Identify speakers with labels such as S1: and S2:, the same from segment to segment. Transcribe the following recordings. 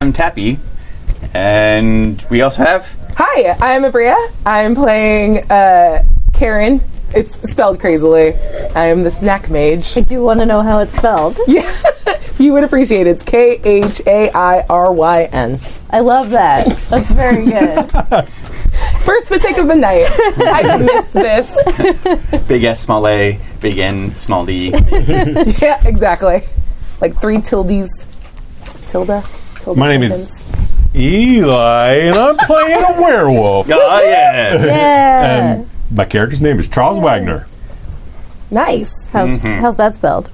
S1: I'm Tappy, and we also have
S2: Hi, I'm Abria. I'm playing uh, Karen. It's spelled crazily. I am the snack mage.
S3: I do want to know how it's spelled.
S2: Yeah, you would appreciate it. It's K H A I R Y N.
S3: I love that. That's very good.
S2: First mistake of the night. I missed this.
S1: Big S, small A, Big N, small D.
S2: Yeah, exactly. Like three tildes. Tilda. Tilda
S4: My name is Eli, and I'm playing a werewolf.
S1: oh yeah.
S3: Yeah.
S4: And my character's name is Charles Wagner.
S2: nice.
S3: how's, how's that spelled?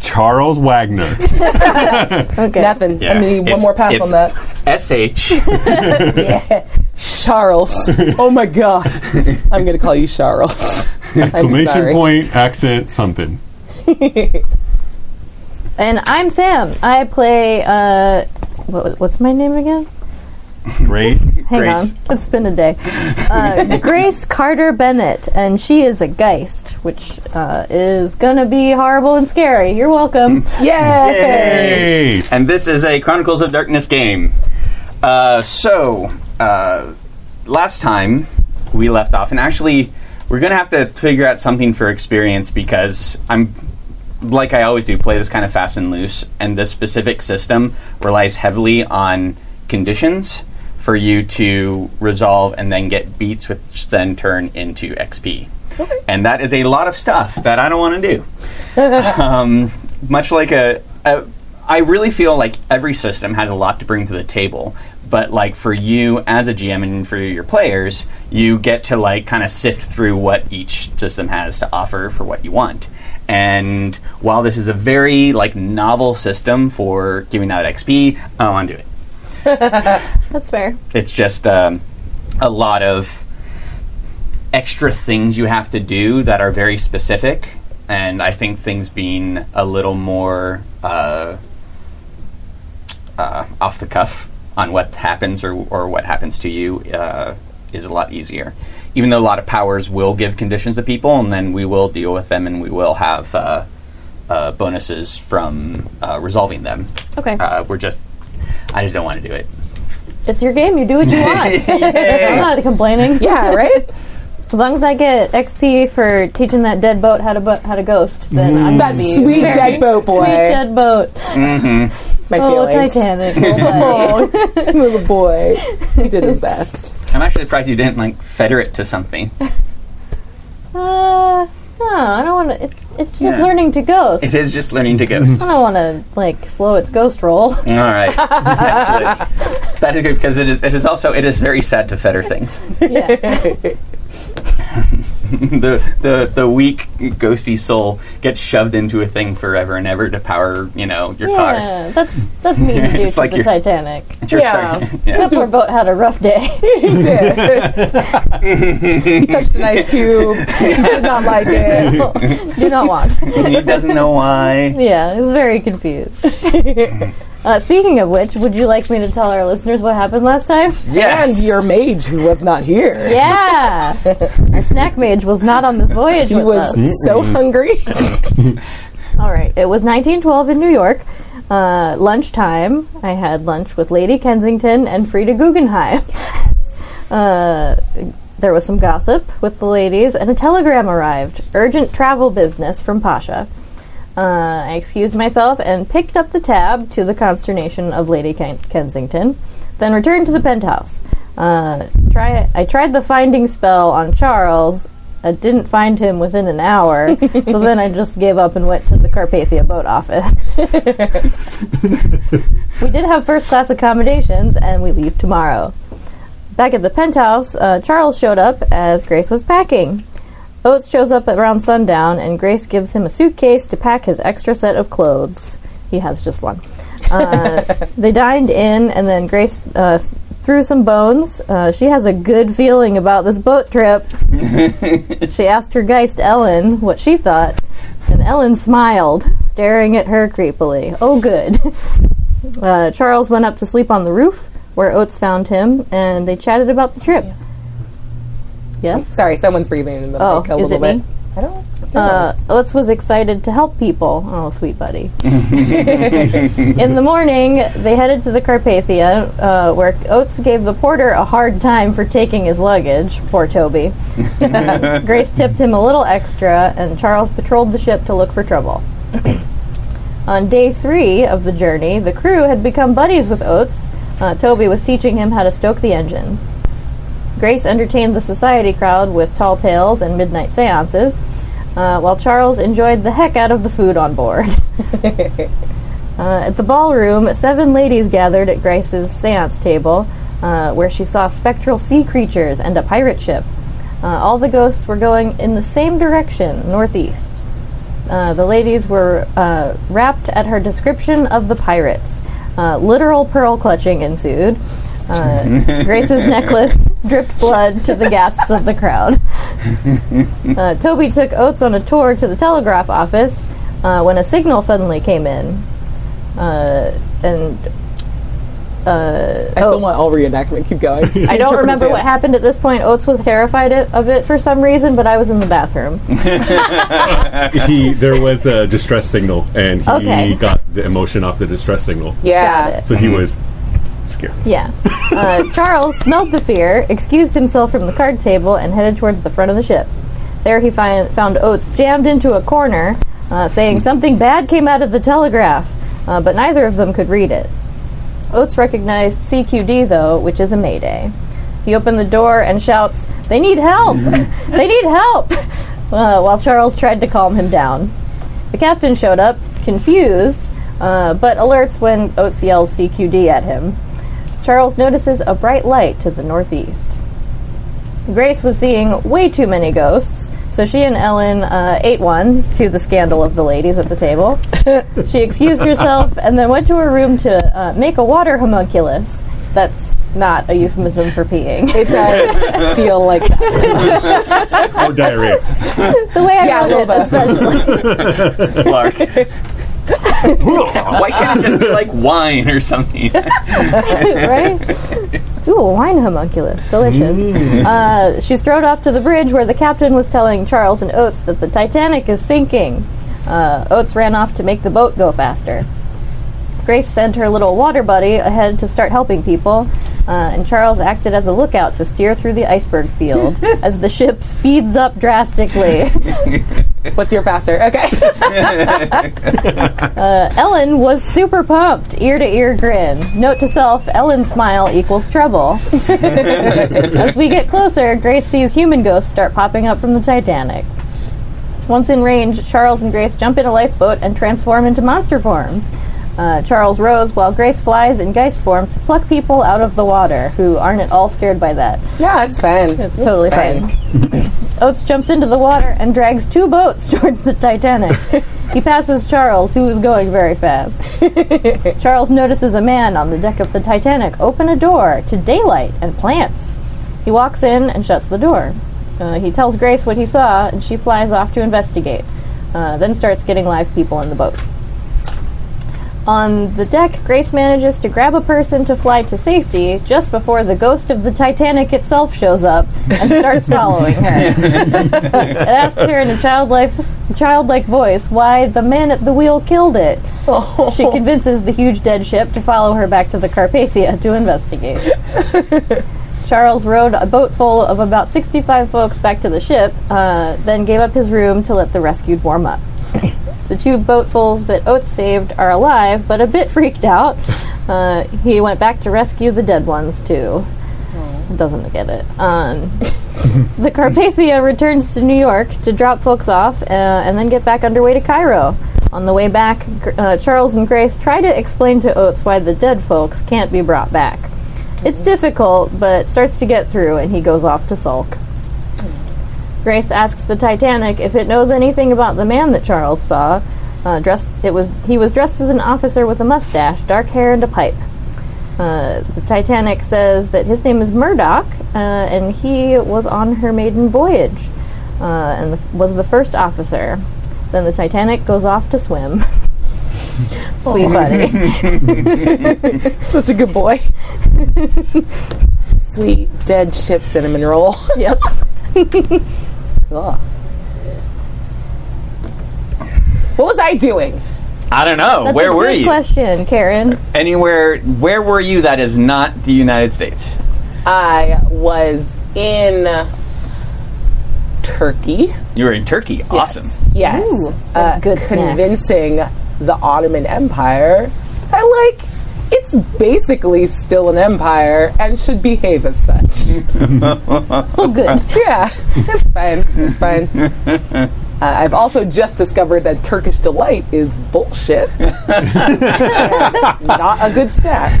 S4: Charles Wagner.
S3: Okay.
S2: Nothing.
S1: Yeah,
S2: I need
S1: it's-
S2: one more pass
S1: it's-
S2: on that.
S1: S H.
S2: Charles. oh my god. I'm gonna call you Charles. sorry.
S4: Exclamation point, accent, something.
S3: And I'm Sam. I play. Uh, what, what's my name again?
S4: Grace.
S3: Hang
S1: Grace.
S3: on, it's been a day. Uh, Grace Carter Bennett, and she is a geist, which uh, is gonna be horrible and scary. You're welcome.
S2: Yay!
S4: Hey!
S1: and this is a Chronicles of Darkness game. Uh, so, uh, last time we left off, and actually, we're gonna have to figure out something for experience because I'm, like I always do, play this kind of fast and loose, and this specific system relies heavily on conditions for you to resolve and then get beats, which then turn into XP. And that is a lot of stuff that I don't want to do um, much like a, a i really feel like every system has a lot to bring to the table but like for you as a gm and for your players you get to like kind of sift through what each system has to offer for what you want and while this is a very like novel system for giving out xp i don't want to do it
S3: That's fair.
S1: it's just um, a lot of extra things you have to do that are very specific and i think things being a little more uh, uh, off the cuff on what happens or, or what happens to you uh, is a lot easier even though a lot of powers will give conditions to people and then we will deal with them and we will have uh, uh, bonuses from uh, resolving them
S3: Okay,
S1: uh, we're just i just don't want to do it
S3: it's your game. You do what you want. I'm not complaining.
S2: Yeah, right?
S3: As long as I get XP for teaching that dead boat how to bo- how to ghost, then I'm
S1: Mm.
S2: That
S3: gonna be
S2: sweet
S3: very-
S2: dead boat boy.
S3: Sweet dead boat.
S2: My
S3: Oh,
S2: feelings.
S3: Titanic. Oh,
S2: Oh, little boy. He did his best.
S1: I'm actually surprised you didn't like fetter it to something.
S3: my. uh, no, I don't want to. It's, it's just
S1: Yeah.
S3: learning to ghost.
S1: It is just learning to ghost.
S3: I don't want to like slow its ghost roll.
S1: All right, Excellent. that is good because it is. It is also. It is very sad to fetter things.
S3: yeah.
S1: the the the weak ghosty soul gets shoved into a thing forever and ever to power. You know your car.
S3: yeah, that's that's mean to do
S1: It's
S3: to
S1: like
S3: the
S1: you're-
S3: Titanic.
S1: It's your
S2: Yeah.
S1: star- yeah.
S3: That poor boat had a rough day.
S2: He did. he touched an ice cube. He did not like it.
S3: do not want.
S1: And he doesn't know why.
S3: yeah, he's very confused.
S1: Mm-hmm.
S3: Uh, speaking of which, would you like me to tell our listeners what happened last time?
S1: Yes.
S2: And your mage who was not here.
S3: Yeah, our snack mage was not on this voyage.
S2: He
S3: with
S2: was
S3: us.
S2: so hungry.
S3: all right. It was 1912 in New York, uh, lunchtime. I had lunch with Lady Kensington and Frida Guggenheim. uh, there was some gossip with the ladies, and a telegram arrived. Urgent travel business from Pasha. Uh, I excused myself and picked up the tab to the consternation of Lady Ken- Kensington, then returned to the penthouse. Uh, try, I tried the finding spell on Charles. I didn't find him within an hour, so then I just gave up and went to the Carpathia boat office. we did have first class accommodations, and we leave tomorrow. Back at the penthouse, uh, Charles showed up as Grace was packing. Oates shows up at around sundown, and Grace gives him a suitcase to pack his extra set of clothes. He has just one. Uh, they dined in, and then Grace uh, th- threw some bones. Uh, she has a good feeling about this boat trip. she asked her geist Ellen what she thought, and Ellen smiled, staring at her creepily. Oh, good. Uh, Charles went up to sleep on the roof where Oates found him, and they chatted about the trip. Yes.
S2: Sorry, someone's breathing in the
S3: Oh,
S2: mic a
S3: is
S2: little
S3: it
S2: bit.
S3: me?
S2: I don't.
S3: Uh, Utz was excited to help people. Oh, sweet buddy. In the morning, they headed to the Carpathia, uh, where Oates gave the porter a hard time for taking his luggage. Poor Toby. Grace tipped him a little extra, and Charles patrolled the ship to look for trouble. On day three of the journey, the crew had become buddies with Oates. Uh, Toby was teaching him how to stoke the engines. Grace entertained the society crowd with tall tales and midnight seances, uh, while Charles enjoyed the heck out of the food on board. uh, at the ballroom, seven ladies gathered at Grace's seance table, uh, where she saw spectral sea creatures and a pirate ship. Uh, all the ghosts were going in the same direction, northeast. Uh, the ladies were uh, rapt at her description of the pirates. Uh, literal pearl clutching ensued. Uh, Grace's necklace dripped blood to the gasps of the crowd. Uh, Toby took Oates on a tour to the telegraph office uh, when a signal suddenly came in. Uh, and Oh.
S2: I still want all reenactment. Keep going.
S3: I don't remember what happened at this point. Oates was terrified it- of it for some reason, but I was in the bathroom.
S5: he there was a distress signal, and he
S3: Okay.
S5: got the emotion off the distress signal.
S2: Yeah. Mm-hmm.
S5: So he was scared.
S3: Yeah. Uh, Charles smelled the fear, excused himself from the card table, and headed towards the front of the ship. There he fi- found Oates jammed into a corner, uh, saying something bad came out of the telegraph, uh, but neither of them could read it. Oates recognized CQD, though, which is a mayday. He opened the door and shouts, They need help! they need help! Uh, while Charles tried to calm him down. The captain showed up, confused, uh, but alerts when Oates yells CQD at him. Charles notices a bright light to the northeast. Grace was seeing way too many ghosts, so she and Ellen uh, ate one to the scandal of the ladies at the table. she excused herself and then went to her room to uh, make a water homunculus. That's not a euphemism for peeing.
S2: It does feel like that.
S5: Or diarrhea.
S3: the way I
S2: Yeah, a
S3: wrote
S2: little
S3: it,
S2: bit.
S3: especially.
S1: Clark. Why can't it just be like wine or something?
S3: right? Ooh, a wine homunculus. Delicious. Uh, she strode off to the bridge where the captain was telling Charles and Oates that the Titanic is sinking. Uh, Oates ran off to make the boat go faster. Grace sent her little water buddy ahead to start helping people, uh, and Charles acted as a lookout to steer through the iceberg field as the ship speeds up drastically.
S2: What's your faster? Okay.
S3: Ellen was super pumped, ear to ear grin. Note to self, Ellen's smile equals trouble. As we get closer, Grace sees human ghosts start popping up from the Titanic. Once in range, Charles and Grace jump in a lifeboat and transform into monster forms. Uh, Charles rows while Grace flies in geist form to pluck people out of the water who aren't at all scared by that.
S2: yeah, it's fun.
S3: It's totally fine. Oates jumps into the water and drags two boats towards the Titanic. he passes Charles, who is going very fast. Charles notices a man on the deck of the Titanic open a door to daylight and plants. He walks in and shuts the door. Uh, he tells Grace what he saw, and she flies off to investigate, uh, then starts getting live people in the boat. On the deck, Grace manages to grab a person to fly to safety just before the ghost of the Titanic itself shows up and starts following her. it asks her in a childlike, childlike voice why the man at the wheel killed it. She convinces the huge dead ship to follow her back to the Carpathia to investigate. Charles rowed a boat full of about 65 folks back to the ship, uh, then gave up his room to let the rescued warm up. The two boatfuls that Oates saved are alive, but a bit freaked out. Uh, he went back to rescue the dead ones, too. Doesn't get it. Um, the Carpathia returns to New York to drop folks off uh, and then get back underway to Cairo. On the way back, Gr- uh, Charles and Grace try to explain to Oates why the dead folks can't be brought back. It's difficult, but starts to get through, and he goes off to sulk. Grace asks the Titanic if it knows anything about the man that Charles saw. Uh, dressed, it was he was dressed as an officer with a mustache, dark hair, and a pipe. Uh, the Titanic says that his name is Murdoch, uh, and he was on her maiden voyage, uh, and the, was the first officer. Then the Titanic goes off to swim. Sweet buddy.
S2: Such a good boy. Sweet dead ship cinnamon roll.
S3: yep.
S2: Cool. What was I doing?
S1: I don't know.
S3: That's
S1: where
S3: a
S1: were
S3: good
S1: you?
S3: question, Karen.
S1: Anywhere? Where were you? That is not the United States.
S2: I was in Turkey.
S1: You were in Turkey. Awesome.
S2: Yes. Uh,
S3: Ooh, some good snacks.
S2: convincing the Ottoman Empire that like it's basically still an empire and should behave as such.
S3: Oh, good.
S2: yeah, it's fine. It's fine. Uh, I've also just discovered that Turkish delight is bullshit. Not a good snack.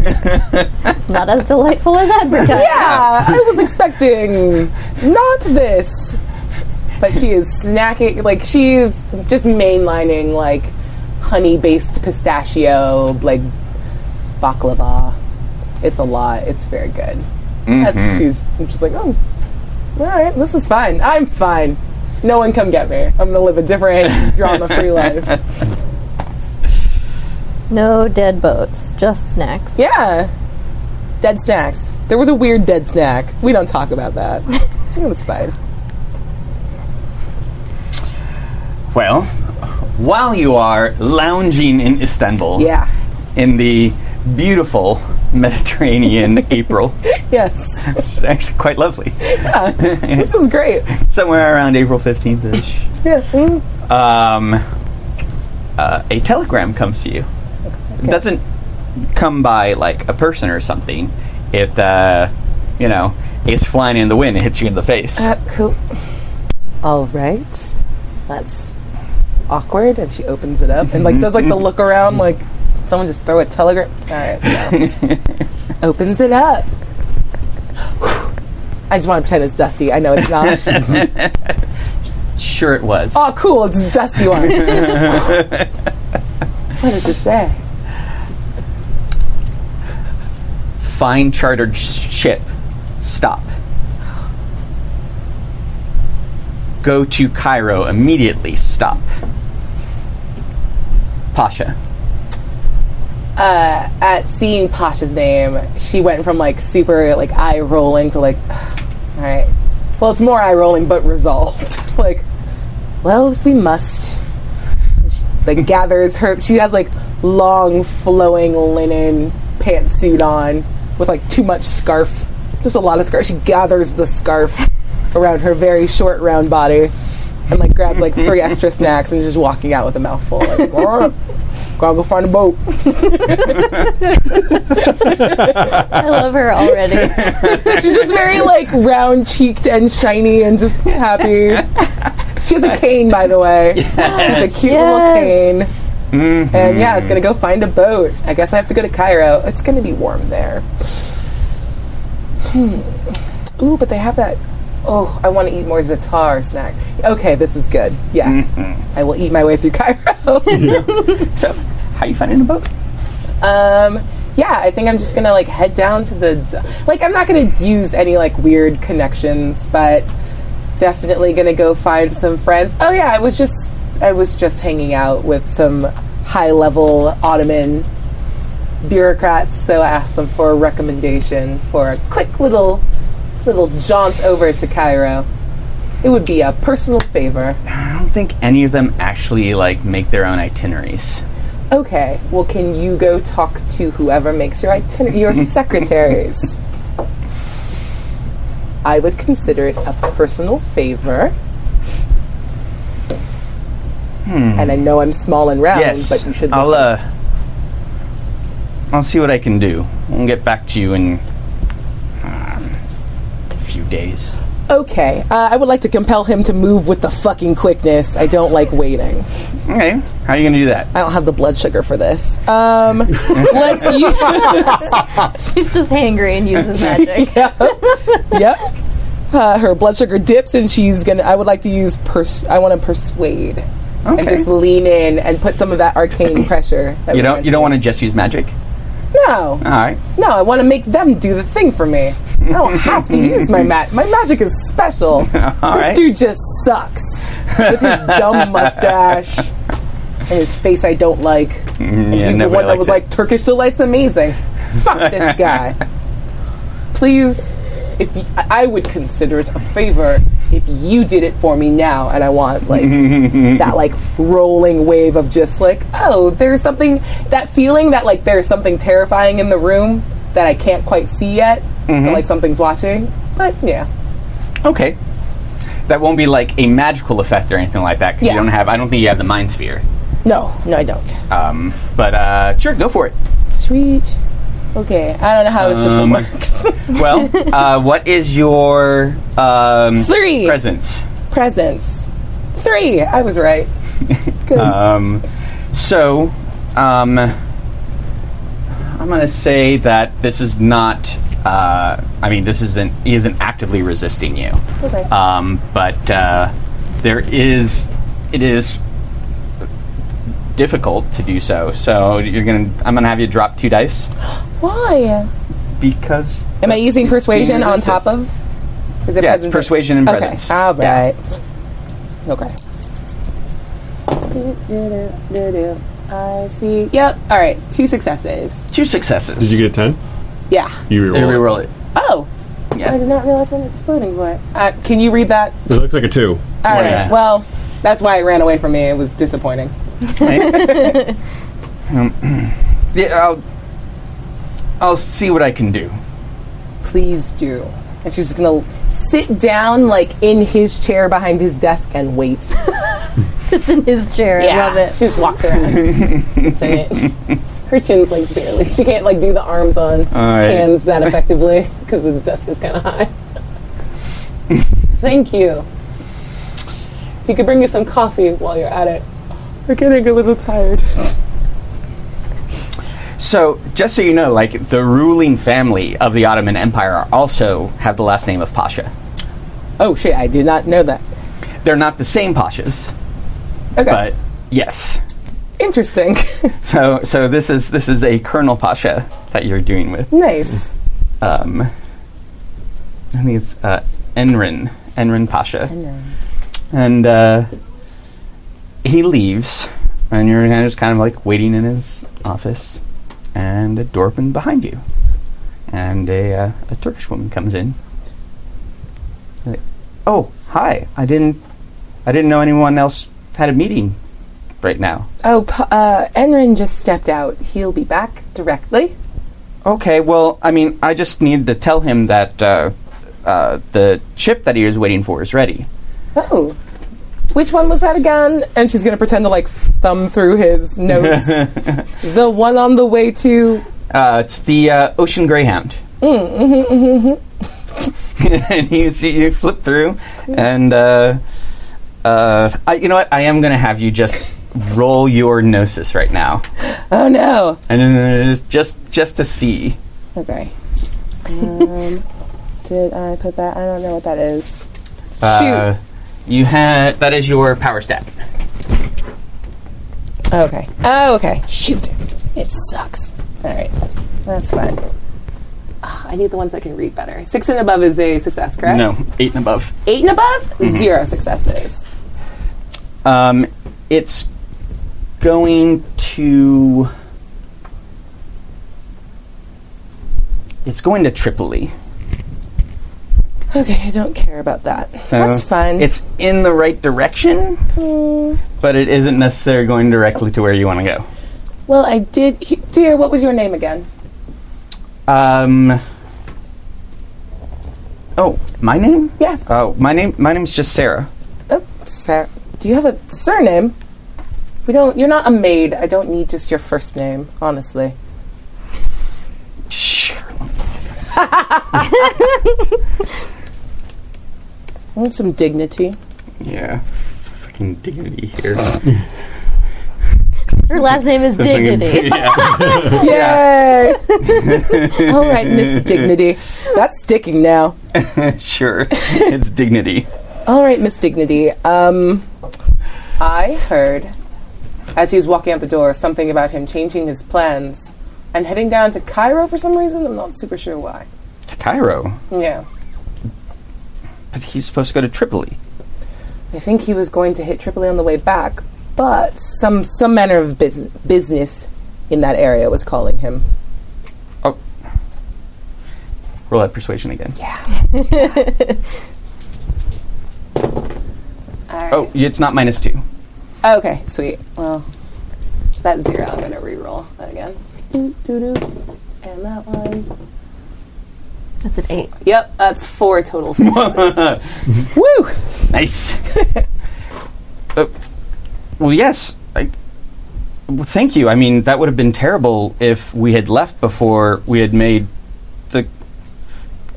S3: Not as delightful as advertised.
S2: Yeah, I was expecting not this. But she is snacking, like, she's just mainlining, like, honey based pistachio, like, baklava. It's a lot. It's very good. That's, she's I'm just like, oh, all right, this is fine. I'm fine. No one come get me. I'm going to live a different, drama free life.
S3: No dead boats, just snacks.
S2: Yeah. Dead snacks. There was a weird dead snack. We don't talk about that. it was fine.
S1: Well, while you are lounging in Istanbul,
S2: Yeah.
S1: in the beautiful Mediterranean April,
S2: Yes.
S1: which is actually quite lovely,
S2: This is great.
S1: somewhere around April fifteenth ish.
S2: Yeah. mm.
S1: um, uh, a telegram comes to you. It doesn't come by like a person or something. It, uh, you know, is flying in the wind. It hits you in the face.
S2: Uh, who? All right. That's awkward. And she opens it up and like does like the look around, like someone just throw a telegram. All right. no. opens it up. I just want to pretend it's dusty. I know it's not.
S1: sure, it was.
S2: oh, cool! It's a dusty one. what does it say?
S1: Fine chartered sh- ship. Stop. Go to Cairo immediately. Stop. Pasha.
S2: uh, at seeing Pasha's name, she went from like super like eye rolling to like, all right. Well, it's more eye rolling, but resolved. like, well, if we must, she, like gathers her. She has like long flowing linen pantsuit on with like too much scarf, just a lot of scarf. She gathers the scarf around her very short round body. And like grabs like three extra snacks and is just walking out with a mouthful. Like, "Grr, gotta go find a boat.
S3: I love her already.
S2: She's just very like round cheeked and shiny and just happy. She has a cane, by the way. She's a cute
S3: Yes.
S2: little cane. And yeah, it's gonna go find a boat. I guess I have to go to Cairo. It's gonna be warm there. Hmm. Ooh, but they have that. Oh, I want to eat more Zatar snacks. Okay, this is good. Yes, I will eat my way through Cairo.
S1: So, how you finding the boat?
S2: Um, yeah, I think I'm just gonna like head down to the like I'm not gonna use any like weird connections, but definitely gonna go find some friends. Oh yeah, I was just I was just hanging out with some high level Ottoman bureaucrats, so I asked them for a recommendation for a quick little little jaunt over to Cairo. It would be a personal favor.
S1: I don't think any of them actually like make their own itineraries.
S2: Okay, well, can you go talk to whoever makes your itinerary, your secretaries? I would consider it a personal favor. And I know I'm small and round,
S1: Hmm. yes,
S2: but you should
S1: I'll
S2: listen.
S1: uh, I'll see what I can do. I'll get back to you in um, a few days.
S2: Okay, uh, I would like to compel him to move with the fucking quickness. I don't like waiting.
S1: Okay, how are you gonna do that?
S2: I don't have the blood sugar for this. Um, let's use.
S3: She's just hangry and uses magic.
S2: yep. Uh, her blood sugar dips, and she's gonna. I would like to use. Pers- I want to persuade, and
S1: Okay.
S2: just lean in and put some of that arcane pressure. That
S1: You don't you don't want to just use magic.
S2: to. No,
S1: All right.
S2: no. I want to make them do the thing for me. I don't have to use my mat. My magic is special. this
S1: right.
S2: dude just sucks with his dumb mustache and his face. I don't like. And
S1: yeah,
S2: he's the
S1: nobody
S2: one that
S1: likes
S2: was
S1: it.
S2: like Turkish delight's amazing. Fuck this guy. Please if y- I I would consider it a favor if you did it for me now, and I want like that like rolling wave of just like oh, there's something that feeling that like there's something terrifying in the room that I can't quite see yet, but, like something's watching. But yeah,
S1: Okay. That won't be like a magical effect or anything like that because
S2: Yeah.
S1: you don't have. I don't think you have the mind sphere.
S2: no, no, I don't.
S1: Um, but uh, sure, go for it.
S2: Sweet. Okay, I don't know how this
S1: Um,
S2: system works.
S1: Well, uh, what is your um,
S2: Three
S1: presence?
S2: presents. Three. I was right.
S1: Um, so, um, I'm going to say that this is not. Uh, I mean, this isn't. He isn't actively resisting you.
S2: Okay.
S1: Um, but uh, there is. It is difficult to do so. So you're gonna. I'm gonna have you drop two dice
S2: Why?
S1: because.
S2: Am I using persuasion on
S1: resist.
S2: top of? Is it
S1: Yeah, it's
S2: presence?
S1: persuasion and
S2: Okay.
S1: presence.
S2: All
S1: Yeah.
S2: right. Okay. Do, do, do, do, do. I see. Yep. All right. Two successes.
S1: Two successes.
S5: Did you get a ten?
S2: Yeah.
S5: You reroll.
S1: You
S5: it.
S1: reroll it.
S2: Oh.
S1: Yeah.
S2: I did not realize an exploding void. Uh, can you read that?
S5: It looks like a two.
S2: All right.
S1: Yeah.
S2: Well, that's why it ran away from me. It was disappointing.
S1: Yeah, I'll. I'll see what I can do.
S2: Please do. And she's just gonna sit down like in his chair behind his desk and wait.
S3: Sits in his chair. I love it.
S2: She just walks around, sits in it. Her chin's like barely. She can't like do the arms on
S1: right.
S2: hands that effectively because the desk is kind of high. Thank you. If you could bring me some coffee while you're at it. We're getting a little tired.
S1: So, just so you know, like the ruling family of the Ottoman Empire are also have the last name of Pasha.
S2: Oh shit! I did not know that.
S1: They're not the same Pashas,
S2: Okay,
S1: but yes.
S2: interesting.
S1: So, so this is this is a Colonel Pasha that you're doing with.
S2: nice.
S1: Um, I think it's uh, Enrin Enrin Pasha, and uh, he leaves, and you're kind of just kind of like waiting in his office, and a door opened behind you, and a uh, a Turkish woman comes in. Like, oh, hi! I didn't I didn't know anyone else had a meeting right now.
S2: Oh, Pa- uh, Enrin just stepped out. He'll be back directly.
S1: Okay, well, I mean, I just needed to tell him that uh, uh, the chip that he was waiting for is ready.
S2: Oh. Which one was that again? And she's gonna pretend to like thumb through his notes. the one on the way to.
S1: Uh, it's the uh, Ocean Greyhound. and you see, you flip through, and uh, uh, I, you know what? I am going to have you just roll your gnosis right now,
S2: Oh no!
S1: and then it's just just to see.
S2: Okay. Um, did I put that? I don't know what that is.
S1: Uh, you had that is your power stat.
S2: Shoot. Okay. Oh, okay. Shoot. It sucks. All right. That's fine. Ugh, I need the ones that can read better. Six and above is a success, correct?
S1: No, eight and above.
S2: Eight and above,
S1: Mm-hmm.
S2: zero successes.
S1: Um, it's going to. It's going to E. Tripoli.
S2: Okay, I don't care about that.
S1: So
S2: That's Mm. fine.
S1: It's in the right direction, but it isn't necessarily going directly to where you want to go.
S2: well, I did. He, dear, what was your name again?
S1: Um. Oh, my name?
S2: Yes.
S1: Oh, my name. My name's just Sarah.
S2: Oh, Sarah. Do you have a surname? We don't. You're not a maid. I don't need just your first name, honestly.
S1: Sure.
S2: I want some dignity.
S1: Yeah. It's a fucking dignity here.
S3: Her last name is Dignity.
S2: Yay! All right, Miss Dignity. That's sticking now.
S1: sure. It's dignity.
S2: All right, Miss Dignity. Um, I heard as he was walking out the door something about him changing his plans and heading down to Cairo for some reason. I'm not super sure why.
S1: To Cairo,
S2: Yeah.
S1: but he's supposed to go to Tripoli.
S2: I think he was going to hit Tripoli on the way back, but some some manner of bus- business in that area was calling him.
S1: Oh. Roll that persuasion again.
S2: All
S1: Oh,
S2: right. Oh,
S1: it's not minus two.
S2: Okay, sweet. Well, that zero, I'm going to re-roll that again. Doo, doo, doo. And that one.
S3: That's an eight.
S2: Yep, that's four total successes. Woo!
S1: nice. Uh, well, yes. I, well, thank you. I mean, that would have been terrible if we had left before we had made the.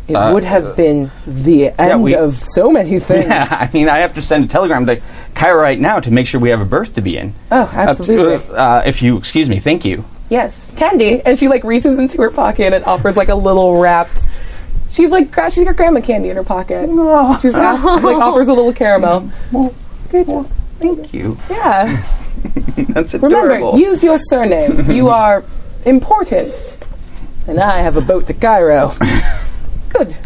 S2: It
S1: Uh,
S2: would have been the end
S1: we-
S2: of so many things.
S1: Yeah, I mean, I have to send a telegram to Kyra right now to make sure we have a berth to be in.
S2: Oh, absolutely.
S1: Uh, t- uh, if you excuse me, thank you.
S2: Yes, candy. And she like reaches into her pocket and offers like a little wrapped. She's like gra- she's got grandma candy in her pocket. She's asked, like offers a little caramel.
S1: Thank you.
S2: Yeah.
S1: That's adorable.
S2: Remember, use your surname. You are important. And I have a boat to Cairo. Good.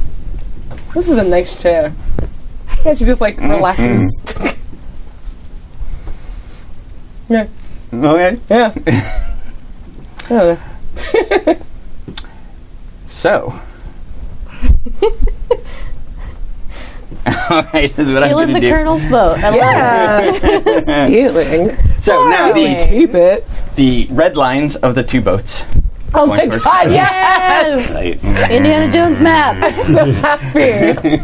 S2: This is a nice chair. Yeah, she just like relaxes. yeah.
S1: okay.
S2: Yeah. I don't know.
S1: So. All right, this is what I'm
S3: Stealing
S1: going to
S3: the
S1: do.
S3: colonel's boat. I
S2: Yeah. Stealing.
S1: So now the
S3: Really?
S2: Keep it.
S1: the red lines of the two boats.
S2: Oh
S1: Going
S2: my
S1: towards
S2: god,
S1: Cairo.
S2: yes!
S3: love it.
S1: Right.
S3: Indiana Jones map.
S2: so happy.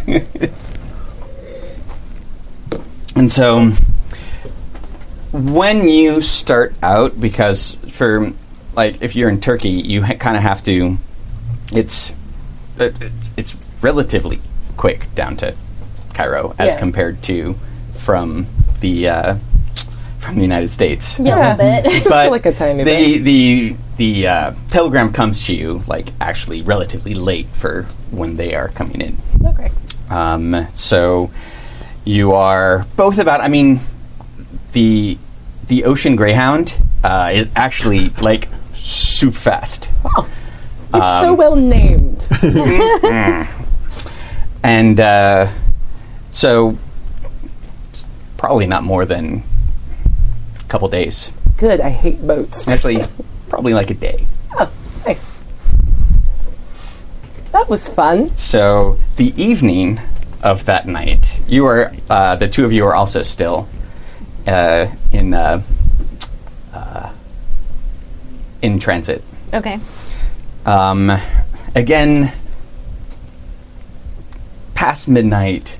S1: And so when you start out, because for like if you're in Turkey, you ha- kind of have to. It's it, it's- it's relatively quick down to Cairo as
S2: Yeah.
S1: compared to from the uh, from the United States.
S3: Yeah, a little bit.
S2: Just like a tiny
S1: the,
S2: bit.
S1: The the uh, telegram comes to you like actually relatively late for when they are coming in.
S2: Okay.
S1: Um, so you are both about. I mean, the the ocean greyhound uh, is actually like super fast,
S2: It's so well named.
S1: and uh, so it's probably not more than a couple days.
S2: Good, I hate boats.
S1: Actually, probably like a day.
S2: Oh, nice. That was fun.
S1: So the evening of that night, you are uh, the two of you are also still uh, in uh, uh, in transit.
S3: okay.
S1: Um, again, past midnight,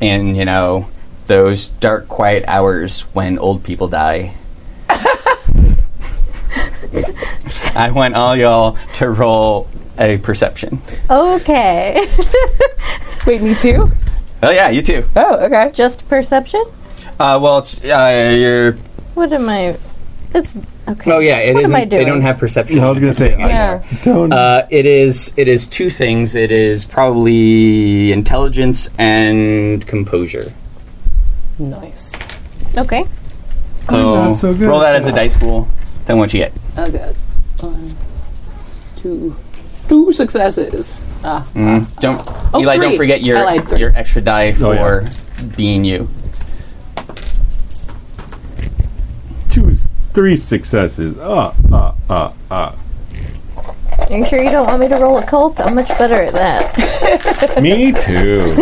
S1: and you know those dark, quiet hours when old people die. I want all y'all to roll a perception.
S3: Okay.
S2: Wait, me too?
S1: Oh yeah, you too.
S2: Oh, okay.
S3: Just perception?
S1: Uh, well, it's uh, your.
S3: What am I? It's okay.
S1: Oh yeah, it
S3: What
S1: isn't-
S3: am I
S1: They don't
S3: doing?
S1: have perception.
S4: I was gonna say, I
S2: Yeah.
S4: don't.
S1: Uh, it is. It is two things. It is probably intelligence and composure.
S2: Nice.
S3: Okay.
S1: So,
S4: not Oh, so good
S1: roll
S4: at
S1: that as a dice roll. Then what you get?
S2: Oh, good. One, two, two successes. Ah,
S1: Don't
S2: Oh,
S1: Eli. do Don't
S2: three.
S1: forget
S2: I
S1: your
S2: lied, three.
S1: your extra die for
S5: Oh, yeah.
S1: being you.
S5: Two, s- three successes. Ah, ah, ah, ah.
S3: Are you sure you don't want me to roll a cult? I'm much better at that.
S5: ah. Me too.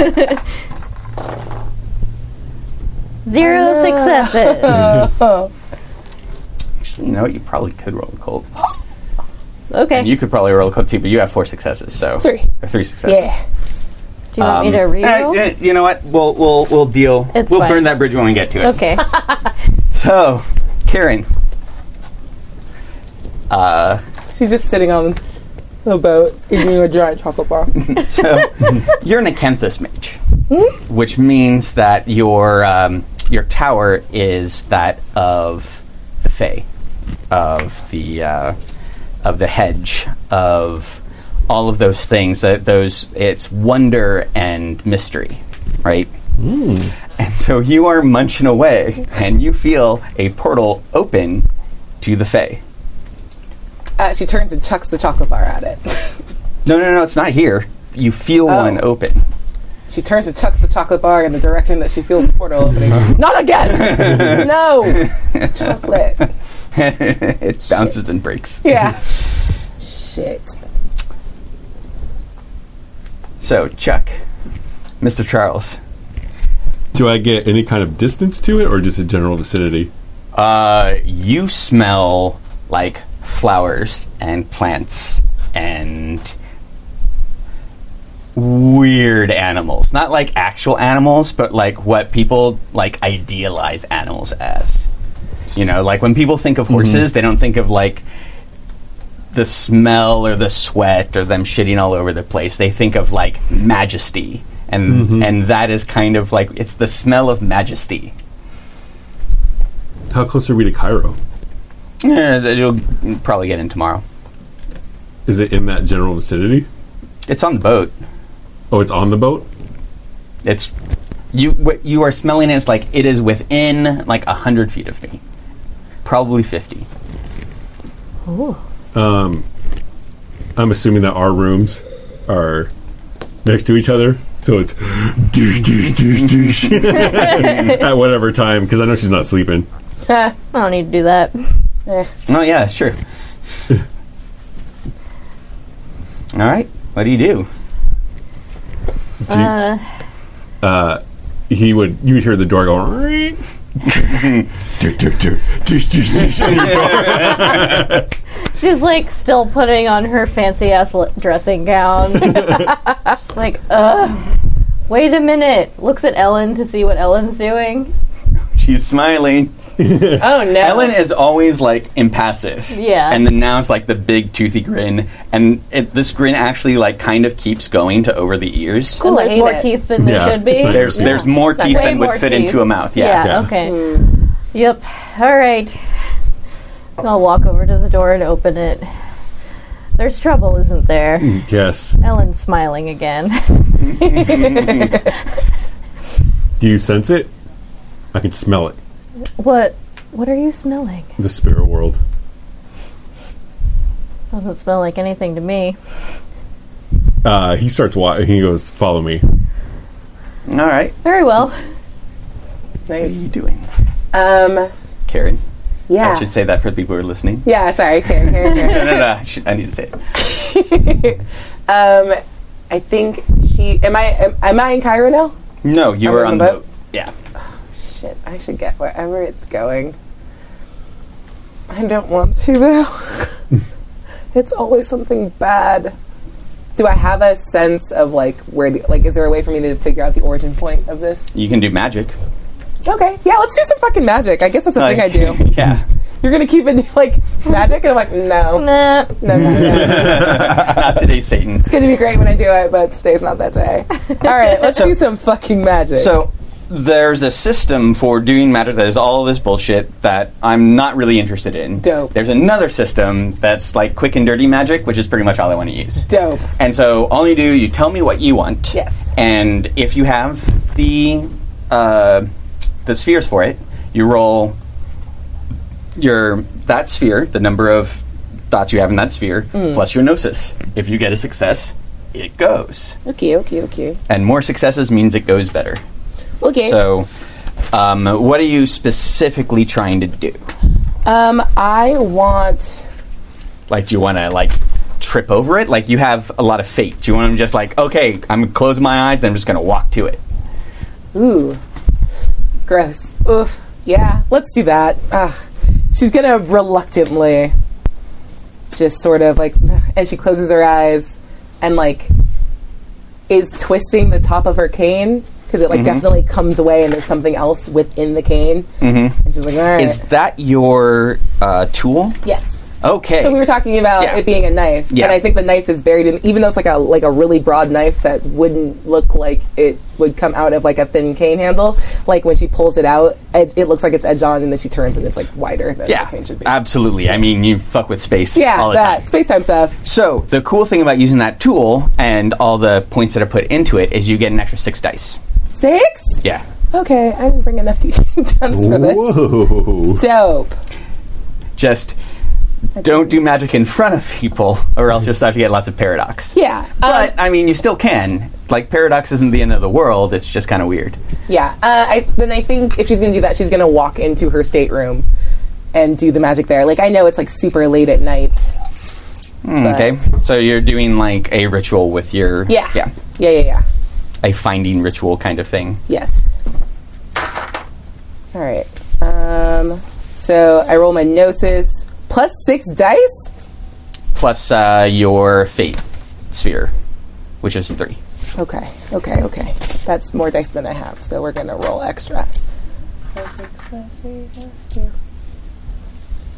S3: Zero successes.
S1: Actually, you know what? You probably could roll a cold.
S3: Okay.
S1: You could probably roll a cold too, but you have four successes. So
S2: Three.
S1: Or three successes.
S2: yeah.
S3: Do you want me to
S1: Um,
S3: reroll?
S1: eh, eh, you know what? We'll we'll we'll deal.
S3: It's
S1: we'll
S3: fine.
S1: burn that bridge when we get to it.
S3: okay.
S1: So, Karen,
S2: She's just sitting on the boat eating a giant chocolate bar.
S1: So you're an acanthus mage, which means that your um, your tower is that of the Fae, of the uh, of the hedge, of all of those things. That those it's wonder and mystery, right? And so you are munching away, and you feel a portal open to the Fae.
S2: Uh, she turns and chucks the chocolate bar at it.
S1: No, no, no, it's not here. You feel one open.
S2: She turns and chucks the chocolate bar in the direction that she feels the portal opening. Not again! no! Chocolate.
S1: it bounces and breaks.
S2: Yeah. Shit.
S1: So, Chuck, Mr. Charles,
S5: Do I get any kind of distance to it, or just a general vicinity?
S1: uh, you smell like flowers and plants and weird animals. Not like actual animals, but like what people like idealize animals as. You know, like when people think of horses, they don't think of like the smell or the sweat or them shitting all over the place. They think of like majesty. And and that is kind of like it's the smell of majesty.
S5: How close are we to Cairo?
S1: Yeah, that you'll probably get in tomorrow.
S5: Is it in that general vicinity?
S1: It's on the boat.
S5: Oh, it's on the boat.
S1: It's you. What you are smelling it, it's like it is within like a hundred feet of me, probably fifty.
S5: I'm assuming that our rooms are next to each other, so it's douche, douche, douche, douche at whatever time because I know she's not sleeping.
S3: I don't need to do that.
S1: Oh yeah, sure. All right. What do you do?
S5: Do you- uh, he would. You would hear the door go. "Ring." Do, do, do, douche, douche, douche.
S3: She's like still putting on her fancy ass l- dressing gown. She's like, ugh. Wait a minute. Looks at Ellen to see what Ellen's doing.
S1: She's smiling.
S2: Oh no.
S1: Ellen is always like impassive.
S3: Yeah.
S1: And then now it's like the big toothy grin, and it, this grin actually like kind of keeps going to over the ears.
S3: And
S2: I
S3: there's
S2: hate
S3: more
S2: it.
S3: teeth than
S5: Yeah,
S3: there should be.
S5: it's like-
S1: There's there's more
S3: It's like
S1: teeth
S3: way
S1: than would
S3: more
S1: fit
S3: teeth.
S1: into a mouth.
S3: Yeah,
S5: Yeah.
S3: okay. Hmm.
S2: Hmm.
S3: Yep. All right. I'll walk over to the door and open it. There's trouble, isn't there?
S5: Hmm. yes.
S3: Ellen's smiling again.
S5: Do you sense it? I can smell it.
S3: what what are you smelling?
S5: The spirit world.
S3: Doesn't smell like anything to me.
S5: Uh, he starts. Wa- he goes. Follow me.
S1: All right.
S3: Very well.
S1: What are
S2: Nice.
S1: you doing,
S2: Um.
S1: Karen?
S2: Yeah.
S1: I should say that for the people who are listening.
S2: Yeah. Sorry. Karen, Karen, Karen.
S1: no, no, no. I, should, I need to say it.
S2: Um, I think she. Am I? Am, am I in Cairo now?
S1: No, you
S2: I'm
S1: were
S2: on
S1: on the
S2: the
S1: boat. Yeah.
S2: Shit, I should get wherever it's going. I don't want to though. it's always something bad. Do I have a sense of like where the like? Is there a way for me to figure out the origin point of this?
S1: You can do magic.
S2: Okay, yeah, let's do some fucking magic. I guess that's the thing I do.
S1: yeah.
S2: You're gonna keep it like magic, and I'm like, no,
S3: Nah.
S2: no, no, no. It's
S1: Not today, Satan.
S2: gonna be great when I do it, but today's not that day. All right, let's do some fucking magic.
S1: So there's a system for doing magic that is all this bullshit that I'm not really interested in.
S2: Dope.
S1: There's another system that's like quick and dirty magic, which is pretty much all I want to use.
S2: dope.
S1: And so all you do, you tell me what you want.
S2: Yes.
S1: And if you have the uh, the spheres for it, you roll your that sphere, the number of dots you have in that sphere, plus your gnosis. If you get a success, it goes.
S2: Okay, okay, okay,
S1: And more successes means it goes better.
S2: okay.
S1: So, um, what are you specifically trying to do?
S2: Um, I want.
S1: Like, do you want to like trip over it? Like, you have a lot of fate. Do you want to just like, okay, I'm gonna close my eyes, then I'm just gonna walk to it.
S2: Ooh, gross. Oof. Yeah, let's do that. Ugh. She's gonna reluctantly, just sort of like, and she closes her eyes, and like, is twisting the top of her cane because it like definitely comes away, and there's something else within the cane. Mm-hmm. And she's like, all right,
S1: Is that your uh, tool?
S2: yes.
S1: Okay.
S2: So we were talking about
S1: Yeah.
S2: it being a knife,
S1: Yeah.
S2: and I think the knife is buried in, even though it's like a like a really broad knife that wouldn't look like it would come out of like a thin cane handle. Like when she pulls it out, it, it looks like it's edge on, and then she turns and it's like wider than
S1: yeah,
S2: the cane should be.
S1: absolutely. I mean, you fuck with space
S2: yeah,
S1: all the
S2: that
S1: time.
S2: space time stuff.
S1: So the cool thing about using that tool and all the points that are put into it is you get an extra six dice.
S2: Six.
S1: Yeah.
S2: Okay, I didn't bring enough D10s for this.
S5: Whoa.
S2: Dope.
S1: Just don't do magic in front of people, or else you'll start to get lots of paradox.
S2: Yeah, um,
S1: But I mean, you still can. Like paradox isn't the end of the world. It's just kind of weird.
S2: yeah. Uh, I, then I think if she's gonna do that, she's gonna walk into her stateroom and do the magic there. Like I know it's like super late at night.
S1: Hmm, Okay, so you're doing like a ritual with your
S2: Yeah.
S1: yeah.
S2: Yeah, yeah, yeah.
S1: a finding ritual kind of thing.
S2: Yes. All right. Um, so I roll my gnosis plus six dice.
S1: Plus uh, your fate sphere, which is three.
S2: Okay, okay, okay. That's more dice than I have, so we're gonna roll extra.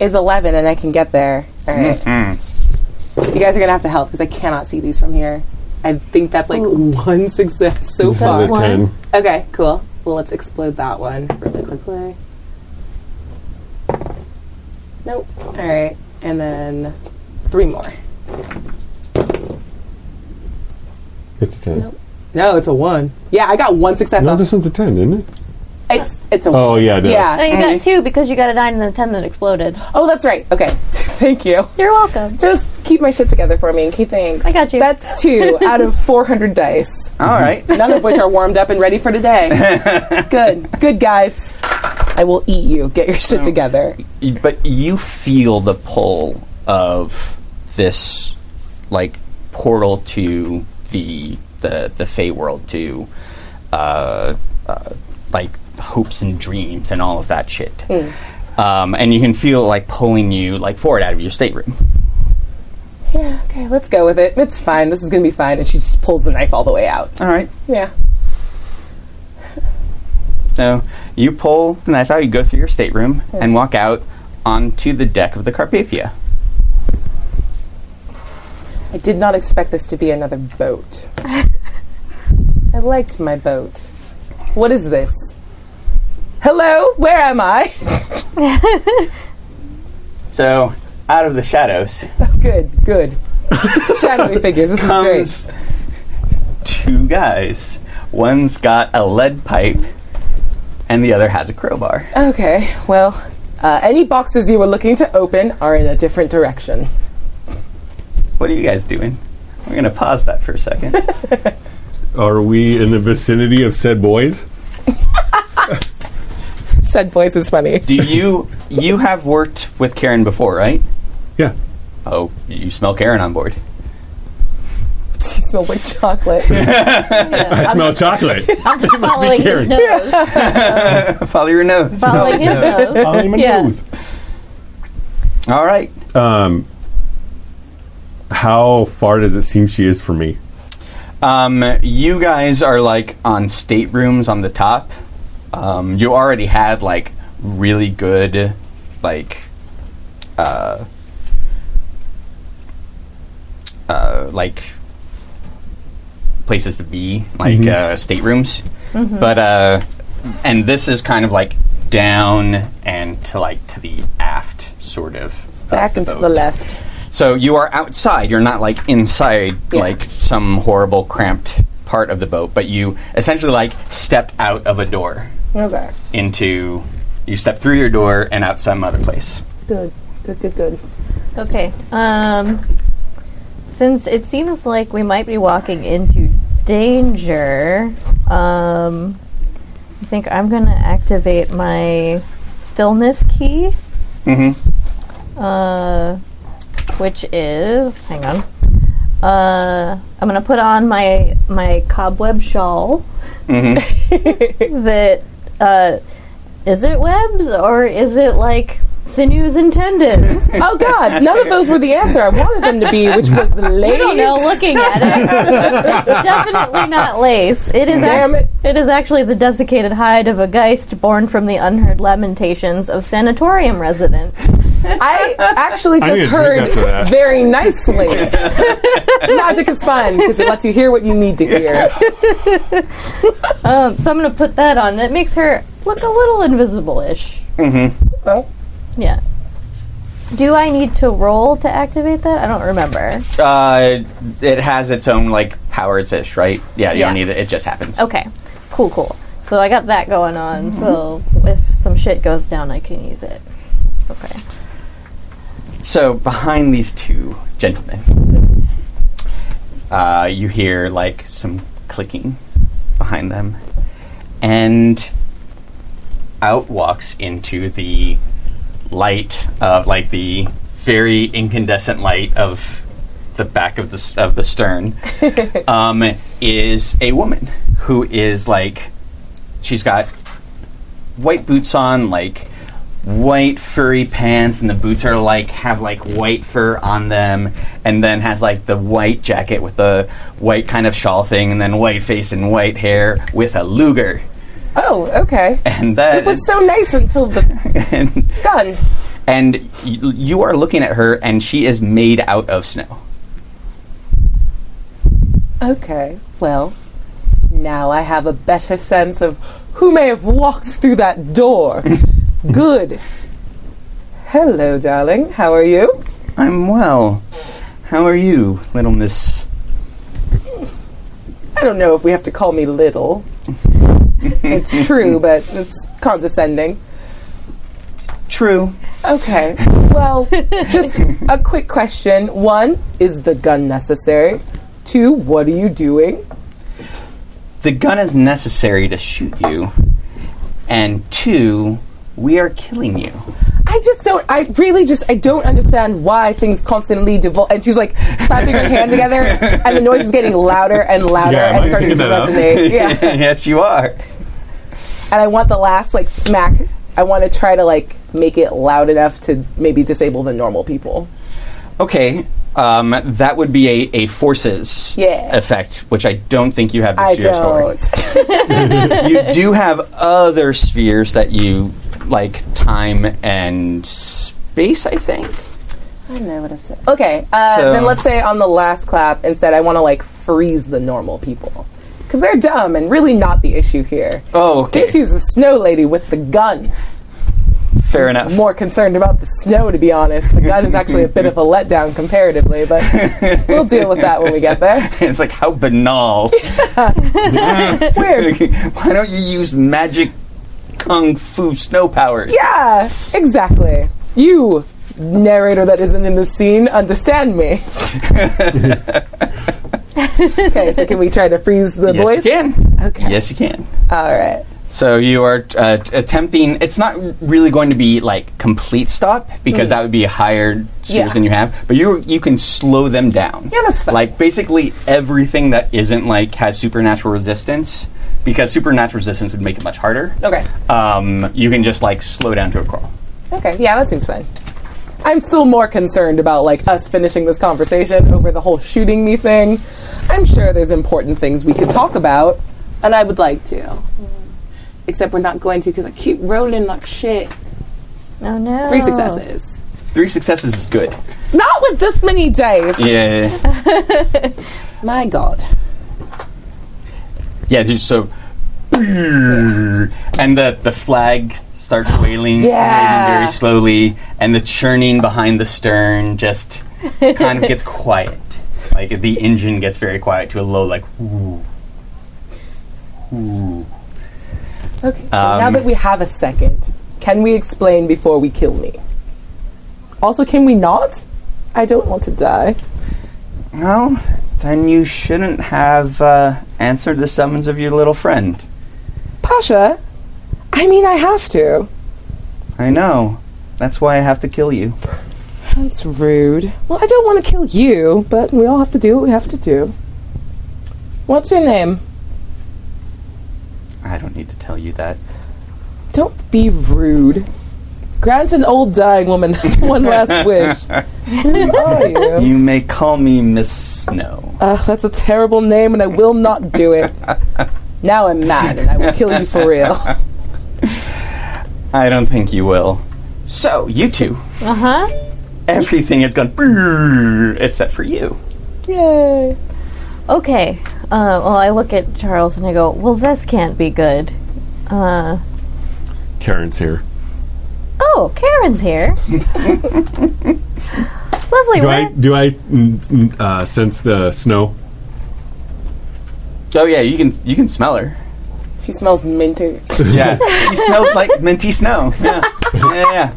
S2: Is eleven, and I can get there. All right. You guys are gonna have to help because I cannot see these from here. I think that's like one success so far.
S5: Another
S3: One.
S5: 10.
S2: Okay, cool. Well, let's explode that one really quickly. Nope. All right, and then three more.
S5: It's a 10.
S2: No, it's a one. Yeah, I got one success.
S5: No,
S2: off.
S5: this one's a 10, isn't it?
S2: It's it's a
S5: Oh, yeah, no.
S2: yeah.
S3: No, you got two because you got a nine and a ten that exploded.
S2: Oh, that's right. Okay, thank you.
S3: You're welcome.
S2: Just keep my shit together for me and keep things. I
S3: got you.
S2: That's two out of four hundred dice,
S1: All right.
S2: none of which are warmed up and ready for today. good, good guys. I will eat you. Get your shit together.
S1: Y- but you feel the pull of this like portal to the the the Fey world to uh, uh, like hopes and dreams and all of that shit. Um, and you can feel it, like pulling you like forward out of your stateroom.
S2: Yeah. Okay, let's go with it. It's fine. This is gonna be fine. And she just pulls the knife all the way out.
S1: All right.
S2: Yeah.
S1: So you pull the knife out, you go through your stateroom, and walk out onto the deck of the Carpathia.
S2: I did not expect this to be another boat. I liked my boat. What is this? Hello, where am I?
S1: So out of the shadows
S2: Good, good. Shadowy figures. This is great.
S1: comes two guys. One's got a lead pipe, and the other has a crowbar.
S2: Okay, well, uh, any boxes you were looking to open are in a different direction.
S1: What are you guys doing? We're gonna pause that for a second.
S5: Are we in the vicinity of said boys?
S2: Said voice is funny.
S1: Do you you have worked with Karen before, right?
S5: Yeah.
S1: Oh, you smell Karen on board.
S2: She smells like chocolate.
S5: I smell chocolate.
S3: I'm following his
S5: Karen.
S3: nose.
S1: Follow your nose.
S3: Following his nose.
S5: I'll aim my
S3: Yeah.
S5: nose.
S1: All right.
S5: Um, how far does it seem she is from me?
S1: Um, you guys are like on staterooms on the top. Um, you already had like really good, like, uh, uh, like places to be, like uh, staterooms.
S2: Mm-hmm.
S1: But uh, and this is kind of like down and to like to the aft, sort of of
S2: Back into the
S1: boat.
S2: left.
S1: So you are outside. You're not like inside, like some horrible cramped part of the boat, but you essentially like stepped out of a door
S2: Okay.
S1: into. You step through your door and out some other place.
S2: Good, good, good, good.
S3: Okay. Um, since it seems like we might be walking into danger, um, I think I'm going to activate my stillness key. Mm-hmm. Uh, which is, hang on. Uh, I'm going to put on my my cobweb shawl. that uh, is it webs or is it like sinews and tendons?
S2: Oh, God, none of those were the answer I wanted them to be, which was lace.
S3: I don't know. Looking at it, it's definitely not lace. It is.
S2: Damn it.
S3: it is actually the desiccated hide of a geist born from the unheard lamentations of sanatorium residents.
S2: I actually
S5: I need
S2: just
S5: a drink
S2: heard
S5: after that.
S2: very nicely. Magic is fun because it lets you hear what you need to hear.
S3: Um, so I'm going to put that on. It makes her look a little invisible-ish.
S2: Oh.
S3: Yeah. Do I need to roll to activate that? I don't remember.
S1: Uh, it has its own like powers ish, right? Yeah, you
S3: Yeah.
S1: don't need it. It just happens.
S3: Okay. Cool. Cool. So I got that going on.
S2: Mm-hmm.
S3: So if some shit goes down, I can use it. Okay.
S1: So behind these two gentlemen, uh, you hear like some clicking behind them, and out walks into the light of like the very incandescent light of the back of the s- of the stern, um, is a woman who is like, she's got white boots on, like white furry pants, and the boots are like have like white fur on them, and then has like the white jacket with the white kind of shawl thing, and then white face and white hair with a luger,
S2: Oh, okay.
S1: and that
S2: It was
S1: is-
S2: so nice until the
S1: and,
S2: gun.
S1: and y- you are looking at her, and she is made out of snow.
S2: Okay, well, now I have a better sense of who may have walked through that door. Good. Hello, darling. How are you?
S1: I'm well. How are you, little miss?
S2: I don't know if we have to call me little. it's true, but it's condescending.
S1: True.
S2: Okay, well, just a quick question. One, is the gun necessary? Two, what are you doing?
S1: The gun is necessary to shoot you. And two, we are killing you.
S2: I just don't. I really just. I don't understand why things constantly devolve. And she's like slapping her hand together, and the noise is getting louder and louder
S5: Yeah, am
S2: and
S5: I
S2: starting to
S5: picking that up?
S2: resonate. Yeah.
S1: yes, you are.
S2: And I want the last like smack. I want to try to like make it loud enough to maybe disable the normal people.
S1: Okay, um, that would be a, a forces
S2: Yeah.
S1: effect, which I don't think you have the
S2: I
S1: spheres
S2: don't.
S1: for. You do have other spheres that you like time and space, I think.
S2: I know what I said. Okay. Uh,
S1: So-
S2: Then let's say on the last clap instead, I want to like freeze the normal people because they're dumb and really not the issue here.
S1: Oh, okay.
S2: The issue is the snow lady with the gun.
S1: Fair enough.
S2: more concerned about the snow, to be honest. The gun is actually a bit of a letdown comparatively, but we'll deal with that when we get there.
S1: It's like how banal.
S2: Weird.
S1: Why don't you use magic kung fu snow powers?
S2: Yeah, exactly. You, narrator that isn't in the scene, understand me. okay, so can we try to freeze the
S1: yes,
S2: voice?
S1: you can.
S2: Okay.
S1: Yes, you can.
S2: All right.
S1: So you are uh, t- attempting. It's not really going to be like complete stop because that would be higher spheres
S2: Mm. Yeah.
S1: than you have. But you you can slow them down.
S2: Yeah, that's fine.
S1: Like basically everything that isn't like has supernatural resistance because supernatural resistance would make it much harder.
S2: Okay.
S1: Um, you can just like slow down to a crawl.
S2: Okay. Yeah, that seems fine. I'm still more concerned about like us finishing this conversation over the whole shooting me thing. I'm sure there's important things we could talk about, Uh, and I would like to. Except we're not going to because I keep rolling like shit.
S3: Oh no.
S2: Three successes.
S1: Three successes is good.
S2: Not with this many dice.
S1: Yeah.
S2: My God.
S1: Yeah, just so. And the, the flag starts wailing
S2: Yeah.
S1: waving very slowly, and the churning behind the stern just kind of gets quiet. Like the engine gets very quiet to a low, like, ooh. Ooh.
S2: Okay. So now
S1: Um,
S2: that we have a second, can we explain before we kill me? Also, can we not? I don't want to die.
S1: No, then you shouldn't have uh, answered the summons of your little friend.
S2: Pasha, I mean, I have to.
S1: I know. That's why I have to kill you.
S2: That's rude. Well, I don't want to kill you, but we all have to do what we have to do. What's your name?
S1: I don't need to tell you that.
S2: Don't be rude. Grant an old dying woman one last wish. Who are you?
S1: You may call me Miss Snow.
S2: Ugh, that's a terrible name, and I will not do it. Now I'm mad, and I will kill you for real.
S1: I don't think you will. So, you two.
S3: Uh huh.
S1: everything has gone brrrr, except for you.
S2: Yay!
S3: Okay. Uh, well, I look at Charles and I go, well, this can't be good. Uh,
S5: Karen's here.
S3: oh, Karen's here. Lovely.
S5: Do
S3: we're-
S5: I do I mm, mm, uh, sense the snow?
S1: Oh yeah, you can you can smell her.
S2: She smells minty,
S1: Yeah, she smells like minty snow. Yeah, yeah,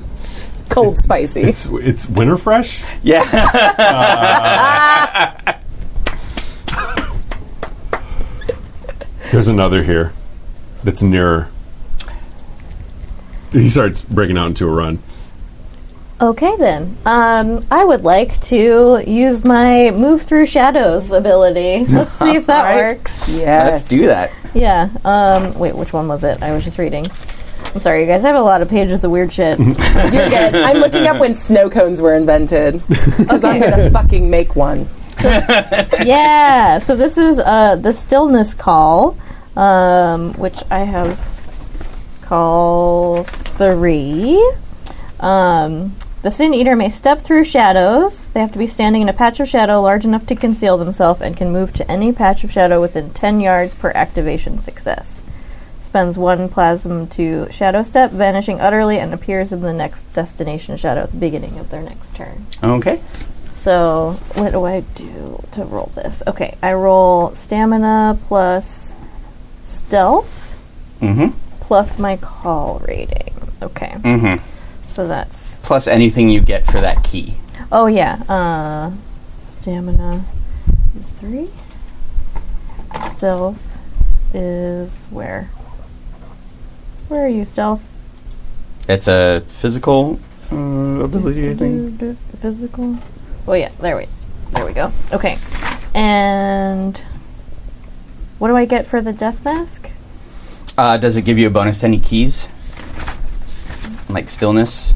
S2: cold, spicy.
S5: It's it's winter fresh.
S1: yeah. yeah.
S5: There's another here that's nearer. He starts breaking out into a run.
S3: Okay, then. Um, I would like to use my move through shadows ability. Let's see if that
S2: Alright.
S3: works.
S2: Yes.
S1: Let's do that.
S3: Yeah. Um, wait, which one was it? I was just reading. I'm sorry, you guys. I have a lot of pages of weird shit.
S2: You're good. I'm looking up when snow cones were invented because I'm gonna fucking make one.
S3: yeah. So this is uh, the stillness call, um, which I have call three. Um, the sin eater may step through shadows. They have to be standing in a patch of shadow large enough to conceal themselves and can move to any patch of shadow within 10 yards per activation success. Spends one plasm to shadow step, vanishing utterly, and appears in the next destination shadow at the beginning of their next turn.
S1: Okay.
S3: So, what do I do to roll this? Okay, I roll stamina plus stealth
S1: Mm-hmm.
S3: plus my call rating. Okay,
S1: Mm-hmm.
S3: so that's.
S1: Plus anything you get for that key.
S3: Oh, yeah. Uh, stamina is three. Stealth is where? Where are you, stealth?
S1: It's a physical uh, ability, I think.
S3: Physical. Oh yeah, there we, there we go. Okay, and what do I get for the death mask?
S1: Uh, does it give you a bonus to any keys? Like stillness?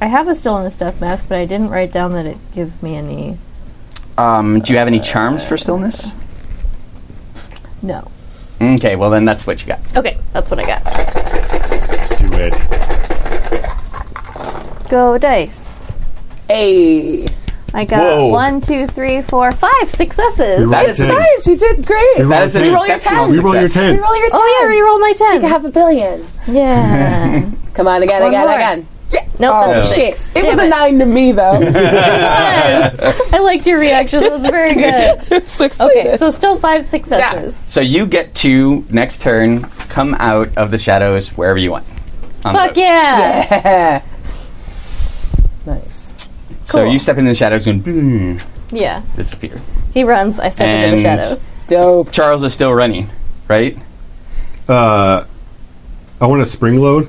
S3: I have a stillness death mask, but I didn't write down that it gives me any.
S1: Um, do you have any charms for stillness?
S3: No.
S1: Okay, well then that's what you got.
S3: Okay, that's what I got.
S5: Do it.
S3: Go dice.
S2: Hey,
S3: I got
S5: Whoa.
S3: one, two, three, four, five successes.
S5: You're right.
S2: that's
S5: Thanks.
S2: right. She did great.
S1: That is an
S5: We roll
S2: your
S1: exceptional
S2: ten.
S5: We roll your
S1: success.
S5: ten.
S2: Roll your
S3: Oh yeah,
S2: ten.
S3: reroll my ten.
S2: She could have a billion.
S3: yeah.
S2: Come on, again,
S3: One
S2: again,
S3: more.
S2: again.
S3: nope.
S2: Oh
S3: that's a
S2: shit!
S3: six.
S2: It
S3: Damn
S2: was a nine to me though.
S3: Yes. I liked your reaction. That was very good. Okay, so still five successes.
S1: So you get to next turn come out of the shadows wherever you want. On the
S3: Fuck
S1: boat.
S3: yeah.
S2: Yeah. nice.
S1: So
S3: cool.
S1: you step into the shadows and boom,
S3: Yeah.
S1: disappear.
S3: He runs. I step into the
S1: And-
S3: shadows.
S2: Dope.
S1: Charles is still running, right?
S5: Uh, I want a spring load.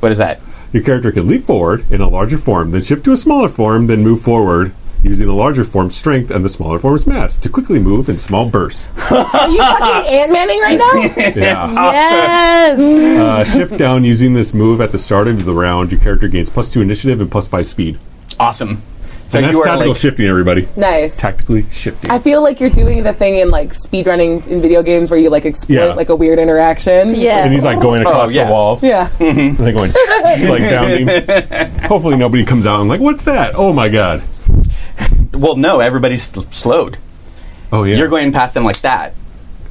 S1: What is that?
S5: Your character can leap forward in a larger form, then shift to a smaller form, then move forward using the larger form's strength and the smaller form's mass to quickly move in small bursts.
S2: Are you fucking Ant Manning right now?
S5: Yeah.
S2: Mm.
S3: Yes.
S5: uh, shift down using this move at the start of the round. Your character gains plus two initiative and plus five speed.
S1: Awesome. So
S5: and
S1: you
S5: that's
S1: are
S5: tactical
S1: like,
S5: shifting, everybody.
S2: nice.
S5: Tactically shifting.
S2: I feel like you're doing the thing in like speedrunning in video games where you like exploit
S5: Yeah.
S2: like a weird interaction.
S5: and
S3: Yeah.
S5: he's like going across
S1: Oh, yeah.
S5: the walls.
S2: Yeah.
S5: And they're going like down. Hopefully nobody comes out and like, what's that? Oh my god.
S1: well, no, everybody's sl- slowed.
S5: Oh yeah.
S1: You're going past them like that,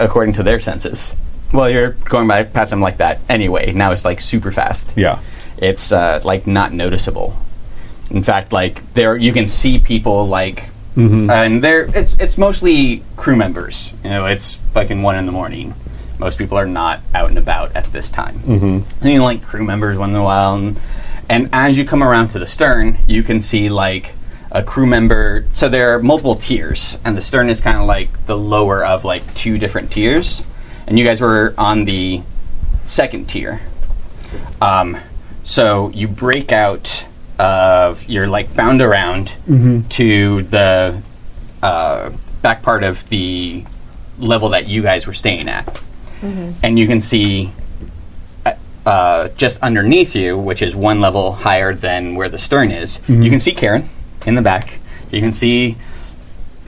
S1: according to their senses. Well, you're going by past them like that anyway. Now it's like super fast.
S5: yeah.
S1: It's uh, like not noticeable. In fact, like there you can see people like, and they're it's it's mostly crew members. You know, it's fucking one in the morning. Most people are not out and about at this time. Mm-hmm. And you know, like crew members once in a while, and, and as you come around to the stern, you can see like a crew member. So there are multiple tiers, and the stern is kind of like the lower of like two different tiers. And you guys were on the second tier, um, so you break out of you're like bound around to the uh, back part of the level that you guys were staying at, and you can see uh, uh, just underneath you, which is one level higher than where the stern is. You can see Karen in the back. You can see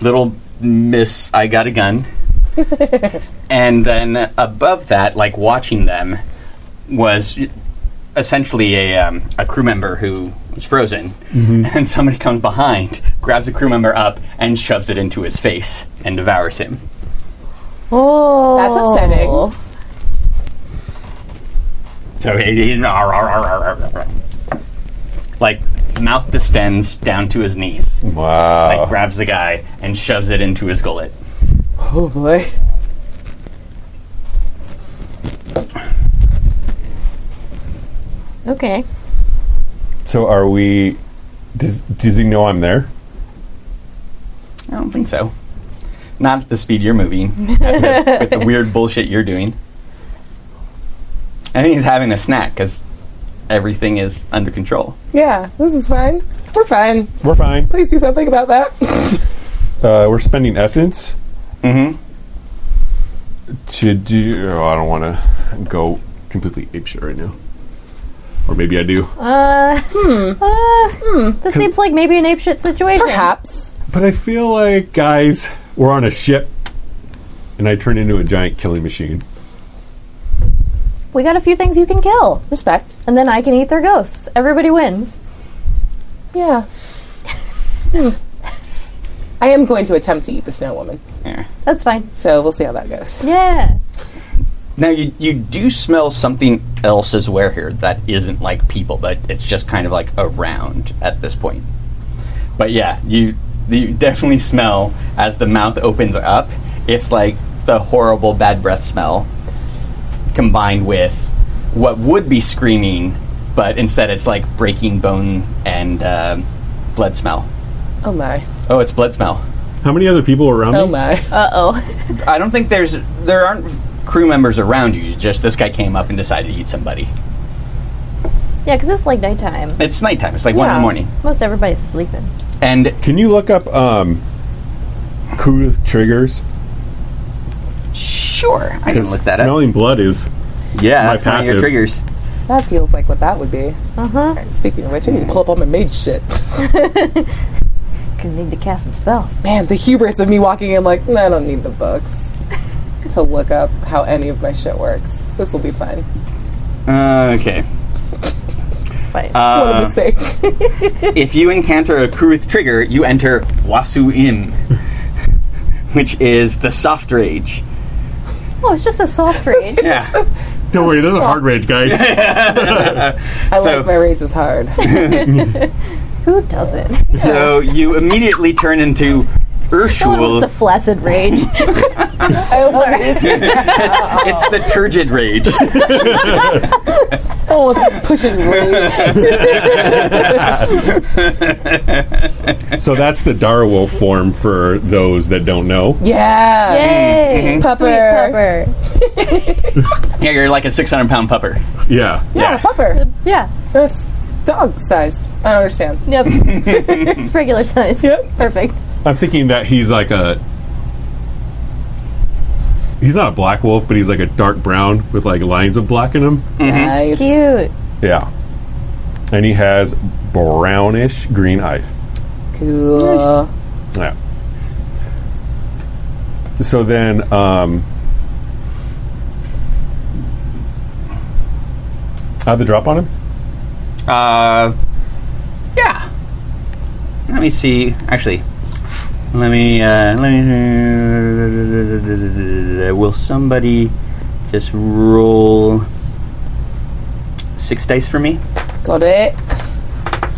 S1: little Miss I Got a Gun. and then above that, like watching them, was essentially a, um, a crew member who was frozen. And somebody comes behind, grabs a crew member up, and shoves it into his face and devours him.
S3: Oh.
S2: That's upsetting.
S1: So he, he- ar- ar- ar- ar- ar- ar- like mouth distends down to his knees.
S5: Wow.
S1: Like grabs the guy and shoves it into his gullet.
S2: Oh boy.
S3: Okay.
S5: So are we? Does Does he know I'm there?
S1: I don't think so. Not at the speed you're moving, at the- with the weird bullshit you're doing. I think he's having a snack because everything is under control.
S2: Yeah, this is fine. We're fine.
S4: We're fine.
S2: Please do something about that.
S4: Uh, we're spending essence.
S1: Mm-hmm.
S4: To do, oh, I don't want to go.
S5: Completely apeshit right now. Or maybe I do.
S3: Uh, hmm. Uh, hmm. This seems like maybe an apeshit situation.
S2: Perhaps.
S5: But I feel like, guys, we're on a ship, and I turn into a giant killing machine.
S3: We got a few things you can kill,
S2: Respect.
S3: and then I can eat their ghosts. Everybody wins.
S2: Yeah. I am going to attempt to eat the snow woman,
S1: Yeah.
S3: That's fine.
S2: so we'll see how that goes.
S3: Yeah.
S1: Now you you do smell something else as wear here that isn't like people, but it's just kind of like around at this point. But yeah, you you definitely smell as the mouth opens up. It's like the horrible bad breath smell combined with what would be screaming, but instead it's like breaking bone and um blood smell.
S2: Oh my.
S1: Oh, it's blood smell.
S5: How many other people are around
S2: Oh
S5: me?
S2: my.
S3: Uh oh.
S1: I don't think there's there aren't crew members around you. Just this guy came up and decided to eat somebody.
S3: yeah, because it's like nighttime.
S1: It's nighttime. It's like one in the
S2: Yeah.
S1: morning,
S3: Most everybody's sleeping.
S1: and
S5: Can you look up um, crew triggers?
S1: sure, I can
S5: Because
S1: look that
S5: smelling blood is
S1: up. Yeah,
S5: my
S1: that's one of your
S5: passive.
S1: triggers.
S2: That feels like what that would be.
S3: Uh huh.
S2: Alright, speaking of which, I need to pull up all my mage shit.
S3: Gonna need to cast some spells.
S2: Man, the hubris of me walking in like, nah, I don't need the books to look up how any of my shit works. This will be fine.
S1: Uh, okay.
S3: It's fine.
S2: What a
S1: Uh,
S2: mistake.
S1: if you encounter a Kruth trigger, you enter Wasu Im, which is the soft rage.
S3: oh, it's just a soft rage.
S1: Yeah.
S5: don't worry, there's a hard rage, guys.
S2: I
S1: so-
S2: like my rage is hard.
S3: Who doesn't?
S1: so you immediately turn into
S3: Someone
S1: Urshul.
S3: wants a flaccid rage.
S2: I like
S1: it's the turgid rage.
S2: oh, it's pushing rage.
S5: so that's the Darwolf form for those that don't know.
S2: Yeah.
S5: Mm-hmm.
S3: Yay!
S2: Pupper.
S3: Sweet pupper.
S1: yeah, you're like a 600 pound pupper.
S5: Yeah.
S1: Yeah.
S2: Pupper.
S3: Yeah.
S2: That's dog sized. I don't understand.
S3: Yep. it's regular size.
S2: Yep.
S3: Perfect.
S5: I'm thinking that he's like a. He's not a black wolf, but he's like a dark brown with like lines of black in him.
S2: Nice.
S3: Cute.
S5: Yeah. And he has brownish green eyes.
S2: Cool.
S5: Yeah. So then, um, I have the drop on him.
S1: Uh, yeah. Let me see. Actually, let me. Uh, let me. Will somebody just roll six dice for me?
S2: Got it.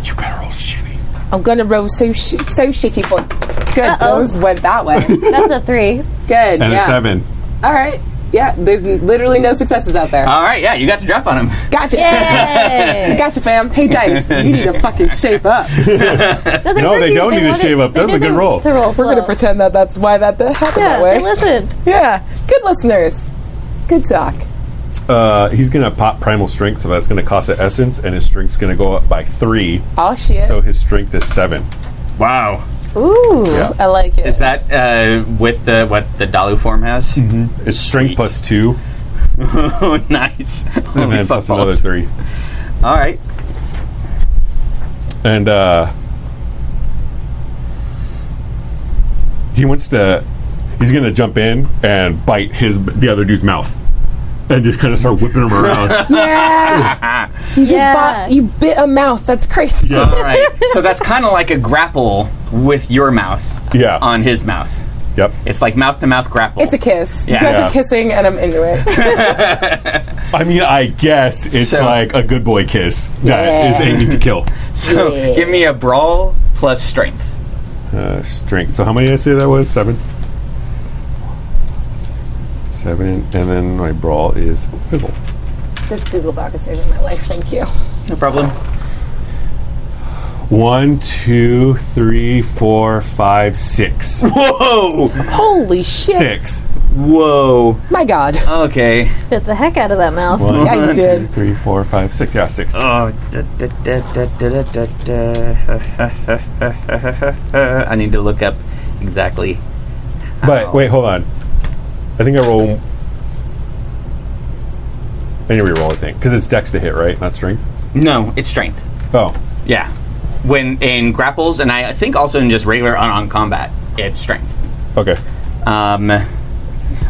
S5: You better roll shitty.
S2: I'm gonna roll so sh- so shitty for. Good.
S3: Uh-oh.
S2: Those went that way.
S3: That's a three.
S2: Good.
S5: And
S2: yeah.
S5: a seven.
S2: All right. Yeah. There's n- literally no successes out there.
S1: All right. Yeah, you got to drop on him.
S2: Gotcha.
S3: Yay!
S2: Gotcha, fam. Hey, Dice, you need to fucking shape up.
S3: No, they,
S5: No,
S3: heard
S5: they
S3: you.
S5: don't need to
S3: wanted-
S5: shave up.
S3: they
S5: That's a
S3: did
S5: good
S3: the-
S5: roll.
S3: To roll
S2: We're
S3: slow.
S2: gonna pretend that that's why that, that happened
S3: Yeah,
S2: that way.
S3: they listened.
S2: yeah. Good listeners. Good talk.
S5: Uh, he's gonna pop primal strength, so that's gonna cost an essence, and his strength's gonna go up by three.
S2: Oh shit.
S5: So his strength is seven.
S1: Wow.
S2: Ooh, I like it.
S1: Is that uh, with the what the Dalu form has?
S5: It's strength plus two,
S1: oh, nice.
S5: and
S1: Holy
S5: then plus another
S1: fuckballs.
S5: three.
S1: All right.
S5: and uh, he wants to. He's gonna jump in and bite his the other dude's mouth, and just kind of start whipping him around.
S2: you just
S3: Yeah.
S2: bought, you bit a mouth. That's crazy.
S5: Yeah.
S1: All right. So that's kind of like a grapple with your mouth
S5: yeah.
S1: on his mouth.
S5: yep.
S1: It's like mouth to mouth grapple.
S2: It's a kiss.
S1: Yeah.
S2: You guys
S5: Yeah.
S2: are kissing, and I'm into it.
S5: I mean, I guess it's
S1: So-
S5: like a good boy kiss that
S2: Yeah.
S5: is aiming to kill.
S1: So give me a brawl plus strength.
S5: Uh, strength. So how many did I say that was? Seven. Seven, and then my brawl is fizzle.
S2: this Google Doc is saving my life. Thank you.
S1: No problem.
S5: One, two, three, four, five, six.
S1: Whoa!
S2: Holy shit.
S5: Six.
S1: Whoa.
S2: My God.
S1: Okay.
S3: Bit the heck out of that mouth.
S5: One,
S2: Yeah, you
S5: two,
S2: did.
S5: three, four, five, six. Yeah, six.
S1: Oh. da- da- da- da- da- da- da- da. I need to look up exactly.
S5: But wait, hold on. I think I roll. I need to re-roll. I think because it's Dex to hit, right? Not strength.
S1: No, it's strength.
S5: Oh,
S1: Yeah. When in grapples, and I think also in just regular unarmed combat, it's strength.
S5: okay.
S1: Um,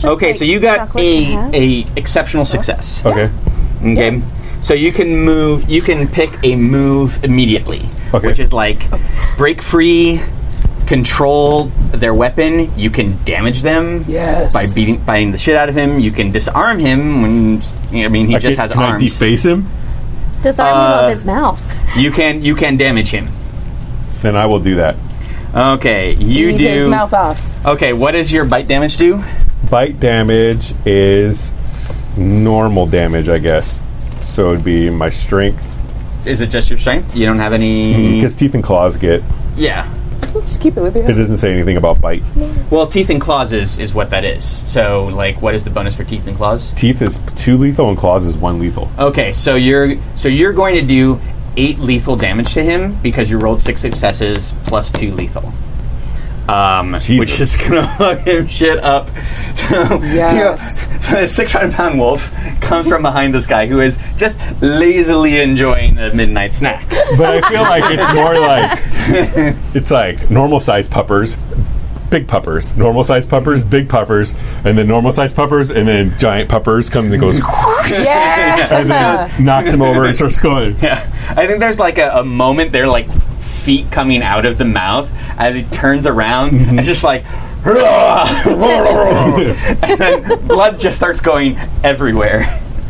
S1: okay, so you got a, a exceptional success.
S5: Okay.
S1: Okay. So you can move. You can pick a move immediately,
S5: Okay.
S1: which is like break free, control their weapon. You can damage them
S2: Yes.
S1: by beating, biting the shit out of him. You can disarm him when I mean he
S5: I
S1: just
S5: can,
S1: has
S5: can I
S1: arms.
S5: deface him?
S3: Disarm
S5: Uh,
S3: him of his mouth.
S1: you can you can damage him.
S5: Then I will do that.
S1: Okay, you
S2: He
S1: do.
S2: his mouth off.
S1: Okay, what does your bite damage do?
S5: Bite damage is normal damage, I guess. So it'd be my strength
S1: Is it just your strength? You don't have any.
S5: because teeth and claws get.
S1: Yeah.
S2: Just keep it with you.
S5: It doesn't say anything about bite.
S1: Well, teeth and claws is, is what that is. So, like, what is the bonus for teeth and claws?
S5: Teeth is two lethal and claws is one lethal.
S1: Okay, so you're so you're going to do eight lethal damage to him because you rolled six successes plus two lethal. Um, which
S5: Jesus.
S1: is gonna fuck him shit up. So,
S2: Yes.
S1: you know, so this 600 pound wolf comes from behind this guy who is just lazily enjoying the midnight snack.
S5: But I feel like it's more like it's like normal size puppers, big puppers, normal size puppers, big puppers, and then normal size puppers, and then giant puppers comes and goes
S2: Yeah.
S5: and then knocks him over and starts going.
S1: Yeah, I think there's like a, a moment there, like feet coming out of the mouth as he turns around and just like, and then blood just starts going everywhere.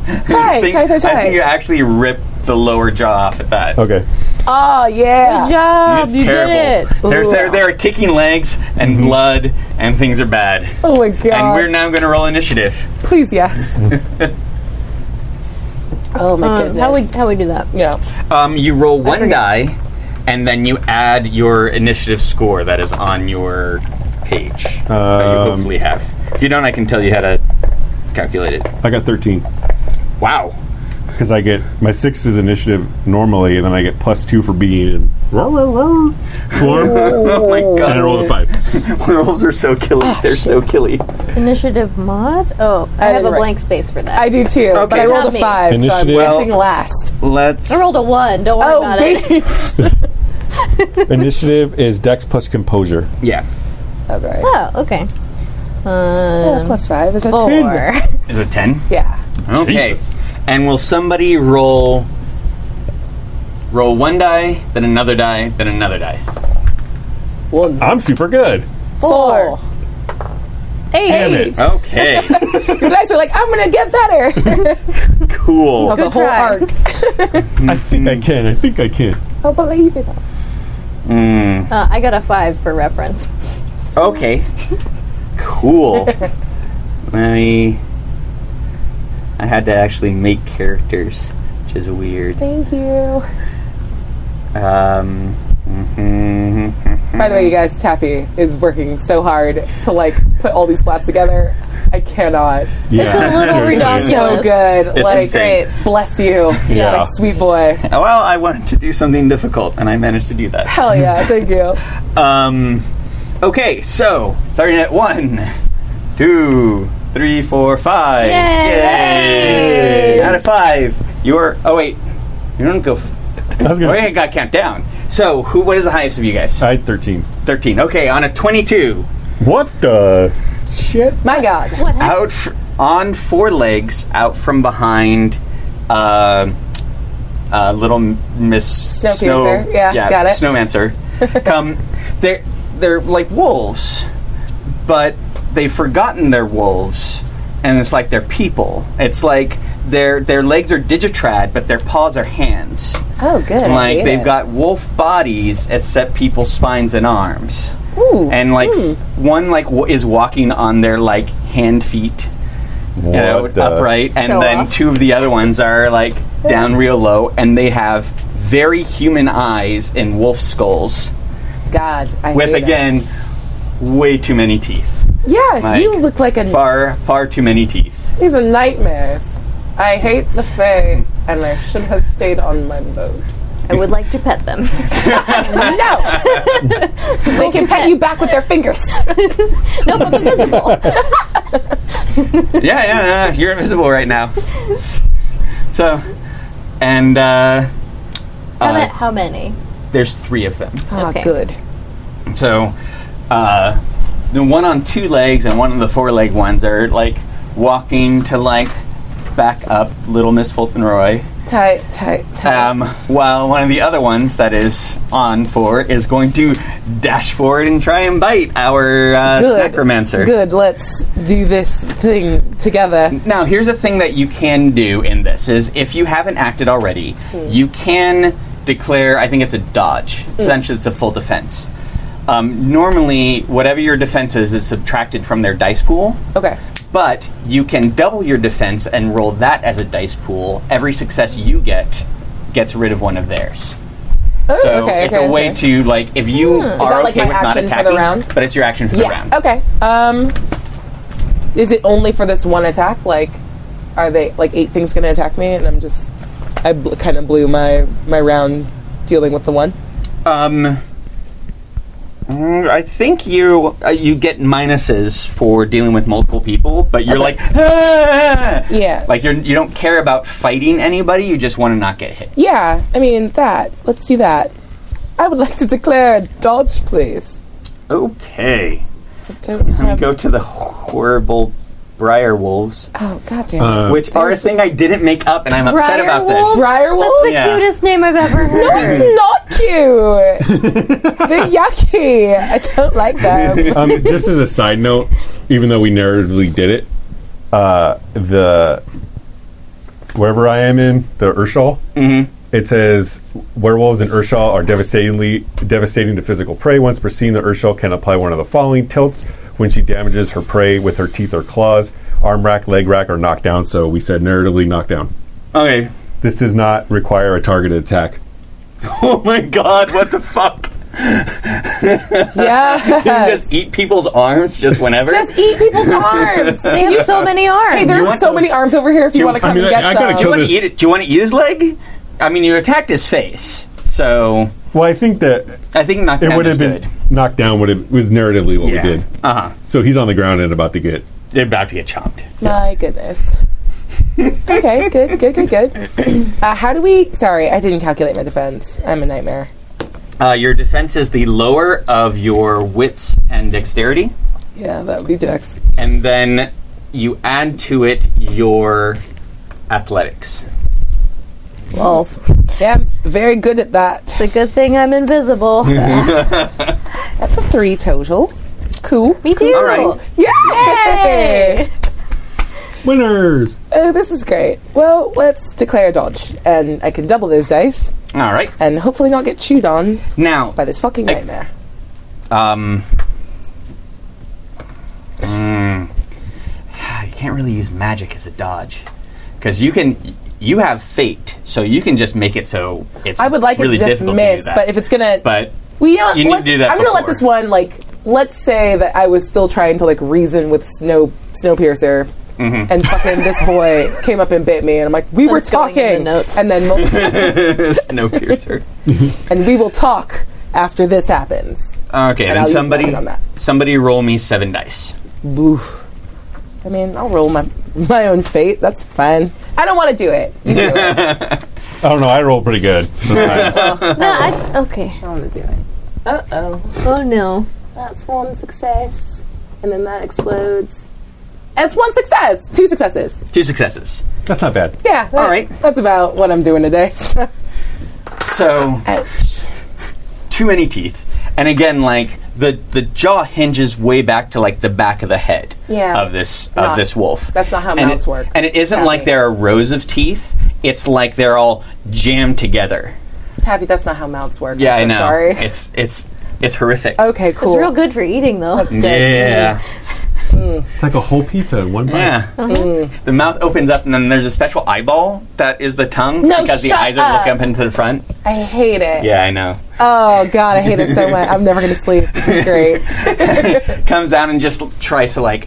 S2: Tie, tie, tie,
S1: I think you
S2: tie.
S1: actually ripped the lower jaw off at that.
S5: Okay.
S2: Oh, yeah.
S3: Good job.
S1: It's
S3: you
S1: terrible.
S3: did it.
S1: There's,
S2: Ooh.
S1: there, there are kicking legs and blood, and things are bad.
S2: Oh, my God.
S1: And we're now going to roll initiative.
S2: Please, yes. oh, my
S3: Um,
S2: goodness.
S3: how we how we do that?
S2: yeah.
S1: Um, you roll one die, and then you add your initiative score that is on your page. that you
S5: Um,
S1: hopefully have. If you don't, I can tell you how to calculate it.
S5: I got thirteen.
S1: Wow.
S5: Because I get my six is initiative normally, and then I get plus two for being in roar, roar, roar, form,
S1: Oh my
S5: and I roll a
S1: god.
S5: five.
S1: Werewolves are so killy.
S2: Ah,
S1: They're so killy.
S3: Initiative mod. Oh, I, have
S2: didn't
S3: a
S2: write-
S3: blank space for that.
S2: I do too. But I
S1: Okay.
S2: rolled
S3: Tell
S2: a
S3: me.
S2: five, so I'm
S5: Initiative.
S2: guessing last.
S1: Let's.
S3: I rolled a one. Don't worry
S2: Oh,
S3: about it.
S2: baby.
S5: initiative is dex plus composure.
S1: Yeah.
S2: okay.
S3: Oh, okay. Um,
S2: Plus five is a ten.
S3: four.
S1: Is it 10?
S2: Yeah.
S1: Okay.
S5: Jesus.
S1: And will somebody roll. Roll one die, then another die, then another die.
S2: One.
S5: I'm super good.
S2: Four.
S5: Damn it.
S1: Okay.
S2: You guys are like, I'm gonna get better.
S1: cool.
S2: the whole
S3: try.
S2: arc.
S5: I think I can. I think I can.
S2: I believe in us.
S3: Uh, I got a five for reference.
S1: Okay. Cool. Let me. I had to actually make characters, which is weird.
S2: Thank you.
S1: Um. mhm.
S2: By the way, you guys, Taffy is working so hard to like put all these plots together. I cannot.
S5: Yeah.
S3: It's a little
S5: Seriously.
S3: redundant.
S2: So
S3: Yes.
S2: good. like,
S1: insane.
S2: bless you,
S5: Yeah.
S2: my sweet boy.
S1: Well, I wanted to do something difficult, and I managed to do that.
S2: Hell yeah, thank you.
S1: Um. Okay, so starting at one, two, three, four, five.
S3: Yay!
S1: Out of five, you're. Oh wait, you don't go. F-
S5: I was
S1: oh
S5: gonna Uh,
S1: yeah, I
S5: say,
S1: got count down. So who? What is the highest of you guys?
S5: I had 13.
S1: Thirteen. Okay, on a twenty-two.
S5: What the shit?
S2: My God.
S1: out f- on four legs, out from behind. Uh, uh, little Miss
S2: Snowpiercer. Yeah, got it.
S1: Snowmancer. Come, they're they're like wolves, but they've forgotten they're wolves, and it's like they're people. It's like their their legs are digitrad, but their paws are hands.
S2: Oh, good.
S1: like they've got wolf bodies except people spines and arms
S2: Ooh.
S1: and like s
S3: hmm.
S1: one like w- is walking on their like hand feet you know,
S5: What the-
S1: upright and
S3: Show
S1: then
S3: off.
S1: two of the other ones are like down real low and they have very human eyes and wolf skulls
S2: God. I
S1: with
S2: hate it.
S1: again way too many teeth
S2: Yeah,
S1: Like,
S2: you look like a.
S1: Far, far too many teeth.
S2: These are nightmares. I hate the Fae, and I should have stayed on my boat.
S3: I would like to pet them.
S2: No! they can pet you back with their fingers.
S3: no, but they're visible.
S1: yeah, yeah, yeah, you're invisible right now. So, and uh,
S3: How, ma-
S1: uh,
S3: how many?
S1: there's three of them.
S3: Okay.
S2: good.
S1: So, uh, the one on two legs and one of the four leg ones are like walking to like back up Little Miss Fulton Roy,
S2: Tight, tight, tight.
S1: um, while one of the other ones that is on four is going to dash forward and try and bite our uh,
S2: Good.
S1: Snackomancer.
S2: Good, let's do this thing together.
S1: Now, here's a thing that you can do in this is if you haven't acted already,
S2: Hmm.
S1: you can declare. I think it's a dodge. Essentially, it's a full defense. Um, normally, whatever your defense is is subtracted from their dice pool,
S2: Okay.
S1: but you can double your defense and roll that as a dice pool. Every success you get gets rid of one of theirs. so
S2: Oh, okay,
S1: it's
S2: okay,
S1: a way
S2: okay. Hmm.
S1: to like if you are
S2: that, like,
S1: okay
S2: my
S1: with not
S2: action for the
S1: attacking,
S2: round?
S1: but it's your action for the round.
S2: Okay. Um, is it only for this one attack? Like, are they like eight things going to attack me? And I'm just, I bl- kind of blew my my round dealing with the one.
S1: Um, mm, I think you uh, you get minuses for dealing with multiple people, but you're like, "Ah!"
S2: Yeah.
S1: like you're you don't care about fighting anybody. You just want to not get hit.
S2: Yeah. I mean that. Let's do that. I would like to declare a dodge, please.
S1: Okay,
S2: I don't
S1: let me
S2: have.
S1: go to the horrible briar wolves,
S2: Oh goddamn. it.
S5: Uh,
S1: which are a thing I didn't make up, and I'm upset about
S3: Briarwolf?
S1: this.
S2: Briar
S3: That's the
S2: wolves?
S1: Yeah.
S3: cutest name I've ever heard.
S2: It's not cute. They're yucky. I don't like them.
S5: um, just as a side note, even though we narratively did it, uh, the wherever I am in the Urshal, it says werewolves in Urshal are devastatingly devastating to physical prey. Once per seen, the Urshal can apply one of the following tilts when she damages her prey with her teeth or claws, arm rack, leg rack, or knockdown. So we said narratively knockdown.
S1: Okay.
S5: This does not require a targeted attack.
S1: Oh my god! What the fuck?
S2: Yeah.
S1: You just eat people's arms just whenever.
S2: Just eat people's arms.
S3: They have so many arms.
S2: Hey,
S1: you
S2: there's
S1: want
S2: so
S1: to-
S2: many arms over here if you
S1: you-
S2: want to
S1: I
S2: come
S5: mean,
S2: and
S5: I-
S2: get
S5: I
S2: some.
S5: gotta
S1: do you
S5: kill
S1: want
S5: this-
S1: to eat it? Do you want to eat his leg? I mean, you attacked his face, so
S5: Well, I think that
S1: I think
S5: it
S1: knockdown
S5: would
S1: is
S5: have been
S1: good.
S5: knocked down. Would have was narratively what we did.
S1: Uh huh.
S5: So he's on the ground and about to get
S1: They're about to get chomped.
S2: My goodness. okay, good, good, good, good. Uh, how do we? Sorry, I didn't calculate my defense. I'm a nightmare.
S1: Uh, your defense is the lower of your wits and dexterity,
S2: Yeah, that would be Dex.
S1: and then you add to it your athletics.
S3: Walls.
S2: Yeah, I'm very good at that.
S3: It's a good thing I'm invisible.
S2: That's a three total. Cool.
S3: Me too.
S1: All right.
S2: Yay!
S5: winners.
S2: Oh, this is great. Well, let's declare a dodge, and I can double those dice,
S1: All right.
S2: and hopefully not get chewed on
S1: Now,
S2: by this fucking nightmare.
S1: um, mm, you can't really use magic as a dodge because you can. You have fate, so you can just make it so it's.
S2: I would like
S1: really
S2: it to just
S1: difficult do
S2: miss,
S1: that.
S2: but if it's gonna,
S1: but
S2: We don't,
S1: You need to
S2: let's-
S1: do that
S2: I'm gonna let
S1: before.
S2: this one like. Let's say that I was still trying to like reason with Snow Snowpiercer,
S1: Mm-hmm.
S2: and fucking this boy came up and bit me, and I'm like, we were
S3: That's going
S2: talking,
S3: in the notes.
S2: and then we'll,
S1: Snowpiercer.
S2: and we will talk after this happens.
S1: Okay,
S2: And
S1: then
S2: I'll use
S1: somebody
S2: magic on that.
S1: somebody roll me seven dice.
S2: Oof. I mean, I'll roll my my own fate. That's fine. I don't want to do it. You do it. I
S5: I don't know. I roll pretty good sometimes.
S3: No, I, okay.
S2: don't want to do it. Uh oh,
S3: Oh no.
S2: that's one success, and then that explodes. That's one success, two successes.
S1: Two successes.
S5: That's not bad.
S2: Yeah. All
S1: right.
S2: That's about what I'm doing today.
S1: So
S2: Ouch.
S1: too many teeth. And again, like the the jaw hinges way back to like the back of the head
S2: Yeah,
S1: of this of
S2: not-
S1: this wolf.
S2: that's not how
S1: and
S2: mouths
S1: it,
S2: work.
S1: And it isn't
S2: Sadly.
S1: like there are rows of teeth. It's like they're all jammed together.
S2: Tabby, that's not how mouths work.
S1: Yeah,
S2: I'm
S1: I
S2: so
S1: know.
S2: Sorry.
S1: It's it's it's horrific.
S2: okay, cool.
S3: It's real good for eating though.
S1: yeah.
S5: It's like a whole pizza in one bite.
S1: Yeah.
S2: Mm-hmm.
S1: The mouth opens up, and then there's a special eyeball that is the tongue
S2: No,
S1: because the
S2: shut
S1: eyes are
S2: up.
S1: looking up into the front.
S2: I hate it.
S1: Yeah, I know.
S2: Oh God, I hate it so much. I'm never gonna sleep. This is great.
S1: Comes down and just l- tries to like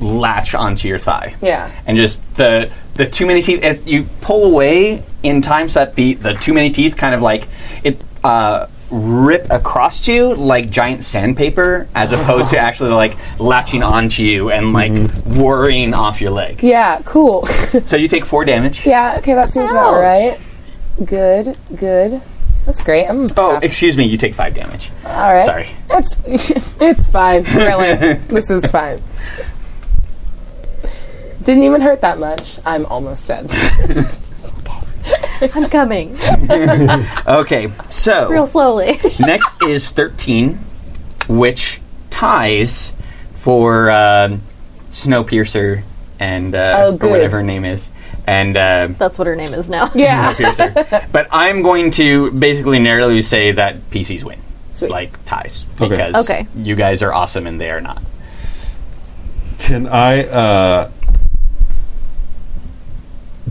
S1: latch onto your thigh.
S2: Yeah.
S1: And just the the too many teeth. If you pull away in time, so that the the too many teeth kind of like it uh, rip across you like giant sandpaper, as opposed to actually like latching onto you and like worrying off your leg.
S2: Mm-hmm. Yeah. Cool.
S1: So you take four damage.
S2: yeah. Okay. That seems about right. Good. Good. That's great. I'm
S1: Oh, excuse me. You take five damage.
S2: all right.
S1: Sorry.
S2: It's it's fine. Really, this is fine. Didn't even hurt that much. I'm almost dead.
S3: I'm coming.
S1: Okay. So
S3: Real slowly.
S1: Next is 13, which ties for um Snowpiercer and uh,
S2: Oh,
S1: or
S2: good.
S1: whatever her name is. And uh,
S3: That's what her name is now.
S2: Yeah.
S1: Snowpiercer. but I'm going to basically narrowly say that PCs win.
S2: Sweet.
S1: Like ties.
S5: Okay.
S1: Because
S3: Okay.
S1: you guys are awesome and they are not.
S5: Can I uh,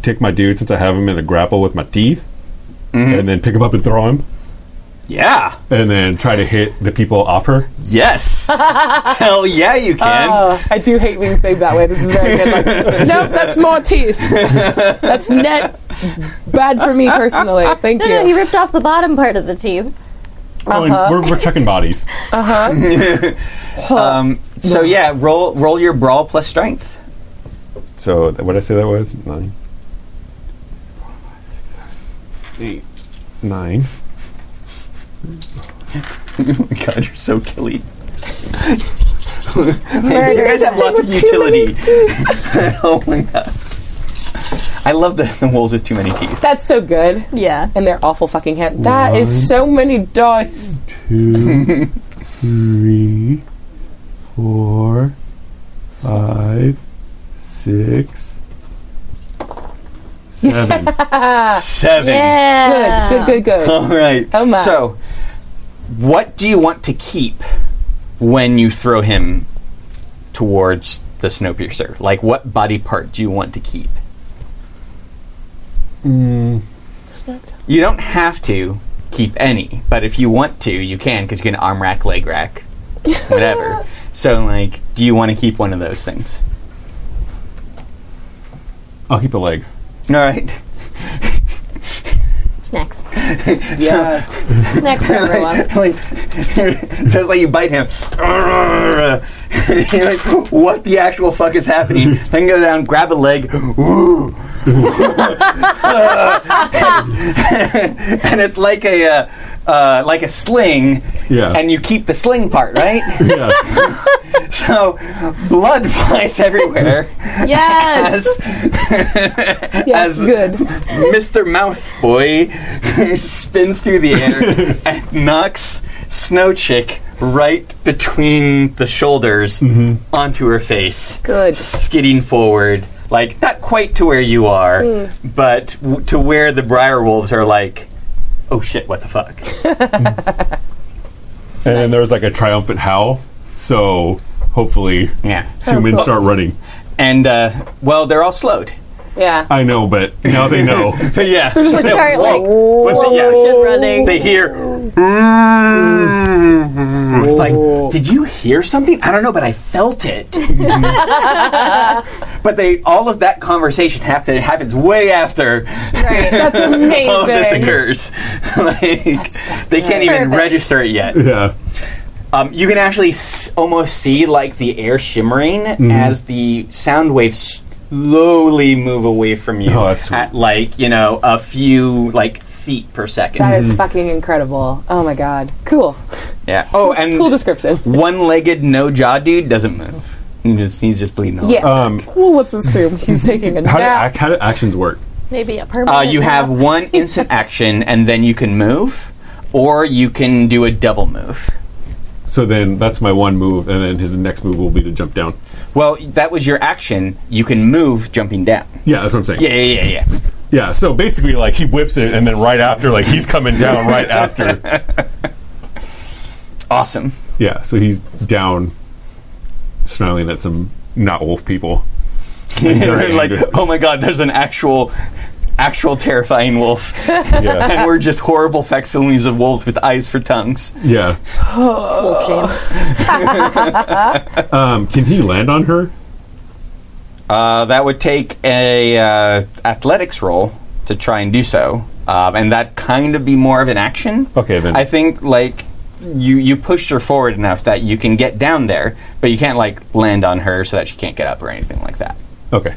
S5: take my dude since I have him in a grapple with my teeth, and then pick him up and throw him,
S1: Yeah.
S5: and then try to hit the people off her?
S1: Yes. Hell yeah, you can.
S2: Oh, I do hate being saved that way. This is very good. Like, nope, that's more teeth. That's net bad for me personally. Thank
S3: No, no, he
S2: you.
S3: ripped off the bottom part of the teeth.
S5: Oh, and we're, we're checking bodies.
S1: um, so yeah, roll roll your brawl plus strength.
S5: So th- what did I say that was nine. Eight. Nine.
S1: Oh my god, you're so killy. you guys have lots of utility. oh my god. I love the, the wolves with too many teeth.
S2: That's so good.
S3: Yeah.
S2: And they're awful fucking hand. That is so many dice.
S5: Two, three, four, five, six, seven.
S1: Seven.
S3: Yeah.
S2: Good, good, good, good.
S1: All right.
S2: Oh my.
S1: So, what do you want to keep when you throw him towards the snowpiercer? Like, what body part do you want to keep? You don't have to keep any, but if you want to, you can because you can arm rack, leg rack, whatever. so, like, do you want to keep one of those things?
S5: I'll keep a leg.
S1: All right.
S3: Snacks.
S2: Yes.
S3: Snacks for everyone.
S1: like, so it's like you bite him. You're like, what the actual fuck is happening? then go down, grab a leg, "Ooh." and it's like a uh, uh, like a sling,
S5: Yeah.
S1: and you keep the sling part, right?
S5: Yeah.
S1: so blood flies everywhere
S3: Yes.
S1: as as
S2: Yes, good.
S1: Mr. Mouthboy spins through the air and knocks Snow Chick right between the shoulders onto her face.
S2: Good.
S1: Skidding forward, like not quite to where you are, but w- to where the Briar Wolves are like, oh shit, what the fuck?
S5: And then there was like a triumphant howl. So hopefully
S1: Yeah.
S5: humans start running.
S1: And, uh, well, they're all slowed.
S2: Yeah.
S5: I know, but now they know.
S1: But yeah. They're
S3: Just like start like
S1: With
S3: slow
S1: the- yeah.
S3: motion running.
S1: they hear. "Mm." It's
S5: Oh.
S1: like, did you hear something? I don't know, but I felt it. but they, all of that conversation happen, happens way after
S2: That's amazing.
S1: all of this occurs. like, they can't even
S3: Perfect.
S1: register it yet.
S5: yeah.
S1: Um, you can actually s- almost see like the air shimmering
S5: Mm-hmm.
S1: as the sound waves slowly move away from you
S5: Oh, that's sweet.
S1: at like you know a few like feet per second.
S2: That
S5: Mm-hmm.
S2: is fucking incredible. Oh my god. Cool.
S1: yeah. Oh, and
S2: Cool description.
S1: one-legged, no jaw dude doesn't move. He just, he's just bleeding. All
S2: Yeah.
S5: Um,
S2: well, let's assume he's taking a
S5: how, do,
S2: nap.
S5: ac- how do actions work?
S3: Maybe a
S1: over.
S3: permanent.
S1: Uh, you have one instant action, and then you can move, or you can do a double move.
S5: So then that's my one move, and then his next move will be to jump down.
S1: Well, that was your action. You can move jumping down.
S5: Yeah, that's what I'm saying.
S1: Yeah, yeah, yeah, yeah.
S5: Yeah, so basically, like he whips it, and then right after, like he's coming down right after.
S1: Awesome.
S5: Yeah, so he's down snarling at some not wolf people.
S1: They're like, oh my god, there's an actual, actual terrifying wolf,
S5: Yeah,
S1: and we're just horrible facsimiles of wolves with eyes for tongues.
S5: yeah.
S3: Wolf shame.
S5: Um, can he land on her?
S1: Uh, that would take a uh, athletics roll to try and do so, um, and that kind of be more of an action.
S5: Okay, then.
S1: I think like you you pushed her forward enough that you can get down there, but you can't like land on her so that she can't get up or anything like that.
S5: Okay.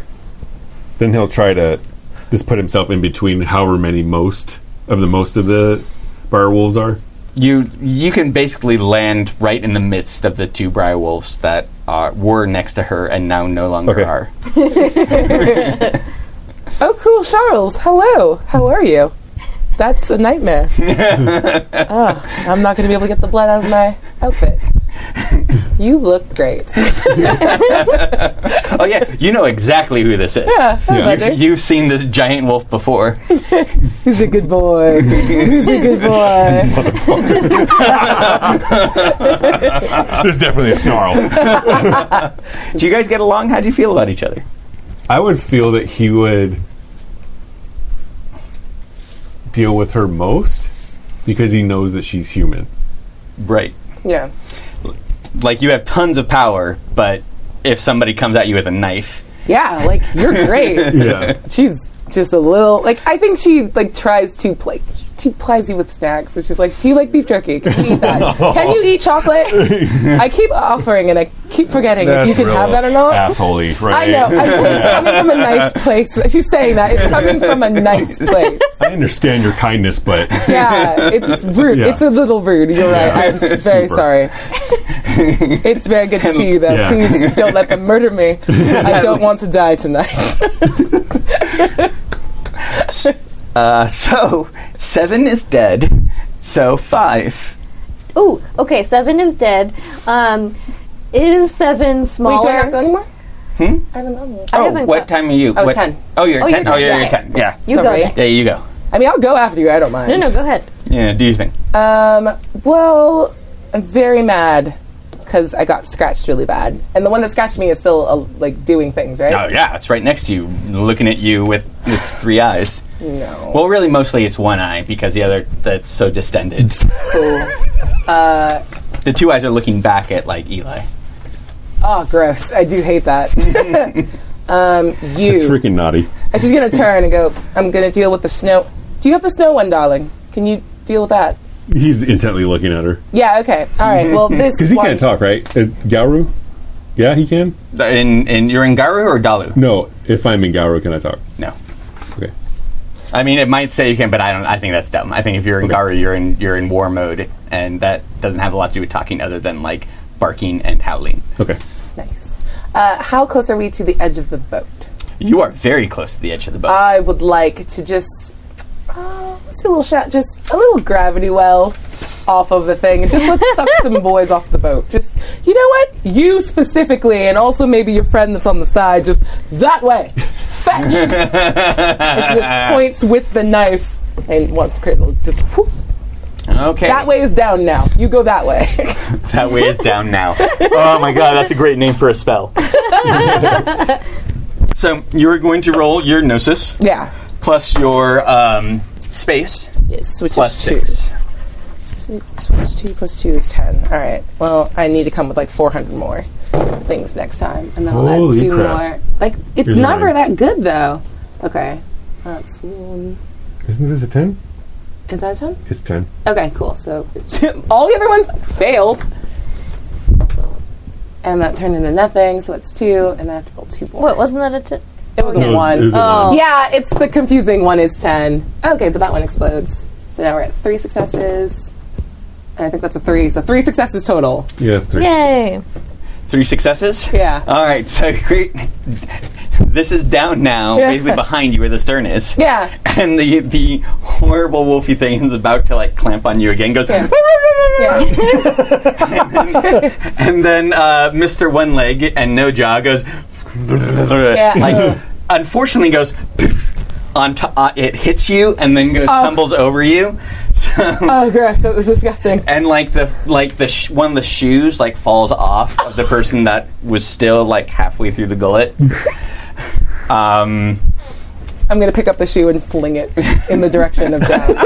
S5: Then he'll try to just put himself in between however many most of the most of the bar wolves are.
S1: You you can basically land right in the midst of the two briar wolves that are, were next to her and now no longer
S5: Okay.
S1: are.
S2: Oh, cool, Charles. Hello. How are you? That's a nightmare. oh, I'm not going to be able to get the blood out of my outfit. You look great.
S1: Oh yeah, you know exactly who this is.
S2: Yeah, I
S5: Yeah.
S2: love
S1: You,
S2: it.
S1: you've seen this giant wolf before.
S2: He's a good boy. He's a good boy.
S5: There's definitely a snarl.
S1: Do you guys get along? How do you feel about each other?
S5: I would feel that he would deal with her most because he knows that she's human.
S1: Right.
S2: Yeah.
S1: Like you have tons of power, but if somebody comes at you with a knife,
S2: Yeah, like, you're great.
S5: Yeah.
S2: She's just a little, like, I think she, like, tries to, like, she plies you with snacks. So she's like, do you like beef jerky? Can you eat that? Can you eat chocolate? I keep offering and I keep forgetting if you can have that or not.
S5: Assholey,
S2: I
S5: right?
S2: know. I know it's coming from a nice place. She's saying that it's coming from a nice place.
S5: I understand your kindness, but
S2: Yeah, it's rude.
S5: Yeah.
S2: It's a little rude. You're right. I'm s- very
S5: Super.
S2: sorry. It's very good to see you, though.
S5: Yeah.
S2: Please don't let them murder me. I don't want to die tonight.
S1: uh, so seven is dead. So five.
S2: uh,
S3: Ooh, okay, Seven is dead. Um, is Seven
S2: Wait, do I
S3: smaller?
S2: not go anymore? Hmm? I haven't gone yet.
S1: oh,
S3: haven't
S1: what
S3: got-
S1: time are you? I
S2: was 10.
S1: Oh, you're
S3: Oh,
S1: 10?
S3: you're
S1: Oh, yeah,
S3: 10.
S1: you're 10. Yeah.
S3: you
S2: Sorry.
S3: go. Next.
S1: yeah, you go.
S2: I mean, I'll go after you. I don't mind.
S3: No, no, go ahead.
S1: Yeah, do your thing.
S2: Um, well, I'm very mad because I got scratched really bad, and the one that scratched me is still uh, like doing things, right?
S1: Oh, yeah, it's right next to you, looking at you with its three eyes.
S2: No.
S1: Well, really, mostly it's one eye because the other, that's so distended.
S2: Cool.
S1: The two eyes are looking back at, like, Eli.
S2: Oh, gross. I do hate that. um,
S5: it's
S2: you.
S5: freaking naughty.
S2: and she's going to turn and go, I'm going to deal with the snow. Do you have the snow one, darling? Can you deal with that?
S5: He's intently looking at her
S2: Yeah, okay. All right. Well, this.
S5: because Mm-hmm. he
S2: one-
S5: can't talk, right? Uh, Gauru? Yeah, he can.
S1: In, in, you're in Garu or Dalu?
S5: No, if I'm in Gauru, can I talk?
S1: No.
S5: Okay.
S1: I mean, it might say you can, but I don't. I think that's dumb. I think if you're in Garu, you're in you're in war mode, and that doesn't have a lot to do with talking, other than like barking and howling.
S5: Okay.
S2: Nice. Uh, how close are we to the edge of the boat?
S1: You are very close to the edge of the boat.
S2: I would like to just. Uh, let's do a little shot, just a little gravity well off of the thing. Just let's suck some boys off the boat. Just, you know what? You specifically, and also maybe your friend that's on the side, just that way. Fetch! and she just points with the knife and wants the cradle. Just whoop.
S1: okay,
S2: Uh, That way is down now. You go that way.
S1: that way is down now. oh my god, that's a great name for a spell. so you are going to roll your gnosis
S2: yeah.
S1: plus your um, space
S2: Yes, which
S1: plus
S2: is two.
S1: six.
S2: Six plus two plus two is ten. All right. Well, I need to come with like four hundred more things next time, and then I'll add
S5: Holy
S2: two
S5: crap.
S2: more. Like it's
S5: Here's
S2: never
S5: mine.
S2: that good though. Okay, that's one.
S5: Isn't this a ten?
S2: Is that ten?
S5: It's ten.
S2: Okay, cool. So all the other ones failed, and that turned into nothing. So that's two, and I have to roll two more.
S3: What, wasn't that a ten?
S2: It was a
S5: It was-
S2: one. Uh,
S5: it was a
S3: Oh. one.
S2: Yeah, it's the confusing one is ten. Okay, but that one explodes. So now we're at three successes. And I think that's a three. So three successes total.
S5: Yeah, it's three.
S3: Yay!
S1: Three successes.
S2: Yeah.
S1: All right. So great. This is down now,
S2: Yeah.
S1: basically behind you where the stern is.
S2: Yeah.
S1: and the the horrible wolfy thing is about to like clamp on you again. Goes
S2: Yeah. Yeah.
S1: and then uh, Mister One Leg and No Jaw goes like unfortunately goes on to, uh, it hits you and then goes tumbles over you. So
S2: oh, gross! It was disgusting.
S1: and like the like the sh- one of the shoes like falls off of the person that was still like halfway through the gullet. um,
S2: I'm gonna pick up the shoe and fling it in the direction of down.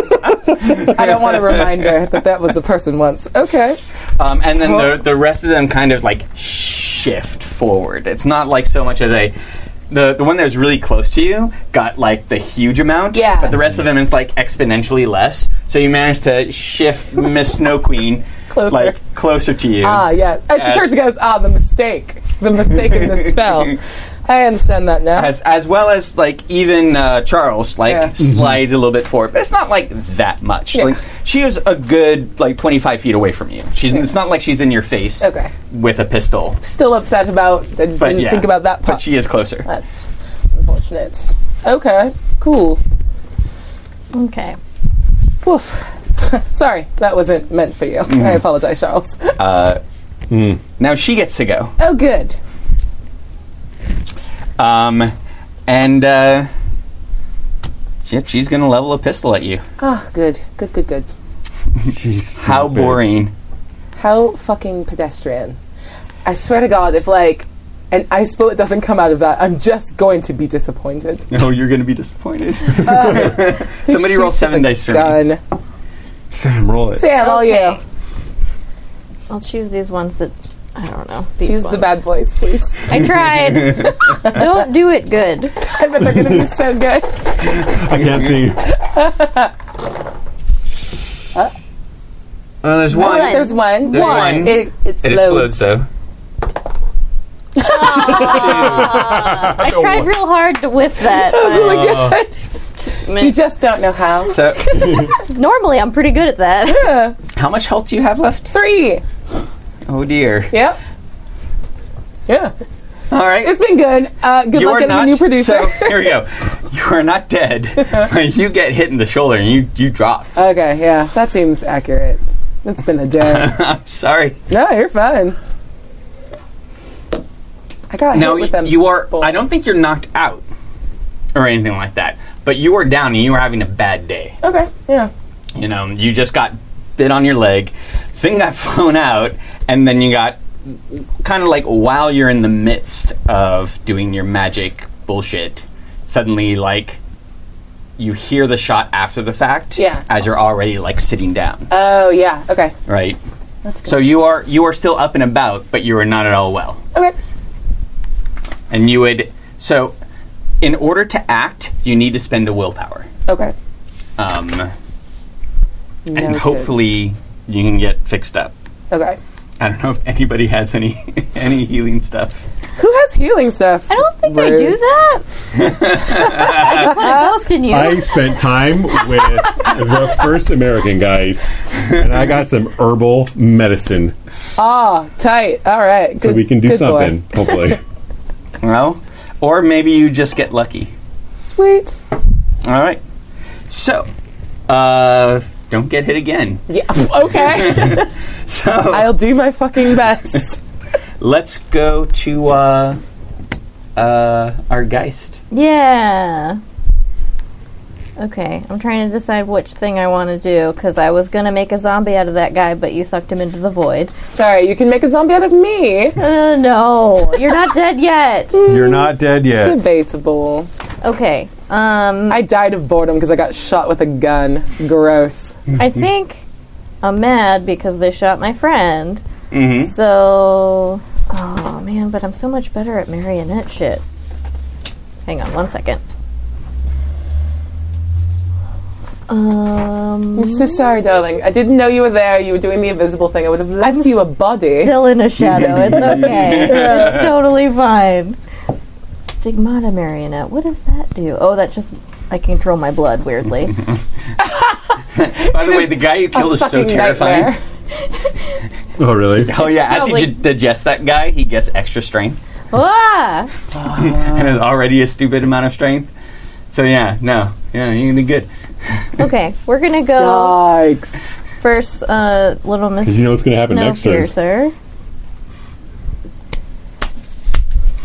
S2: I don't want a reminder that that was a person once. Okay.
S1: um, and then the the rest of them kind of like shift forward. It's not like so much as a the the one that was really close to you got like the huge amount.
S2: Yeah.
S1: But the rest of them is like exponentially less. So you managed to shift Miss Snow Queen
S2: Closer.
S1: like closer to you.
S2: Ah, yes. It's
S1: Yes.
S2: yes. turns goes, ah, the mistake. The mistake in the spell. I understand that now.
S1: as as well as like even uh, Charles like
S2: Yeah.
S1: slides a little bit forward, but it's not like that much.
S2: Yeah.
S1: Like she is a good like twenty five feet away from you. She's it's not like she's in your face
S2: Okay.
S1: with a pistol,
S2: Still upset about, I just
S1: but
S2: didn't
S1: yeah,
S2: think about that
S1: But
S2: part.
S1: she is closer.
S2: That's unfortunate. Okay, cool.
S3: Okay.
S2: Woof. Sorry, that wasn't meant for you. I
S1: Mm-hmm.
S2: apologize, Charles.
S1: Now she gets to go,
S2: oh, good.
S1: um, and uh, yep, she's gonna level a pistol at you.
S2: Ah, good. Good, good, good.
S5: Jeez,
S1: How
S5: stupid.
S1: boring!
S2: How fucking pedestrian. I swear to God, if like an ice bullet doesn't come out of that, I'm just going to be disappointed.
S1: Oh, you're gonna be disappointed.
S2: Uh,
S1: Somebody roll seven dice for me.
S2: Gun.
S5: Sam, roll it.
S2: Sam, all you.
S3: Okay. I'll choose these ones that I don't know. These
S2: She's the
S3: ones.
S2: bad boys, please.
S3: I tried. don't do it good.
S2: I bet they're gonna be so good.
S5: I can't see.
S1: Uh, there's one.
S3: One.
S2: There's one.
S1: There's one.
S2: It, it
S1: It explodes
S2: explodes.
S1: though.
S3: I tried real hard to whiff that. but
S2: Really good. you just don't know how.
S1: So,
S3: normally, I'm pretty good at that.
S1: how much health do you have left?
S2: Three.
S1: Oh dear.
S2: Yep. Yeah.
S1: All right.
S2: It's been good. Uh, good luck getting a new producer.
S1: So, here we go. You are not dead. you get hit in the shoulder and you you drop.
S2: okay, yeah. That seems accurate. It's been a day.
S1: I'm sorry.
S2: no, you're fine. I got
S1: No,
S2: hit with
S1: y-
S2: them.
S1: you are.
S2: bull-
S1: I don't think you're knocked out or anything like that. But you are down and you are having a bad day.
S2: Okay, yeah.
S1: You know, you just got bit on your leg, thing got flown out, and then you got kind of like while you're in the midst of doing your magic bullshit, suddenly like you hear the shot after the fact.
S2: Yeah.
S1: As you're already like sitting down.
S2: Oh, yeah. Okay.
S1: Right.
S2: That's good.
S1: So you are you are still up and about, but you are not at all well.
S2: okay.
S1: And you would so in order to act, you need to spend a willpower.
S2: Okay.
S1: Um, and
S2: Noted.
S1: hopefully you can get fixed up.
S2: Okay.
S1: I don't know if anybody has any any healing stuff.
S2: Who has healing stuff?
S3: I don't think I
S2: Rude.
S3: do that. I could put a ghost in you.
S5: I spent time with the first American guys, and I got some herbal medicine,
S2: Ah, tight. All right. Good,
S5: so we can do
S2: good boy.
S5: something. Hopefully,
S1: Well, or maybe you just get lucky.
S2: Sweet.
S1: All right. So, uh, don't get hit again.
S2: Yeah. Okay.
S1: So
S2: I'll do my fucking best.
S1: let's go to uh, uh, our Geist.
S3: Yeah. Okay, I'm trying to decide which thing I want to do because I was gonna make a zombie out of that guy, but you sucked him into the void.
S2: Sorry, you can make a zombie out of me.
S3: Uh, no, you're not dead yet.
S5: you're not dead yet.
S2: Debatable.
S3: Okay, um,
S2: I died of boredom because I got shot with a gun. Gross.
S3: I think I'm mad because they shot my friend. So, oh man, but I'm so much better at marionette shit. Hang on one second. Um,
S2: I'm so sorry, darling. I didn't know you were there. You were doing the invisible thing. I would have left you a body.
S3: still in a shadow. It's okay. it's totally fine. Stigmata marionette. What does that do? Oh, that just I control my blood weirdly.
S1: By the way, the guy you killed is so
S2: Fucking
S1: terrifying.
S2: nightmare.
S5: Oh, really?
S1: Oh yeah, as he
S3: Probably.
S1: d- digests that guy, he gets extra strength,
S3: ah!
S1: and it's already a stupid amount of strength. So yeah, no, yeah, you're gonna be good.
S3: Okay, we're gonna go
S2: Yikes.
S3: first. Uh, little Miss.
S5: you know what's gonna happen next turn.
S3: Snowpiercer.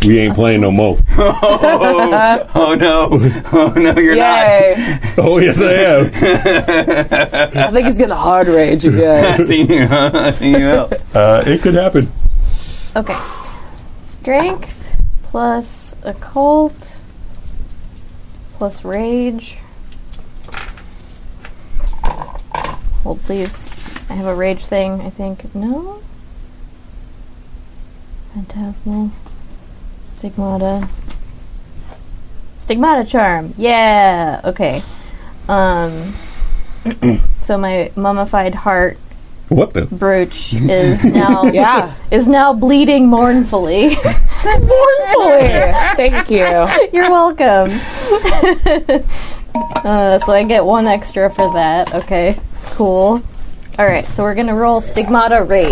S5: We ain't playing no more.
S1: Oh no! Oh no! You're
S2: Uh-huh. Yay.
S5: oh yes, I am.
S2: I think he's gonna hard rage again.
S1: not. I think you. I think you will.
S5: Uh, it could happen.
S3: Okay. Strength plus occult plus rage. Hold, please. I have a rage thing, I think. No? Phantasmal. Stigmata. Stigmata charm. Yeah! Okay. Um. so my mummified heart
S5: What the?
S3: brooch is now
S2: Yeah.
S3: is now bleeding mournfully.
S2: Mournfully. Thank you.
S3: You're welcome. uh, so I get one extra for that. Okay, cool. All right, so we're gonna roll Stigmata Rage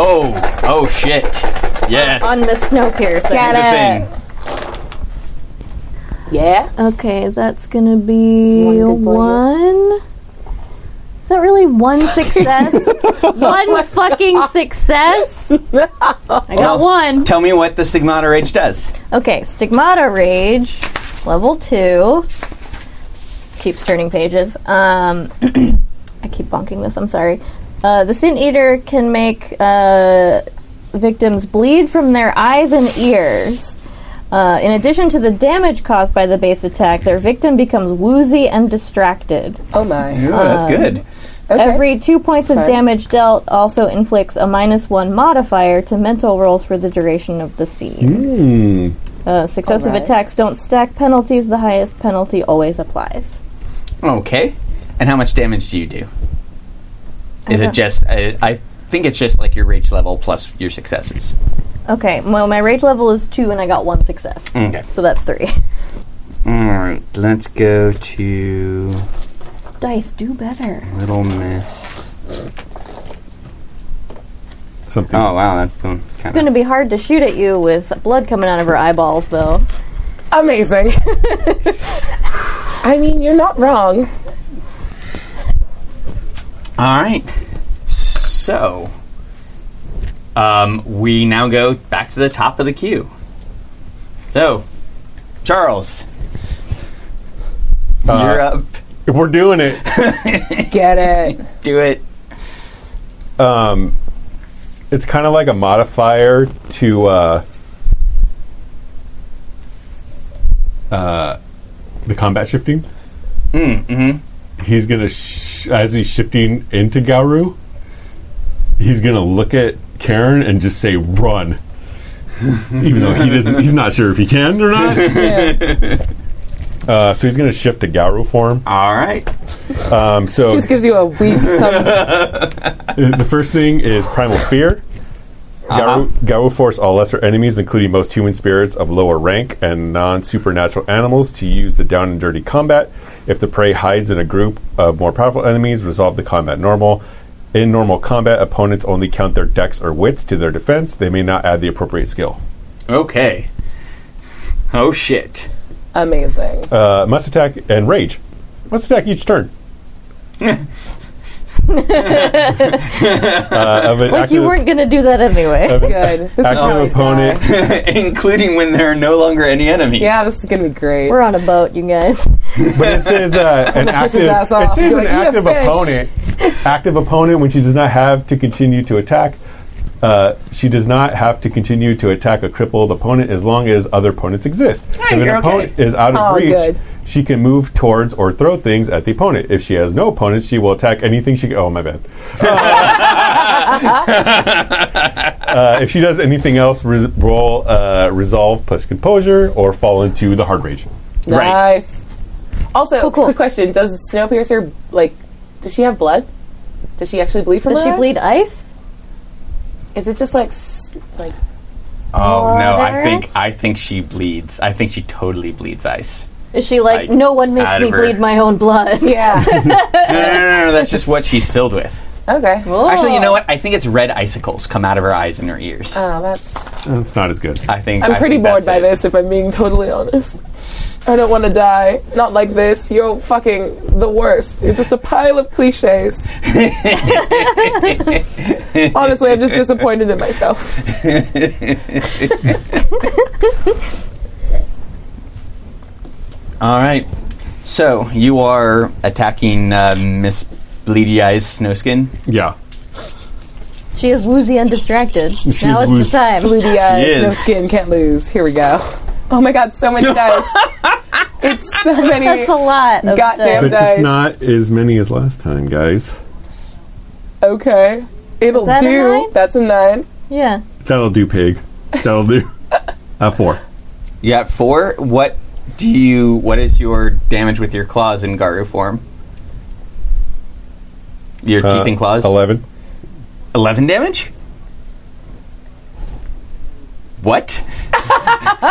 S1: Oh! Oh shit! Yes.
S3: on Miss Snowpiercer.
S1: Here's the thing.
S2: Yeah.
S3: Okay, that's gonna be
S2: It's one good boy,
S3: one. Is that really one success? one fucking success? I got
S1: Well,
S3: one.
S1: Tell me what the stigmata rage does.
S3: Okay, Stigmata Rage, level two. Keeps turning pages. Um, I keep bonking this, I'm sorry. Uh, the Sin Eater can make uh, victims bleed from their eyes and ears. Uh, in addition to the damage caused by the base attack, their victim becomes woozy and distracted.
S2: Oh my.
S1: Ooh, that's good.
S3: Every two points of
S2: Okay.
S3: damage dealt also inflicts a minus one modifier to mental rolls for the duration of the scene.
S5: Hmm.
S3: Uh, successive
S2: Alright.
S3: attacks don't stack penalties. The highest penalty always applies.
S1: Okay. And how much damage do you do? Is it just? I, I think it's just like your rage level plus your successes.
S3: Okay, well, my rage level is two, and I got one success.
S1: Okay.
S3: So that's three.
S1: All right. Let's go to
S3: Dice, do better.
S1: Little Miss.
S5: Something.
S1: Oh wow, that's the
S3: It's
S1: kind
S3: going to be hard to shoot at you with blood coming out of her eyeballs, though.
S2: Amazing. I mean, you're not wrong.
S1: All right. So, um, we now go back to the top of the queue. So, Charles,
S5: Uh,
S1: you're up.
S5: We're doing it.
S2: Get it.
S1: Do it.
S5: um, it's kind of like a modifier to uh, uh, uh, the combat shifting. Mm, hmm He's gonna sh- as he's shifting into Gauru. He's gonna look at Karen and just say "run," even though he doesn't. He's not sure if he can or not. uh, so he's gonna shift to Gauru form.
S1: All right.
S5: Um, so
S2: Just gives you a weak. thumbs-
S5: Uh, the first thing is primal fear.
S2: Uh-huh.
S5: Garu, Garu force all lesser enemies, including most human spirits of lower rank and non supernatural animals, to use the down and dirty combat. If the prey hides in a group of more powerful enemies, resolve the combat normal. In normal combat, opponents only count their dex or wits to their defense. They may not add the appropriate skill.
S1: Okay. Oh shit.
S2: Amazing.
S5: Uh, must attack and rage. Must attack each turn. uh, of an
S3: Like, you
S5: active-
S3: weren't going to do that anyway.
S5: of an
S2: Good. This is how we
S5: active opponent
S2: die.
S1: Including when there are no longer any enemies.
S2: Yeah, this is gonna be great.
S3: We're on a boat, you guys.
S5: But it says uh, an
S2: push
S5: active.
S2: his ass
S5: It
S2: off.
S5: says
S2: You're
S5: an
S2: like, "Eat a
S5: active
S2: fish."
S5: opponent. Active opponent when she does not have to continue to attack. Uh, she does not have to continue to attack a crippled opponent as long as other opponents exist. if an
S1: you're okay.
S5: opponent is out of
S2: Oh,
S5: reach,
S2: good.
S5: she can move towards or throw things at the opponent. If she has no opponents, she will attack anything she. Oh my bad. Uh, if she does anything else, re- roll uh, resolve plus composure or fall into the hard rage.
S1: Right.
S2: Nice. Also, quick question: Does Snowpiercer like? Does she have blood? Does she actually bleed from?
S3: Does
S2: her
S3: she bleed
S2: eyes?
S3: ice?
S2: Is it just like s- like?
S1: Oh no, I
S3: Water?
S1: think I think she bleeds. I think she totally bleeds ice.
S3: Is she like,
S1: Like,
S3: no one makes
S1: out
S3: me
S1: of her-
S3: bleed my own blood?
S2: Yeah.
S1: No, no, no, no, no that's just what she's filled with.
S2: Okay. Well,
S1: Actually, you know what? I think it's red icicles come out of her eyes and her ears.
S2: Oh, that's.
S5: That's not as good.
S1: I think
S2: I'm
S1: I
S2: pretty
S1: think
S2: bored
S1: that's
S2: by
S1: it.
S2: this, if I'm being totally honest. I don't want to die. Not like this. You're fucking the worst. You're just a pile of cliches. Honestly, I'm just disappointed in myself.
S1: All right. So you are attacking uh, Miss Bleedy Eyes Snowskin.
S5: Yeah.
S3: She is woozy and distracted. now it's
S5: woozy.
S3: the time.
S2: Bleedy eyes, no
S1: is.
S2: skin, can't lose. Here we go. Oh my god, so many dice. it's so many.
S3: That's a lot. Of
S2: Goddamn.
S3: stuff.
S5: But
S2: Guys.
S5: it's not as many as last time, guys.
S2: Okay. It'll
S3: that a
S2: do.
S3: nine?
S2: That's a nine.
S3: Yeah.
S5: That'll do, pig. That'll do. A four.
S1: You got four. What do you? What is your damage with your claws in Garu form? Your
S5: Uh,
S1: teeth and claws.
S5: Eleven.
S1: Eleven damage. What?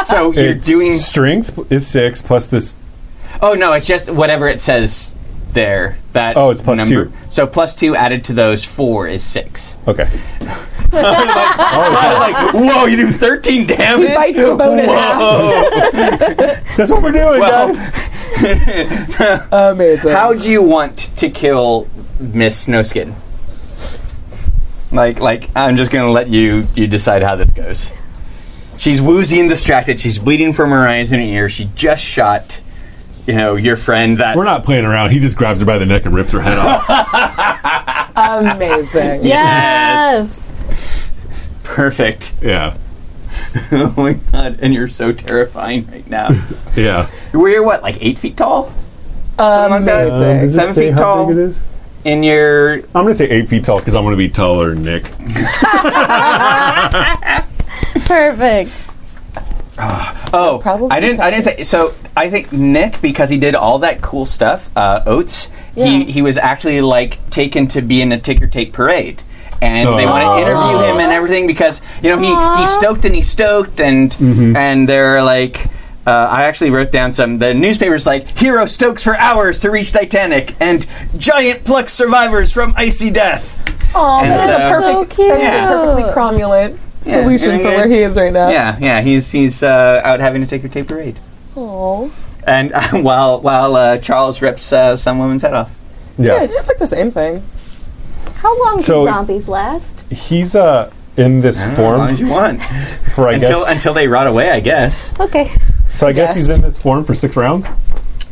S1: so you're
S5: It's
S1: doing?
S5: strength is six plus this.
S1: Oh no! It's just whatever it says there. That
S5: Oh, it's plus
S1: number.
S5: two.
S1: So plus two added to those four is six.
S5: Okay.
S1: like, whoa! You do thirteen damage. Oh,
S2: Bites the bone in half.
S1: Whoa!
S5: That's what we're doing,
S1: Well,
S5: guys.
S2: Amazing.
S1: How do you want to kill Miss Snowskin? Like, like I'm just gonna let you you decide how this goes. She's woozy and distracted. She's bleeding from her eyes and her ears. She just shot, you know, your friend. That
S5: We're not playing around. He just grabs her by the neck and rips her head off.
S2: Amazing.
S1: Yes.
S3: Yes.
S1: perfect.
S5: yeah.
S1: oh my god! And you're so terrifying right now.
S5: Yeah.
S1: We're what, like eight feet tall? Something like that.
S5: Um,
S2: Amazing.
S1: does it Seven say feet how tall. big it
S5: is?
S1: In your
S5: I'm going to say eight feet tall because I'm going to be taller than Nick.
S3: Perfect.
S1: Oh,
S2: problem
S1: I didn't. I didn't say. So I think Nick, because he did all that cool stuff, uh, Oates. He he was actually like taken to be in a ticker tape parade, and they want
S5: Aw.
S1: to interview him and everything because you know he he stoked and he stoked and and they're like. Uh, I actually wrote down some. The newspaper's like, "Hero stokes for hours to reach Titanic," and "Giant plucks survivors from icy death."
S2: Oh,
S1: And uh,
S2: that's
S1: so-
S2: a perfect,
S3: So cute.
S2: that's a perfectly cromulent
S1: Yeah.
S2: solution for where he is right now.
S1: Yeah, yeah, he's he's uh, out having a ticker tape parade.
S3: Oh,
S2: Aw.
S1: and uh, while while uh, Charles rips uh, some woman's head off.
S2: Yeah,
S5: Yeah.
S2: it's like the same thing.
S3: How long
S5: So-
S3: do zombies last?
S5: He's uh, in this
S1: As long as Ah, you
S5: form
S1: want.
S5: for, I
S1: until
S5: guess.
S1: until they rot away, I guess.
S3: Okay.
S5: So I guess he's
S2: Yes.
S5: in this form for six rounds?
S1: Uh,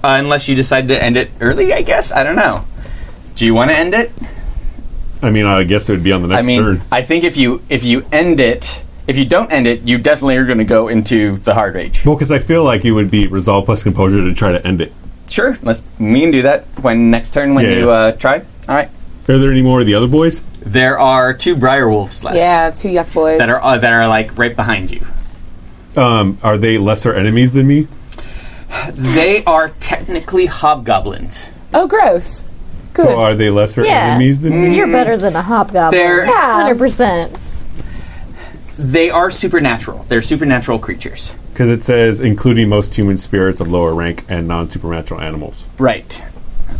S1: unless you decide to end it early, I guess. I don't know. Do you want to end it?
S5: I mean, I guess it would be on the
S1: I
S5: next
S1: mean,
S5: turn.
S1: I think if you if you end it, if you don't end it, you definitely are going to go into the hard rage.
S5: Well, because I feel like it would be resolve plus composure to try to end it.
S1: Sure, let's me and do that when next turn when
S5: Yeah,
S1: you
S5: yeah.
S1: Uh, try. All right.
S5: Are there any more of the other boys?
S1: There are two briar wolves left
S2: Yeah, two yuck boys.
S1: that are uh, that are like right behind you.
S5: Um, are they lesser enemies than me?
S1: They are technically hobgoblins.
S2: oh, gross. Good.
S5: So are they lesser
S3: Yeah. Mm.
S5: enemies than me?
S3: You're better than a hobgoblin.
S1: They're- Yeah.
S3: 100%.
S1: They are supernatural. They're supernatural creatures.
S5: Because it says including most human spirits of lower rank and non-supernatural animals.
S1: Right.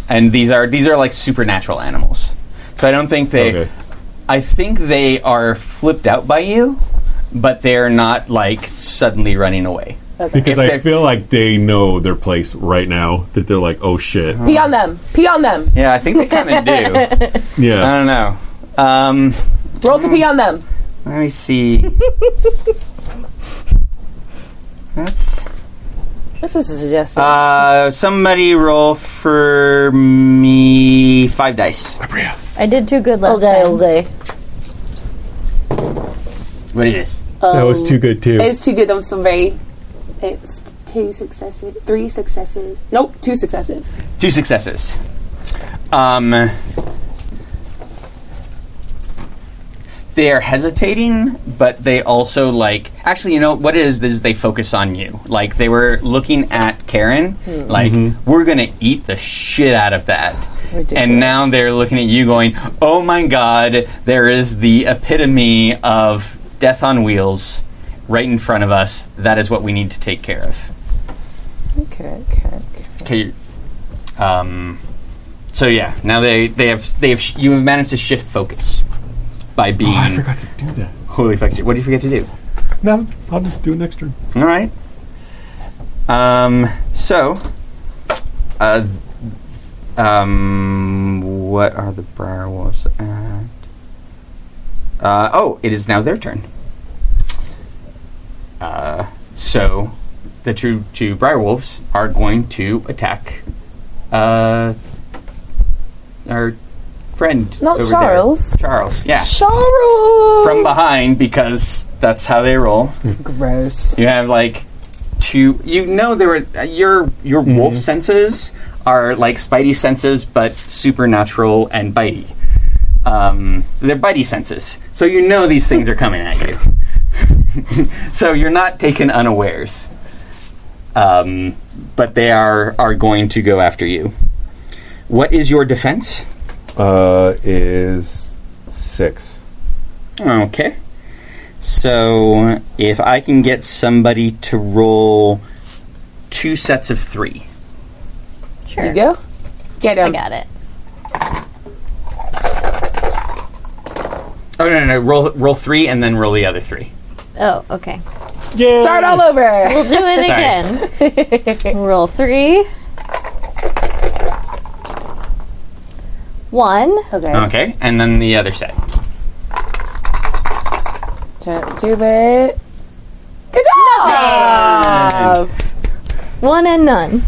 S1: And these are these are like supernatural animals. So I don't think they
S5: Okay.
S1: I think they are flipped out by you, but they're not like suddenly running away.
S5: Because
S1: If
S5: I
S1: they-
S5: feel like they know their place right now. That they're like, oh shit.
S6: Uh-huh.
S2: Pee on them. Pee on them.
S1: Yeah, I think they kind of do. I
S5: Yeah.
S1: don't know. Um,
S2: Roll to pee on them.
S1: let me see. That's
S2: This is a suggestion.
S1: uh, somebody roll for me five dice.
S3: I did too good last time.
S2: okay.
S1: What it is?
S5: that was too good too.
S6: It's too good. I'm so very. It's two successes, three successes. Nope, two successes.
S1: Two successes. Um, they are hesitating, but they also like. Actually, you know what it is? Is they focus on you. Like they were looking at Karen. Like we're gonna eat the shit out of that. And now they're looking at you, going, "Oh my god, there is the epitome of death on wheels." Right in front of us. That is what we need to take care of.
S2: Okay, okay. okay.
S1: Okay. Um, So yeah, now they they have they have sh- you have managed to shift focus by being.
S5: Oh, I forgot to do that.
S1: Holy fuck! What do you forget to do?
S5: No, I'll just do it next turn.
S1: All right. Um. So. Uh. Um. What are the Briar Wolves at? Uh. Oh, it is now their turn. Uh. So, the two two Briar Wolves are going to attack. Uh. Our friend.
S2: Not
S1: over there.
S2: Charles.
S1: Charles. Yeah.
S2: Charles!
S1: From behind because that's how they roll.
S2: Gross.
S1: You have like two. You know there were uh, your your wolf senses are like spidey senses, but supernatural and bitey. Um, so they're bitey senses. So you know these things are coming at you. so you're not taken unawares. Um, but they are are going to go after you. What is your defense?
S5: Uh, is six.
S1: Okay. So if I can get somebody to roll two sets of three.
S3: Sure.
S2: You go? Get
S3: I
S2: him.
S3: got it.
S1: Oh no no no! Roll roll three and then roll the other three.
S3: Oh, okay.
S4: Yeah.
S2: Start all over.
S3: We'll do it again. Roll three. One.
S2: Okay.
S1: Okay, and then the other set.
S2: Don't do it. Good job!
S3: One and none.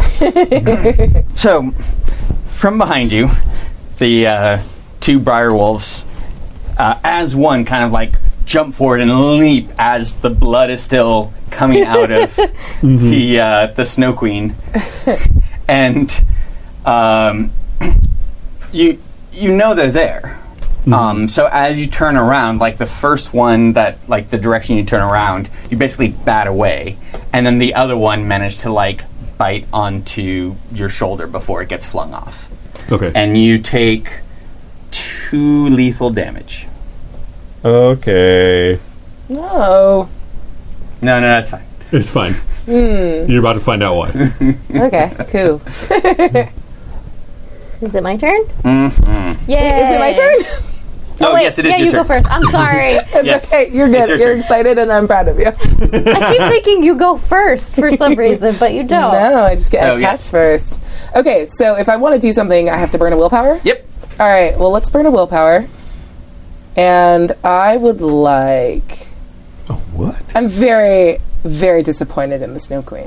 S1: So, from behind you, the uh, two briar wolves, uh, as one, kind of like jump forward and leap as the blood is still coming out of the uh, the snow queen, and um, you you know they're there. Um, so as you turn around, like the first one that like the direction you turn around, you basically bat away, and then the other one managed to like bite onto your shoulder before it gets flung off,
S5: Okay.
S1: and you take two lethal damage.
S5: okay.
S2: No.
S1: No, no, that's fine.
S5: It's fine. You're about to find out why.
S2: Okay, cool.
S3: Is it my turn? Mm-hmm. Yay.
S2: Is it my turn?
S1: Oh,
S3: Wait,
S1: yes, it is
S3: yeah,
S1: your
S3: you
S1: turn.
S3: go first. I'm sorry. I
S1: Yes.
S2: Hey, you're
S1: It's your
S2: good. you're
S1: turn.
S2: excited, and I'm proud of you.
S3: keep thinking you go first for some reason, but you don't.
S2: No, Oh, I just get
S1: So,
S2: attacked
S1: yes.
S2: first. Okay, so if I want to do something, I have to burn a willpower?
S1: Yep.
S2: All right, well, let's burn a willpower. And I would like.
S5: what?
S2: I'm very, very disappointed in the Snow Queen.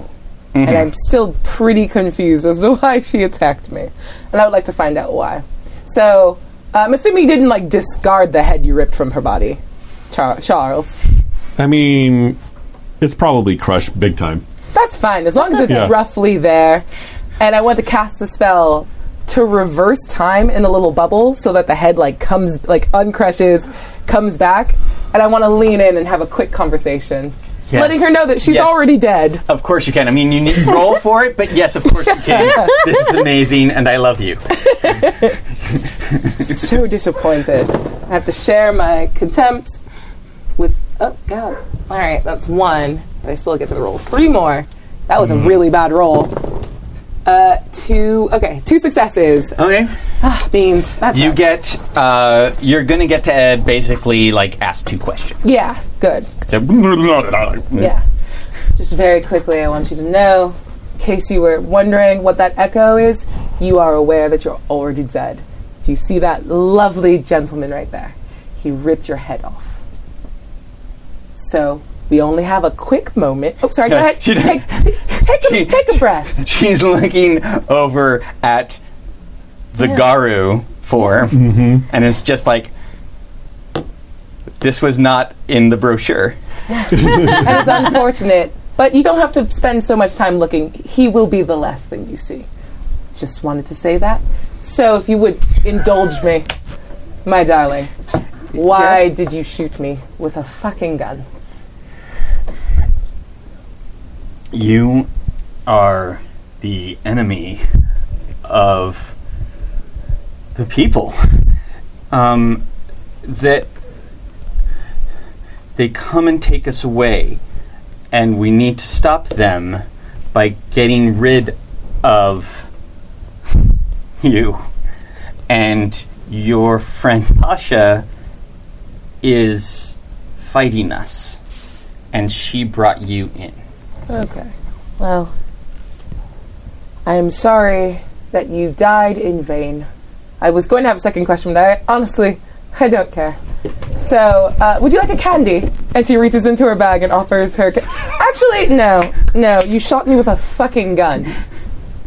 S1: Mm-hmm.
S2: And I'm still pretty confused as to why she attacked me. And I would like to find out why. So, I'm assuming you didn't, like, discard the head you ripped from her body, Char- Charles.
S5: I mean, it's probably crushed big time.
S2: That's fine, as long as it's
S5: okay. Yeah.
S2: roughly there. And I want to cast the spell to reverse time in a little bubble so that the head like comes like uncrushes, comes back, and I want to lean in and have a quick conversation.
S1: Yes.
S2: Letting her know that she's
S1: Yes.
S2: already dead.
S1: Of course you can. I mean, you need to roll for it, but yes, of course you can. this is amazing, and I love you.
S2: So disappointed. I have to share my contempt with oh god. Alright, that's one. But I still get to roll three more. That was
S1: Mm-hmm.
S2: a really bad roll. Uh two okay, two successes.
S1: Okay.
S2: Ah, beans. That's
S1: You
S2: it.
S1: get. Uh, you're gonna get to uh, basically like ask two questions.
S2: Yeah, good.
S1: So,
S2: Yeah. Just very quickly, I want you to know, in case you were wondering what that echo is, you are aware that you're already dead. Do you see that lovely gentleman right there? He ripped your head off. So we only have a quick moment. Oh, sorry. Go
S1: Yeah,
S2: ahead.
S1: she did-
S2: Take, t- take,
S1: she-
S2: a, take a breath.
S1: She's looking over at the Garu form,
S2: Mm-hmm.
S1: and it's just like this was not in the brochure.
S2: And it's unfortunate, but you don't have to spend so much time looking. He will be the last thing you see. Just wanted to say that. So if you would indulge me, my darling, why did you shoot me with a fucking gun?
S1: You are the enemy of the people. Um, that they come and take us away, and we need to stop them by getting rid of you. and your friend Pasha is fighting us, and she brought you in.
S6: Okay. Well, I am sorry that you died in vain. I was going to have a second question, but I honestly, I don't care. So, uh, would you like a candy? And she reaches into her bag and offers her. Ca- Actually, no, no. You shot me with a fucking gun.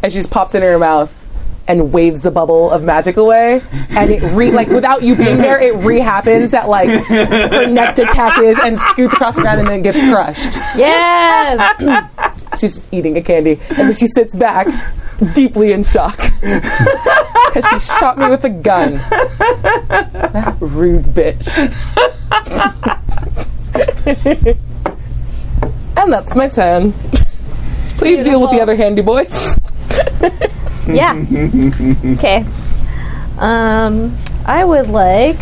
S6: And she just pops it in her mouth and waves the bubble of magic away. And it re like without you being there, it re happens that like her neck detaches and scoots across the ground and then gets crushed.
S3: Yes!
S6: She's eating a candy, and then she sits back, deeply in shock, because she shot me with a gun. That rude bitch. and that's my turn. Please deal with the other handy boys.
S3: yeah. Okay. Um, I would like.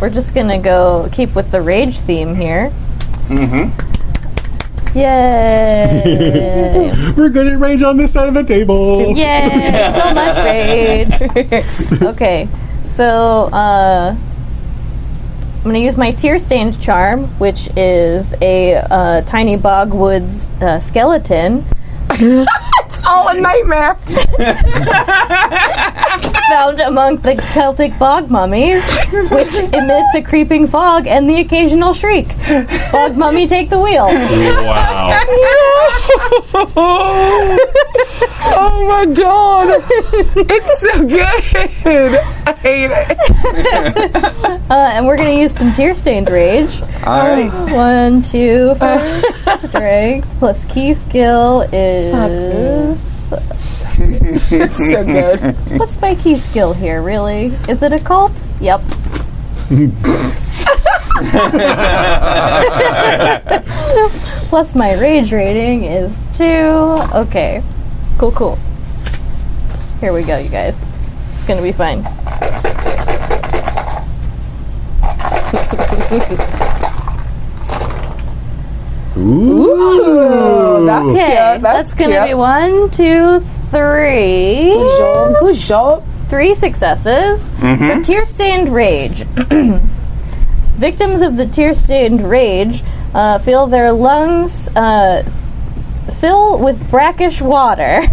S3: We're just gonna go keep with the rage theme here. Mm-hmm. Yay!
S5: We're good at range on this side of the table.
S3: Yay! so much rage. okay, so uh, I'm gonna use my tear stained charm, which is a uh, tiny bogwood uh, skeleton.
S6: It's all a nightmare.
S3: found among the Celtic bog mummies, which emits a creeping fog and the occasional shriek. Bog mummy, take the wheel.
S5: Wow.
S6: Oh my god, it's so good. I hate it.
S3: Uh, and we're going to use some tear stained rage.
S1: All right.
S3: One, two, four. Strength plus key skill is.
S6: So good.
S3: What's my key skill here, really? Is it a cult? Yep. Plus, my rage rating is two. Okay. Cool, cool. Here we go, you guys. It's gonna be fine.
S6: That's
S3: Okay,
S6: cute. That's,
S3: that's gonna be
S6: cute.
S3: one, two, three.
S6: Good job. Good job.
S3: Three successes for tear stained rage. Victims of the tear stained rage uh, fill their lungs uh, fill with brackish water.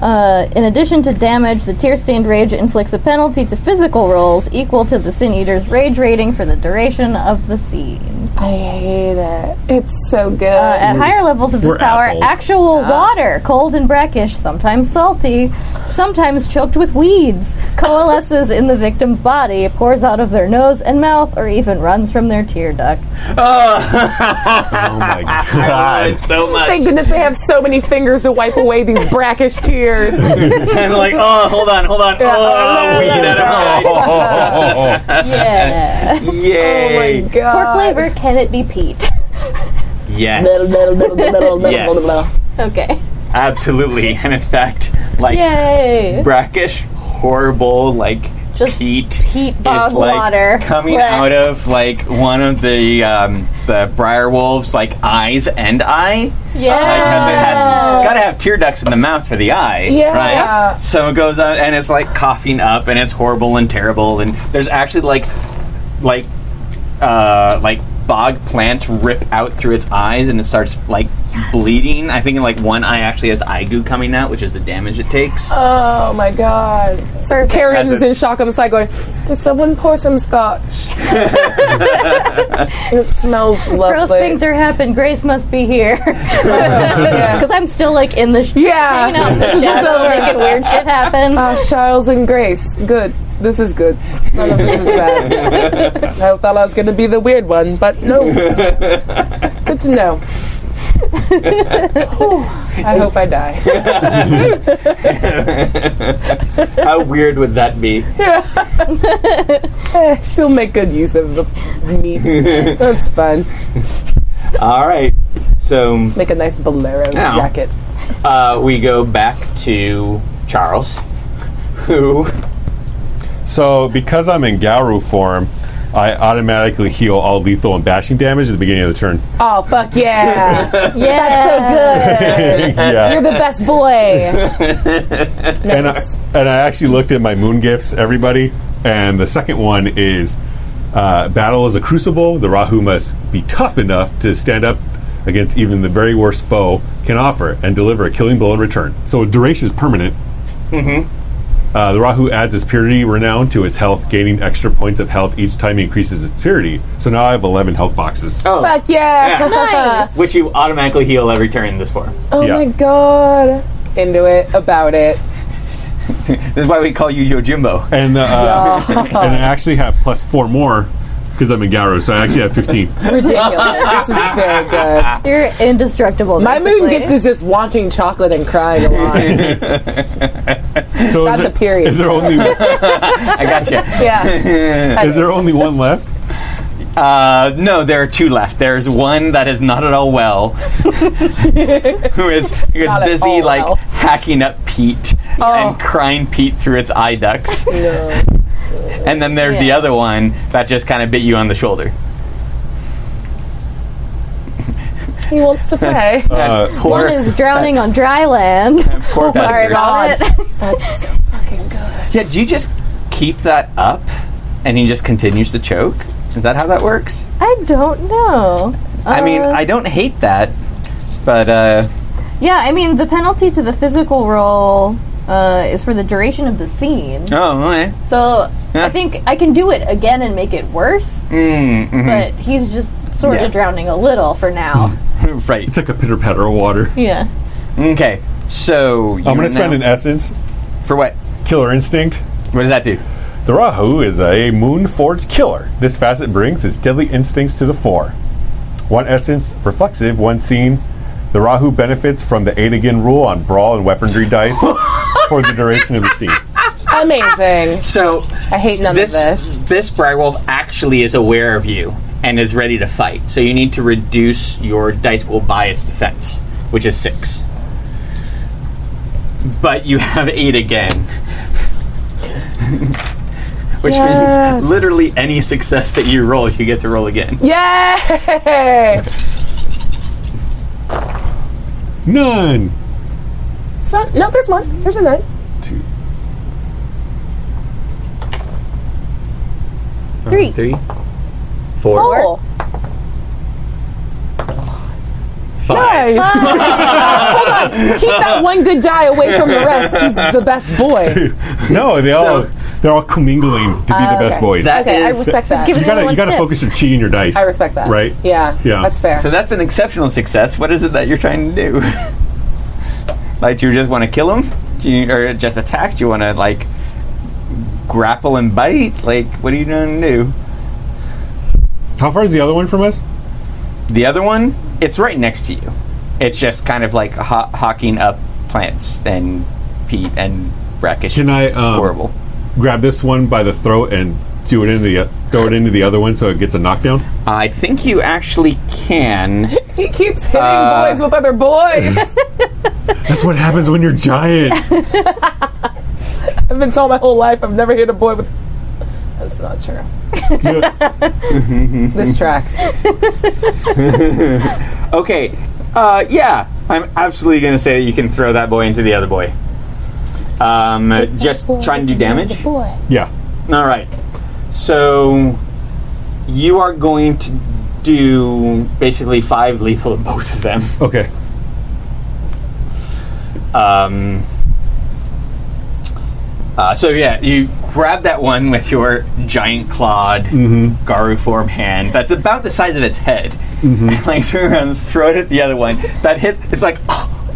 S3: Uh, in addition to damage, the tear stained rage inflicts a penalty to physical rolls equal to the Sin Eater's rage rating for the duration of the scene.
S6: I hate it. It's so good.
S3: Uh, at higher levels of this
S5: we're
S3: power,
S5: assholes.
S3: actual water, cold and brackish, sometimes salty, sometimes choked with weeds, coalesces in the victim's body, pours out of their nose and mouth, or even runs from their tear ducts.
S5: Oh my
S1: I love
S5: god.
S1: it so much.
S6: Thank goodness they have so many fingers to wipe away these brackish tears.
S1: I'm like, oh, hold on, hold on. Oh, I love weed out of my eye.
S3: Yeah.
S1: Yay.
S3: For flavor, can it be peat?
S1: yes. Yes.
S3: okay.
S1: Absolutely. And in fact, like,
S3: Yay.
S1: brackish, horrible, like,
S3: Just
S1: peat.
S3: Peat bog
S1: is like
S3: water.
S1: coming
S3: Blech.
S1: out of like one of the um, the briar wolves like eyes and eye. Like, has- it has, it's got to have tear ducts in the mouth for the eye,
S6: Yeah.
S1: right? So it goes on, and it's like coughing up, and it's horrible and terrible. And there's actually like, like, uh, like bog plants rip out through its eyes, and it starts like bleeding. I think like one eye actually has eye goo coming out, which is the damage it takes.
S6: Oh my god. Sir Karen
S1: As
S6: is in
S1: it's-
S6: shock on the side going, Did someone pour some scotch? it smells lovely.
S3: Gross things are happened. Grace must be here. Because I'm still like in the sh-
S6: Yeah.
S3: hanging out in the
S6: She's
S3: shadow,
S6: over it.
S3: thinking weird shit happens.
S6: Ah, Charles and Grace. Good. This is good. None of this is bad. I thought I was going to be the weird one, but no. Good to know. Whew. I hope I die.
S1: How weird would that be?
S6: Eh, She'll make good use of the meat. That's fun.
S1: All right, so
S6: Make a nice bolero
S1: Ow.
S6: jacket.
S1: uh, we go back to Charles, who
S5: So, because I'm in Garu form, I automatically heal all lethal and bashing damage at the beginning of the turn.
S2: Oh, fuck yeah.
S3: Yeah.
S2: so good. You're
S5: yeah.
S2: the best boy.
S5: And I, and I actually looked at my moon gifts, everybody, and the second one is uh, battle is a crucible. The Rahu must be tough enough to stand up against even the very worst foe can offer and deliver a killing blow in return. So duration is permanent. Mm-hmm.
S2: Mm-hmm.
S5: Uh, the Rahu adds its purity renown to its health, gaining extra points of health each time he increases its purity. So now I have 11 health boxes.
S1: Oh,
S2: Fuck yeah.
S1: Yeah. which you automatically heal every turn in this form.
S2: Oh
S5: Yeah.
S2: my god. Into it, about it.
S1: This is why we call you Yojimbo.
S5: And, uh, and I actually have plus four more because I'm in Garu, so I actually have 15.
S2: Ridiculous. this is very good.
S3: You're indestructible.
S2: My moon
S3: basically.
S2: gift is just wanting chocolate and crying a lot.
S5: So
S2: That's
S5: is
S2: a period.
S5: Is there only
S1: I gotcha.
S2: yeah.
S5: is there only one left?
S1: Uh, no, there are two left. There's one that is not at all well, who is, who is
S2: Not at
S1: busy
S2: all
S1: like
S2: well.
S1: hacking up Pete and crying Pete through its eye ducts. And then there's the
S3: Yeah.
S1: other one that just kind of bit you on the shoulder.
S2: He wants to play.
S5: Uh,
S1: And poor,
S3: One is drowning on dry land.
S1: poor
S3: Sorry
S1: bastard.
S3: about it.
S1: Yeah, do you just keep that up and he just continues to choke? Is that how that works?
S3: I don't know.
S1: I mean,
S3: Uh,
S1: I don't hate that, but uh,
S3: yeah, I mean the penalty to the physical roll uh, is for the duration of the scene.
S1: oh, okay.
S3: So
S1: Yeah.
S3: I think I can do it again and make it worse,
S1: Mm,
S3: but he's just sort
S1: Yeah.
S3: of drowning a little for now.
S1: mhm. right.
S5: It's like a pitter patter of water.
S3: yeah.
S1: Okay, so
S5: I'm going to spend an e- essence.
S1: for what?
S5: Killer instinct.
S1: What does that do?
S5: The Rahu is a moon forged killer. This facet brings its deadly instincts to the fore. One essence, reflexive, one scene. The Rahu benefits from the 8 again rule on brawl and weaponry dice for the duration of the scene.
S2: Amazing.
S1: So
S2: I hate none
S1: this
S2: of this.
S1: this Briarwolf actually is aware of you and is ready to fight. So you need to reduce your dice pool by its defense, which is six. But you have eight again. Which means literally any success that you roll, you get to roll again.
S2: Yay!
S5: None.
S6: So, no, there's one. There's a nine.
S5: Two.
S3: Three.
S1: Three. Four.
S2: Cool.
S1: Five.
S2: Nice. Hold on. Keep that one good die away from the rest. He's the best boy.
S5: No, they all
S1: So-
S5: they're all commingling to be the best
S2: okay.
S5: boys.
S1: That
S2: Okay, I
S1: is-
S2: respect that.
S3: give it-
S5: you gotta you
S3: Everyone's
S5: gotta
S3: tips.
S5: focus your chi and your dice.
S2: I respect that.
S5: Right.
S2: Yeah.
S5: Yeah.
S2: That's fair.
S1: So that's an exceptional success. What is it that you're trying to do? like, do you just want to kill him? Do you, or just attack? Do you want to, like, grapple and bite? Like, what are you going to do?
S5: How far is the other one from us?
S1: The other one, it's right next to you. It's just kind of like ho- hawking up plants and peat and brackish.
S5: Can I um,
S1: horrible.
S5: grab this one by the throat and do it into the throw it into the other one so it gets a knockdown?
S1: I think you actually can.
S2: He keeps hitting
S1: Uh,
S2: boys with other boys.
S5: That's what happens when you're giant.
S2: I've been told my whole life I've never hit a boy with. That's not true. this tracks.
S1: Okay. Uh, yeah, I'm absolutely going to say that you can throw that boy into the other boy. Um, just trying to do damage.
S3: Boy.
S5: yeah.
S1: All right. So you are going to do basically five lethal in both of them.
S5: Okay.
S1: Um, uh, so yeah, you grab that one with your giant clawed Garu form hand. That's about the size of its head. And, like turn around, and throw it at the other one. That hits. It's like.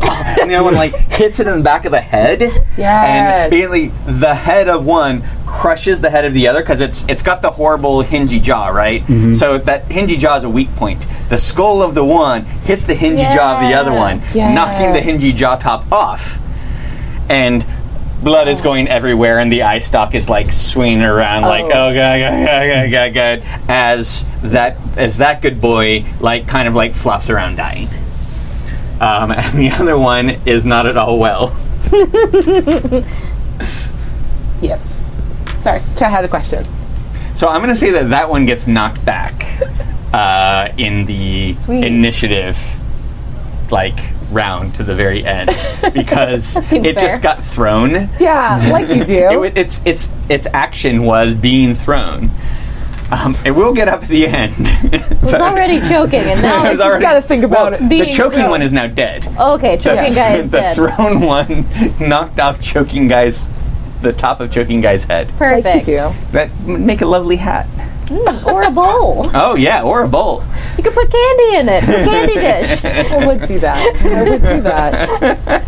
S1: and the other one like hits it in the back of the head,
S2: Yes.
S1: and immediately the head of one crushes the head of the other because it's it's got the horrible hingy jaw, right? So that hingy jaw is a weak point. The skull of the one hits the hingy jaw of the other
S3: Yeah.
S1: one, knocking the
S2: Yes.
S1: hingy jaw top off. And blood
S6: Oh.
S1: is going everywhere, and the eye stalk is like swinging around, like
S2: Oh.
S1: oh god, god, god, god, god, god, as that as that good boy like kind of like flops around dying. Um, and the other one is not at all well.
S2: Yes. Sorry, I had a question.
S1: So So I'm going to say that that one gets knocked back uh, in the
S6: Sweet.
S1: initiative, like round to the very end because it
S6: Seems
S1: just
S6: fair.
S1: got thrown. It,
S2: Yeah, like you do.
S1: wa- its its its action was being thrown. Um, it will get up at the end.
S3: I was already choking, and now
S1: It
S3: it's
S1: was
S3: just
S1: already-
S2: gotta think about it.
S1: The
S3: being
S1: choking
S3: thrown.
S1: one is now dead.
S3: okay. Choking guy is
S1: the
S3: dead.
S1: thrown one knocked off choking guy's the top of choking guy's head.
S2: Like you
S3: Perfect. Hmm.
S2: do.
S1: That would make a lovely hat.
S3: or a bowl.
S1: Oh yeah, or a bowl.
S3: You could put candy in it. Candy dish.
S2: I would do that. I would do that.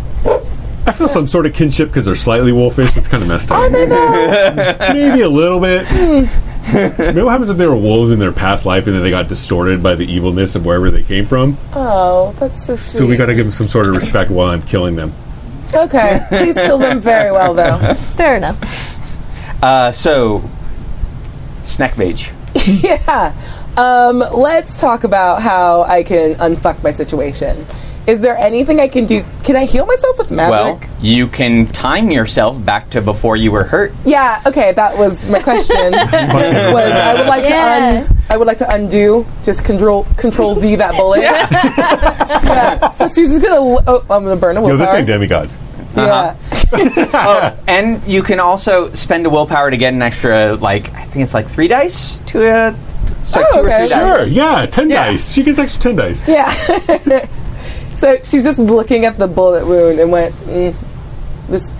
S5: I feel some sort of kinship because they're slightly wolfish. That's kind of messed up. Maybe a little bit.
S2: Hmm.
S5: Maybe what happens if they were wolves in their past life and then they got distorted by the evilness of wherever they came from?
S2: Oh, that's so sweet.
S5: So we got to give them some sort of respect while I'm killing them.
S2: Okay, please kill them very well, though.
S3: Fair enough.
S1: Uh, so, snack mage.
S2: Yeah. Um, let's talk about how I can unfuck my situation. Is there anything I can do? Can I heal myself with
S1: Well,
S2: magic?
S1: you can time yourself back to before you were hurt.
S2: yeah. Okay, that was my question. was I would like
S3: Yeah.
S2: to un- I would like to undo just control control Z that bullet. yeah. So she's just gonna. l- Oh, I'm gonna burn a
S5: Yo,
S2: willpower.
S5: this ain't demigods.
S2: yeah.
S1: Oh, And you can also spend a willpower to get an extra, like I think it's like three dice to a. It's like
S2: Oh,
S1: two or
S2: okay.
S1: three
S5: Sure,
S1: dice.
S5: yeah, 10
S1: Yeah.
S5: dice. She gets extra 10 dice.
S2: Yeah. so she's just looking at the bullet wound and went, mm, "This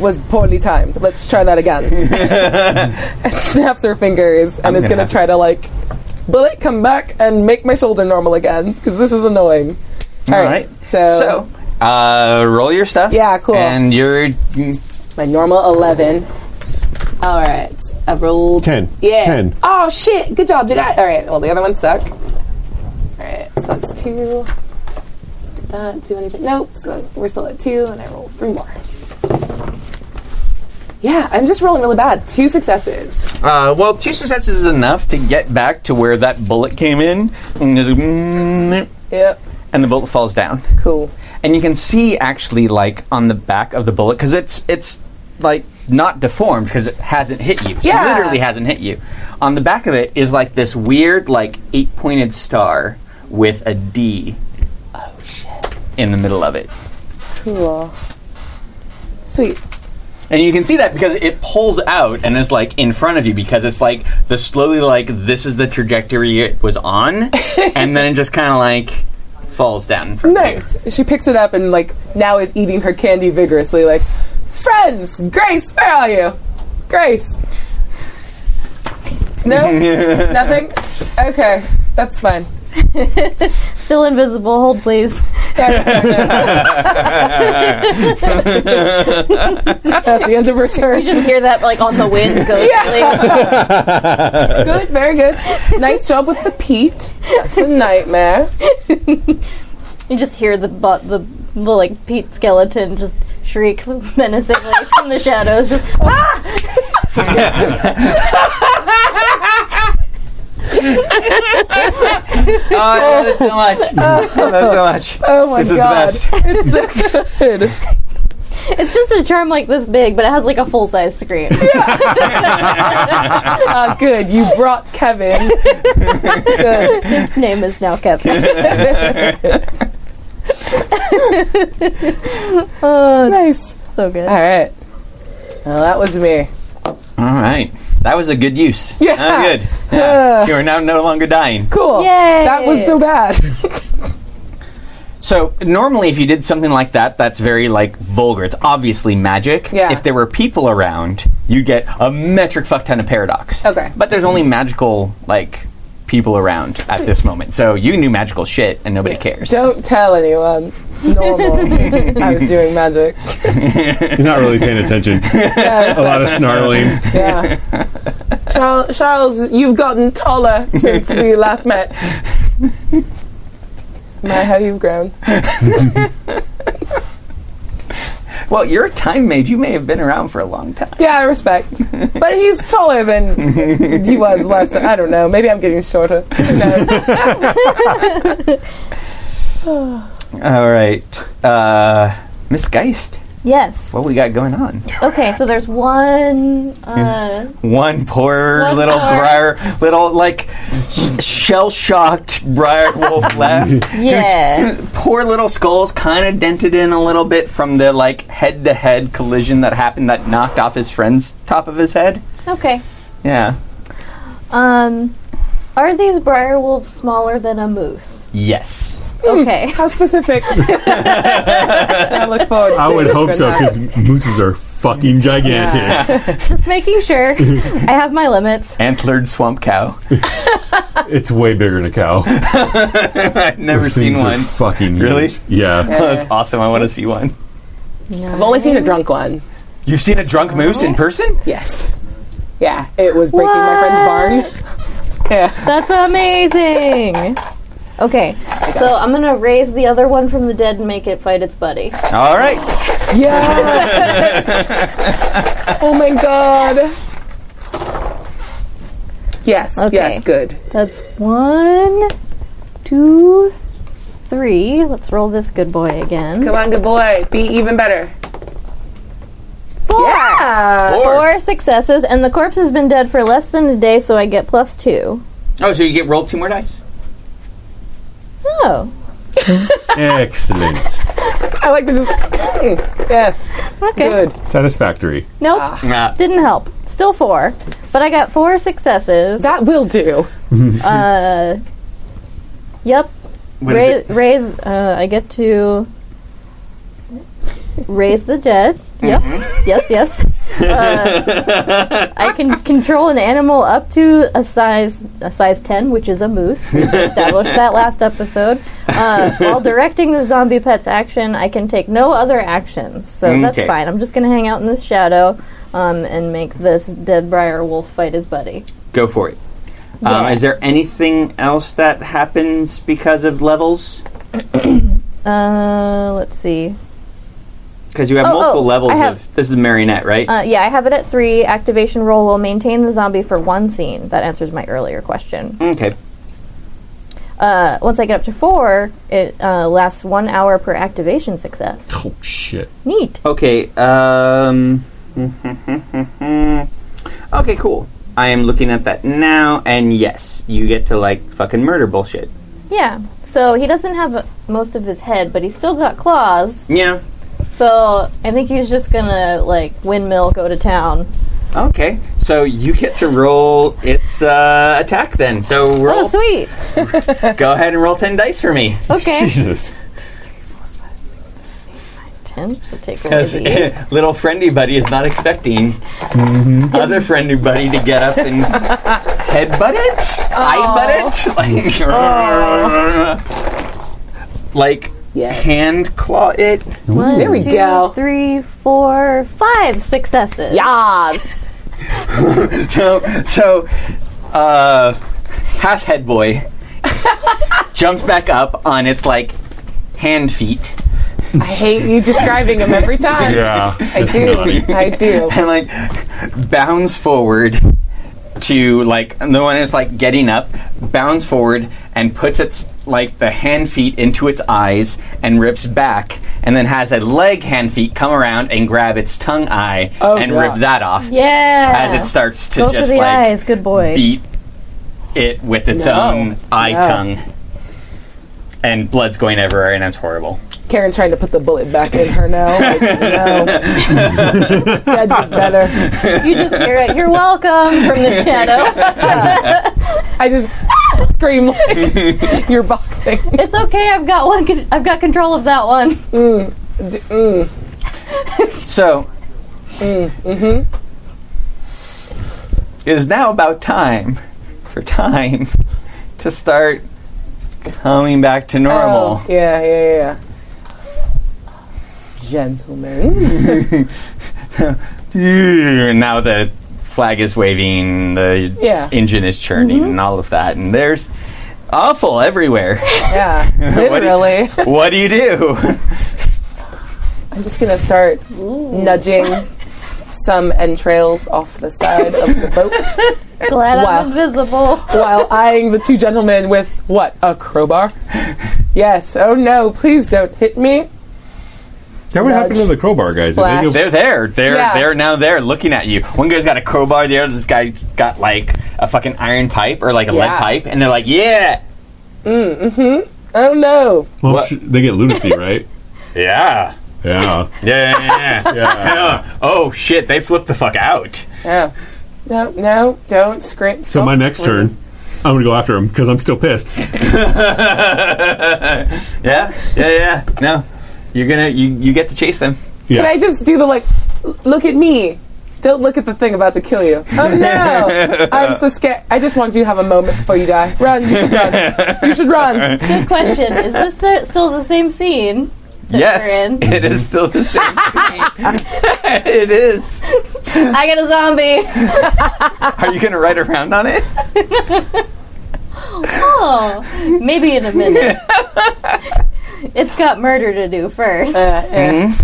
S2: was poorly timed. Let's try that again." and snaps her fingers and
S1: I'm
S2: is
S1: gonna
S2: going to
S1: have
S2: try to like bullet come back and make my shoulder normal again because this is annoying.
S1: All
S2: right.
S1: right.
S2: So,
S1: So, uh, roll your stuff.
S2: Yeah, cool.
S1: And you're
S2: my normal eleven.
S6: All right, I rolled
S5: 10.
S6: Yeah.
S5: 10.
S6: Oh shit! Good job, did I?
S2: All right. Well, the other ones suck.
S6: All right, so that's two. Did that do anything? Nope. So we're still at two, and I roll three more. Yeah, I'm just rolling really bad. Two successes.
S1: Uh, well, two successes is enough to get back to where that bullet came in, and, there's a mm,
S2: Yep.
S1: and the bullet falls down.
S2: Cool.
S1: And you can see actually, like on the back of the bullet, because it's it's like not deformed because it hasn't hit you. So
S2: Yeah.
S1: it literally hasn't hit you. On the back of it is like this weird, like eight pointed star with a D. Oh shit! In the middle of it.
S2: Cool. Sweet.
S1: And you can see that because it pulls out and is like in front of you because it's like the slowly like this is the trajectory it was on, and then it just kind of like falls down. in front of you.
S2: Nice. She picks it up and like now is eating her candy vigorously. Like, friends, Grace, where are you? Grace. No, nothing. Okay, that's fine.
S3: Still invisible. Hold please.
S2: At the end of her
S3: You
S2: turn.
S3: just hear that like on the wind go. Yeah.
S2: Good, very good. Nice job with the Pete. That's a nightmare.
S3: You just hear the bu- the, the like Pete skeleton just shriek menacingly from the shadows. Just,
S1: Oh, that's so much. that's so much.
S2: Oh my
S1: this is
S2: god.
S1: the best.
S2: It's so good.
S3: it's just a charm like this big, but it has like a full size screen.
S2: Ah, good. You brought Kevin. Good.
S3: His name is now Kevin.
S2: Nice.
S3: Oh, So good.
S2: All right. Well, that was me.
S1: All right, that was a good use.
S2: Yeah.
S1: That was good. Yeah. you are now no longer dying.
S2: Cool.
S3: Yay.
S2: That was so bad.
S1: So normally, if you did something like that, that's very like vulgar. It's obviously magic.
S2: Yeah.
S1: If there were people around, you would get a metric fuck ton of paradox.
S2: Okay.
S1: But there's only magical like people around at this moment. So you knew magical shit, and nobody cares.
S2: Don't tell anyone. Normal. I was doing magic.
S5: You're not really paying attention. a lot of snarling.
S2: Yeah. Charles, Charles, you've gotten taller since we last met. My, how you've grown.
S1: Well, you're a time mage. You may have been around for a long time.
S2: Yeah, I respect. But he's taller than he was last time. I don't know. Maybe I'm getting shorter. Who knows?
S1: All right, uh, Miss Geist.
S3: Yes.
S1: What we got going on?
S3: Okay, so there's one. Uh,
S1: One poor
S3: One
S1: little
S3: poor-
S1: briar, little like shell shocked briar wolf left.
S3: Yeah.
S1: Whose poor little skull's kind of dented in a little bit from the like head to head collision that happened that knocked off his friend's top of his head.
S3: okay.
S1: Yeah.
S3: Um, are these briar wolves smaller than a moose?
S1: Yes.
S3: Okay.
S2: How specific? I look forward. To
S5: I would
S2: seeing
S5: hope
S2: this
S5: so
S2: one.
S5: because mooses are fucking gigantic.
S3: Just making sure I have my limits.
S1: Antlered swamp cow.
S5: It's way bigger than a cow.
S1: I've never
S5: Those
S1: seen
S5: things are
S1: one.
S5: fucking huge.
S1: Really?
S5: Yeah.
S1: That's awesome. I want to see one.
S2: I've only seen a drunk one.
S1: You've seen a drunk moose in person?
S2: Yes. Yeah, it was breaking my friend's barn. Yeah.
S3: That's amazing. Okay, so I'm gonna raise the other one from the dead and make it fight its buddy.
S1: All right.
S2: Yeah. oh my god. Yes.
S3: Okay.
S2: Yes. Good.
S3: That's one, two, three. Let's roll this good boy again.
S2: Come on, good boy. Be even better.
S3: Four.
S2: Yeah.
S3: Four successes, and the corpse has been dead for less than a day, so I get plus two.
S1: Oh, so you get rolled two more dice.
S3: Oh,
S5: Excellent.
S2: I like to just. Mm, Yes.
S3: okay.
S2: Good.
S5: Satisfactory.
S3: Nope,
S1: Ah,
S3: didn't help. Still four, but I got four successes.
S2: That will do.
S3: Uh, yep.
S1: is
S3: Raise, raise. Uh, I get to raise the jet.
S1: Mm-hmm.
S3: Yep. yes. Yes. Uh, I can control an animal up to a size a size ten, which is a moose. We established that last episode. Uh, while directing the zombie pet's action, I can take no other actions, so that's
S1: Okay.
S3: fine. I'm just going to hang out in this shadow um, and make this dead briar wolf fight his buddy.
S1: go for it. Um,
S3: Yeah.
S1: is there anything else that happens because of levels?
S3: Uh, let's see.
S1: Because you have
S3: Oh,
S1: multiple
S3: oh,
S1: levels
S3: I have-
S1: of this is the marionette, right?
S3: Uh, yeah, I have it at three. Activation roll will maintain the zombie for one scene. That answers my earlier question.
S1: okay.
S3: Uh, once I get up to four, it uh, lasts one hour per activation success.
S5: Oh shit.
S3: Neat.
S1: Okay. Um, okay. Cool. I am looking at that now, and yes, you get to like fucking murder bullshit.
S3: Yeah. So he doesn't have uh, most of his head, but he's still got claws.
S1: Yeah.
S3: So I think he's just gonna like windmill, go to town.
S1: Okay. So you get to roll its uh, attack then. So roll.
S3: Oh, sweet.
S1: Go ahead and roll ten dice for me.
S3: Okay.
S5: Jesus.
S3: Ten. So take away
S1: Because
S3: these.
S1: little friendly buddy is not expecting other friendly buddy to get up and headbutt it, eye butt it, like, like
S2: Yes.
S1: hand claw it.
S3: One,
S2: There we
S3: two,
S2: go.
S3: three, four, five successes.
S2: Yes.
S1: So, so, uh, half head boy jumps back up on its like hand feet
S2: I hate you describing him every time.
S5: Yeah.
S2: I do. I do.
S1: and like bounds forward to like the one is like getting up, bounds forward and puts its like the hand feet into its eyes and rips back, and then has a leg hand feet come around and grab its tongue eye
S2: Oh,
S1: and
S2: yeah.
S1: rip that off
S3: Yeah.
S1: as it starts to
S3: Go for
S1: just
S3: the
S1: like
S3: eyes. Good boy.
S1: beat it with its
S2: No.
S1: own eye
S2: No.
S1: tongue. And blood's going everywhere, and it's horrible.
S2: Karen's trying to put the bullet back in her now. Like, no. Dead is better.
S3: You just hear it. You're welcome from the shadow.
S2: I just scream like you're boxing.
S3: It's okay. I've got one. con- I've got control of that one.
S1: So,
S2: Mm, mm-hmm.
S1: it is now about time for time to start coming back to normal.
S2: Oh, yeah, yeah, yeah. Gentlemen.
S1: Now the flag is waving, the
S2: Yeah. Mm-hmm.
S1: engine is churning, and all of that, and there's awful everywhere.
S2: Yeah,
S1: What do you-
S2: literally.
S1: what do you do?
S2: I'm just gonna start nudging some entrails off the side of the boat
S3: Glad
S2: Wow.
S3: I'm invisible.
S2: while eyeing the two gentlemen with what a crowbar. Yes. Oh no! Please don't hit me.
S5: Tell me what happened to
S2: Nudge.
S5: the crowbar guys. Did they
S3: Splash.
S5: go-
S1: They're there. They're
S6: Yeah.
S1: they're now there looking at you. One guy's got a crowbar, the other guy's got like a fucking iron pipe or like a lead
S2: Yeah.
S1: pipe, and they're like, Yeah.
S2: Oh no!
S5: Well,
S1: What?
S5: sh- they get lunacy, right?
S1: Yeah.
S5: yeah.
S1: Yeah, yeah, yeah.
S5: Yeah.
S1: yeah. Oh shit, they flipped the fuck out.
S2: Oh. No, no, don't scream.
S5: So my next turn, I'm gonna go after him because I'm still pissed.
S1: Yeah, yeah, yeah. No. You're gonna you, you get to chase them.
S5: Yeah.
S6: Can I just do the like, "L- look at me? Don't look at the thing about to kill you.
S2: Oh no! I'm so scared. I just want you to have a moment before you die. Run! You should run! You should run!
S3: Good question. Is this sti- still the same scene?
S1: yes.
S3: we're in.
S1: It is still the same scene. it is.
S3: I got a zombie.
S1: Are you gonna ride around on it?
S3: Oh, maybe in a minute. it's got murder to do first.
S2: Uh, yeah.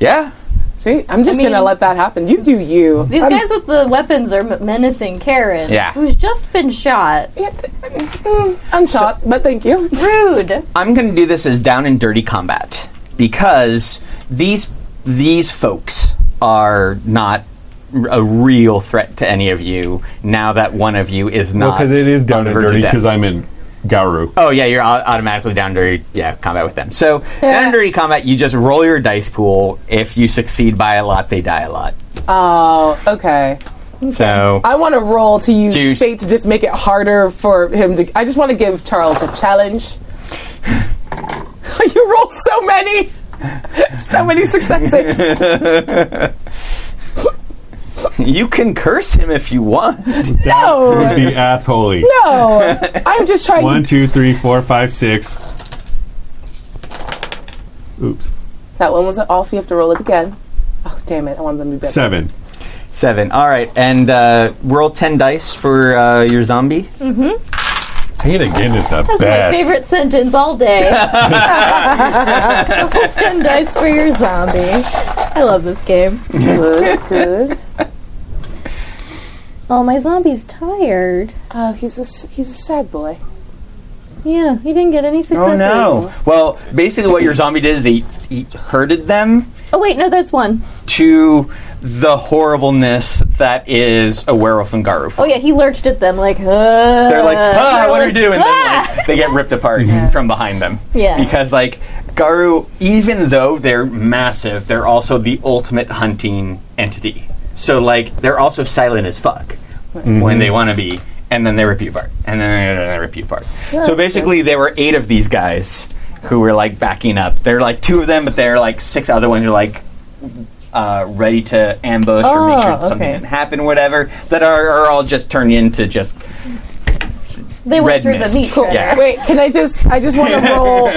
S1: Yeah.
S2: See, I'm just
S3: I mean-
S2: gonna let that happen. You do you.
S3: These
S2: I'm-
S3: guys with the weapons are m- menacing Karen,
S1: Yeah.
S3: who's just been shot.
S2: Mm, I'm shot, but thank you.
S3: Rude.
S1: I'm going to do this as down and dirty combat because these these folks are not r- a real threat to any of you now that one of you is not
S5: because it is
S1: on
S5: down
S1: the
S5: and
S1: verge of
S5: dirty
S1: death.
S5: because I'm in Garu.
S1: Oh yeah, you're au- automatically down dirty. Yeah, combat with them. So down and dirty combat, you just roll your dice pool. If you succeed by a lot, they die a lot.
S2: Oh, okay.
S1: So
S2: I want to roll to use
S1: Juice.
S2: fate to just make it harder for him to. I just want to give Charles a challenge. you rolled so many, so many successes.
S1: you can curse him if you want.
S5: It
S2: No,
S5: would be assholey.
S2: no. Oh, I'm just trying.
S5: One,
S2: to,
S5: two, three, four, five, six. Oops.
S2: that one was off. You have to roll it again. Oh damn it! I want them to be better.
S5: Seven.
S1: Seven. All right, and uh, roll ten dice for uh, your zombie.
S5: Hate again is the
S3: That's my
S5: best.
S3: favorite sentence all day. Roll Ten dice for your zombie. I love this game.
S2: Good, good.
S3: Oh, my zombie's tired.
S6: Oh, he's a s- he's a sad boy.
S3: Yeah, he didn't get any
S1: Oh,
S2: Oh,
S3: successes.
S1: Well, basically, what your zombie did is he, he herded them
S3: Oh wait, no, that's one.
S1: to the horribleness that is a werewolf and Garu.
S3: Oh yeah, he lurched at them like. uh,
S1: They're like, ah, what are we doing? And
S3: Ah!
S1: then, like, they get ripped apart from behind them.
S3: Yeah.
S1: Because, like, Garu, even though they're massive, they're also the ultimate hunting entity. So, like, they're also silent as fuck when
S3: Mm-hmm.
S1: they want to be. And then they rip you apart. And then they rip you apart. so, basically, there were eight of these guys who were, like, backing up. There were, like, two of them, but there are, like, six other ones who are, like, uh, ready to ambush or make sure
S3: Oh,
S1: something
S3: okay.
S1: didn't happen, whatever, that are, are all just turned into just
S3: They
S1: Red
S3: went through
S1: mist.
S3: the meat shredder.
S1: Yeah.
S2: Wait, can I just? I just want to roll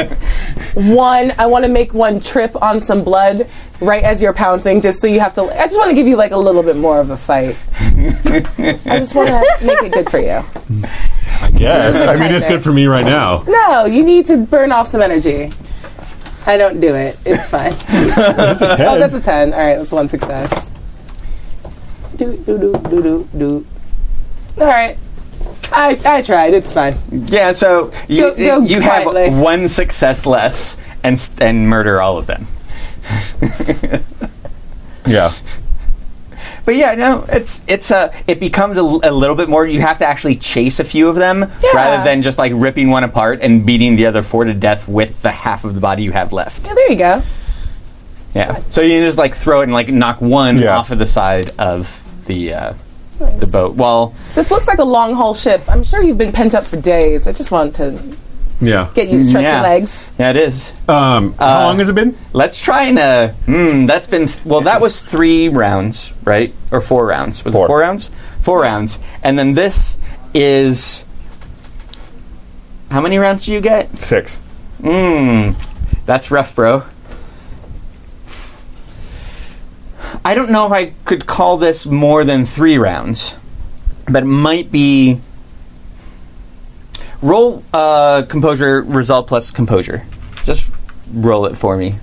S2: one. I want to make one trip on some blood right as you're pouncing, just so you have to. I just want to give you like a little bit more of a fight. I just want to make it good for you.
S5: Yes. I mean, it's
S2: nightmare.
S5: good for me right now.
S2: No, you need to burn off some energy. I don't do it. It's fine. oh, that's a ten. All right, that's one success. Do do do do do do. All right. I, I tried. It's fine.
S1: Yeah, so you,
S2: Go- go
S1: you have
S2: quietly.
S1: one success less and st- and murder all of them.
S5: Yeah.
S1: But yeah, no, it's it's a it becomes a, l- a little bit more. You have to actually chase a few of them rather than just like ripping one apart and beating the other four to death with the half of the body you have left.
S2: Yeah, there you go.
S1: Yeah, so you just like throw it and like knock one
S5: Yeah.
S1: off of the side of the uh, the boat. Well,
S2: This looks like a long haul ship. I'm sure you've been pent up for days. I just want to
S5: Yeah.
S2: get you to stretch
S1: Yeah.
S2: your legs.
S1: yeah, it is.
S5: Um, how long has it been?
S1: Let's try and uh, hmm, that's been well. That was three rounds, right, or four rounds? Was it
S5: Four.
S1: four rounds? Four rounds, and then this is how many rounds do you get?
S5: Six.
S1: Hmm, that's rough, bro. I don't know if I could call this more than three rounds, but it might be. Roll uh, composure result plus composure. Just roll it for me,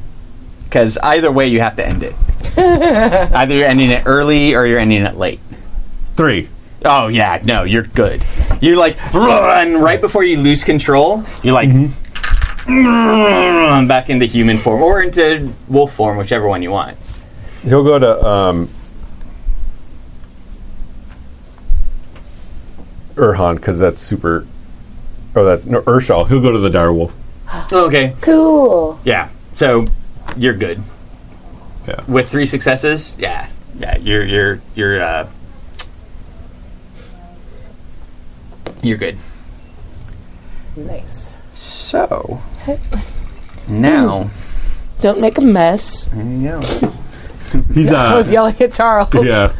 S1: because either way you have to end it. either you're ending it early or you're ending it late.
S5: Three.
S1: Oh yeah, no, you're good. You're like run right before you lose control. You're like back into human form or into wolf form, whichever one you want.
S5: He'll go to um, Urhan because that's super. Oh, that's no Urshal. He'll go to the direwolf.
S1: Okay.
S6: Cool.
S1: Yeah. So you're good.
S5: Yeah.
S1: With three successes, yeah, yeah, you're you're you're uh, you're good.
S2: Nice.
S1: So now,
S2: Don't make a mess.
S1: there you go.
S5: He's
S2: I was
S5: uh,
S2: yelling at Charles.
S5: yeah.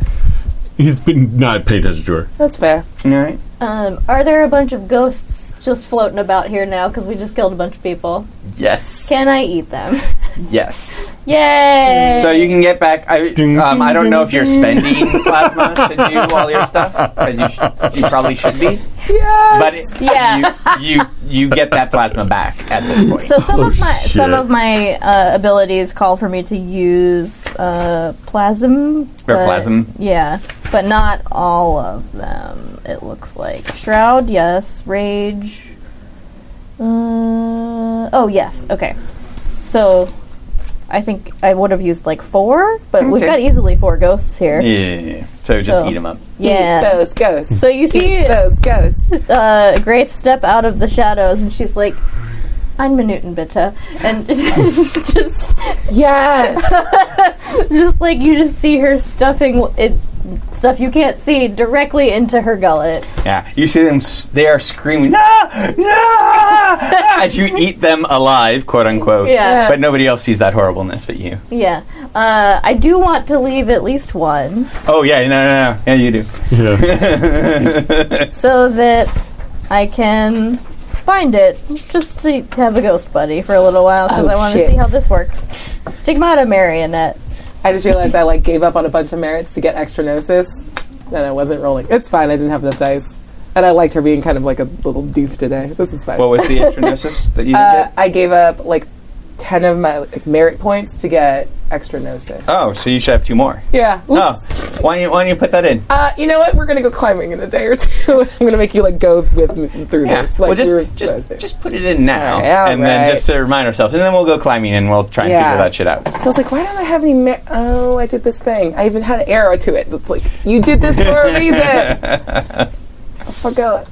S5: He's been not paying attention to her.
S2: That's fair.
S1: All right.
S3: Um, are there a bunch of ghosts just floating about here now? Because we just killed a bunch of people.
S1: Yes.
S3: Can I eat them?
S1: yes.
S3: Yay!
S1: So you can get back. I um, I don't know if you're spending plasma to do all your stuff because you, sh- you probably should be. But it,
S3: Yeah.
S1: you, you you get that plasma back at this point.
S3: So some
S5: Oh,
S3: of my some
S5: shit.
S3: of my uh, abilities call for me to use uh, plasm.
S1: Or
S3: but-
S1: plasm.
S3: Yeah, but not all of them. It looks like shroud. Yes, rage. Uh, oh yes. Okay. So I think I would have used like four, but we've
S1: Okay.
S3: got easily four ghosts here. Yeah.
S1: Yeah. So just
S3: So-
S1: eat them up.
S6: Eat those ghosts.
S3: So you see
S6: Eat those ghosts.
S3: uh, Grace step out of the shadows, and she's like, "I'm Minuten bitte," and just
S6: Yes.
S3: just like you just see her stuffing w- it stuff you can't see directly into her gullet.
S1: Yeah, you see them. s- They are screaming, "No, no!" as you eat them alive, quote unquote.
S3: Yeah.
S1: But nobody else sees that horribleness but you.
S3: Yeah, uh, I do want to leave at least one
S1: Oh yeah, no, no, no. Yeah, you do.
S5: Yeah.
S3: so that I can find it. Just to have a ghost buddy for a little while because
S2: Oh,
S3: I want to
S2: shit.
S3: see how this works. Stigmata marionette.
S2: I just realized I like gave up on a bunch of merits to get extra gnosis, and I wasn't rolling. It's fine. I didn't have enough dice, and I liked her being kind of like a little doof today. This is fine.
S1: What was the intronosis that you
S2: uh,
S1: did?
S2: I gave up like ten of my like, merit points to get extra gnosis.
S3: Uh,
S1: Oh, so you should have two more.
S2: Yeah. Oops.
S1: Oh, why don't you why don't you put that in?
S2: Uh, you know what? We're gonna go climbing in a day or two. I'm gonna make you like go with me through
S1: Yeah.
S2: this.
S1: Well,
S2: Like we were-
S1: just just just put it in now,
S2: All right, all
S1: and then
S2: right.
S1: just to remind ourselves, and then we'll go climbing and we'll try and
S2: Yeah.
S1: figure that shit out.
S2: So I was like, why don't I have any? Mer- oh, I did this thing. I even had an arrow to it. That's like, you did this for a reason. I forgot.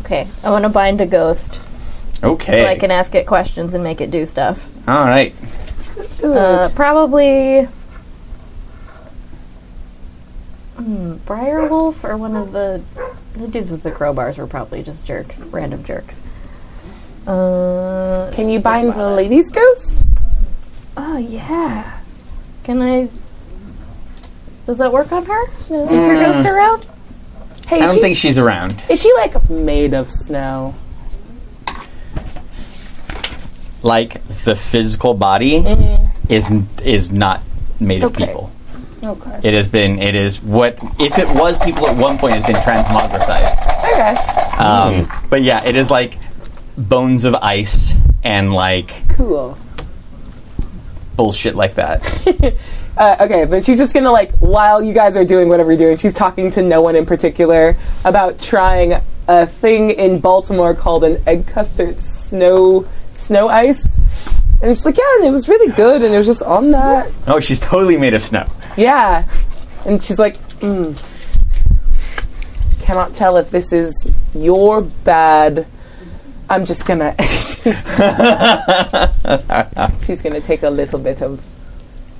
S3: Okay, I want to bind a ghost
S1: Okay.
S3: so I can ask it questions and make it do stuff.
S1: All right.
S3: Uh, probably hmm, Briar Wolf or one of the the dudes with the crowbars were probably just jerks, random jerks. Uh,
S2: Can you bind the lady's ghost?
S3: oh yeah. Can I? Does that work on her? Is her ghost around?
S2: Hey,
S1: I don't
S2: she,
S1: think she's around.
S2: is she like made of snow?
S1: Like the physical body is is not made of
S3: Mm-hmm. Okay.
S1: people.
S2: Okay.
S1: It has been. It is what if it was people at one point. It's been transmogrified.
S2: Okay.
S1: Um,
S2: Hmm.
S1: But yeah, it is like bones of ice and like
S2: Cool.
S1: bullshit like that.
S2: Uh, okay, but she's just gonna like while you guys are doing whatever you're doing, she's talking to no one in particular about trying a thing in Baltimore called an egg custard snow snow ice. And she's like, yeah, and it was really good, and it was just on that.
S1: Oh, she's totally made of snow.
S2: Yeah. And she's like, mm, cannot tell if this is your bad. I'm just gonna. she's, she's gonna take a little bit of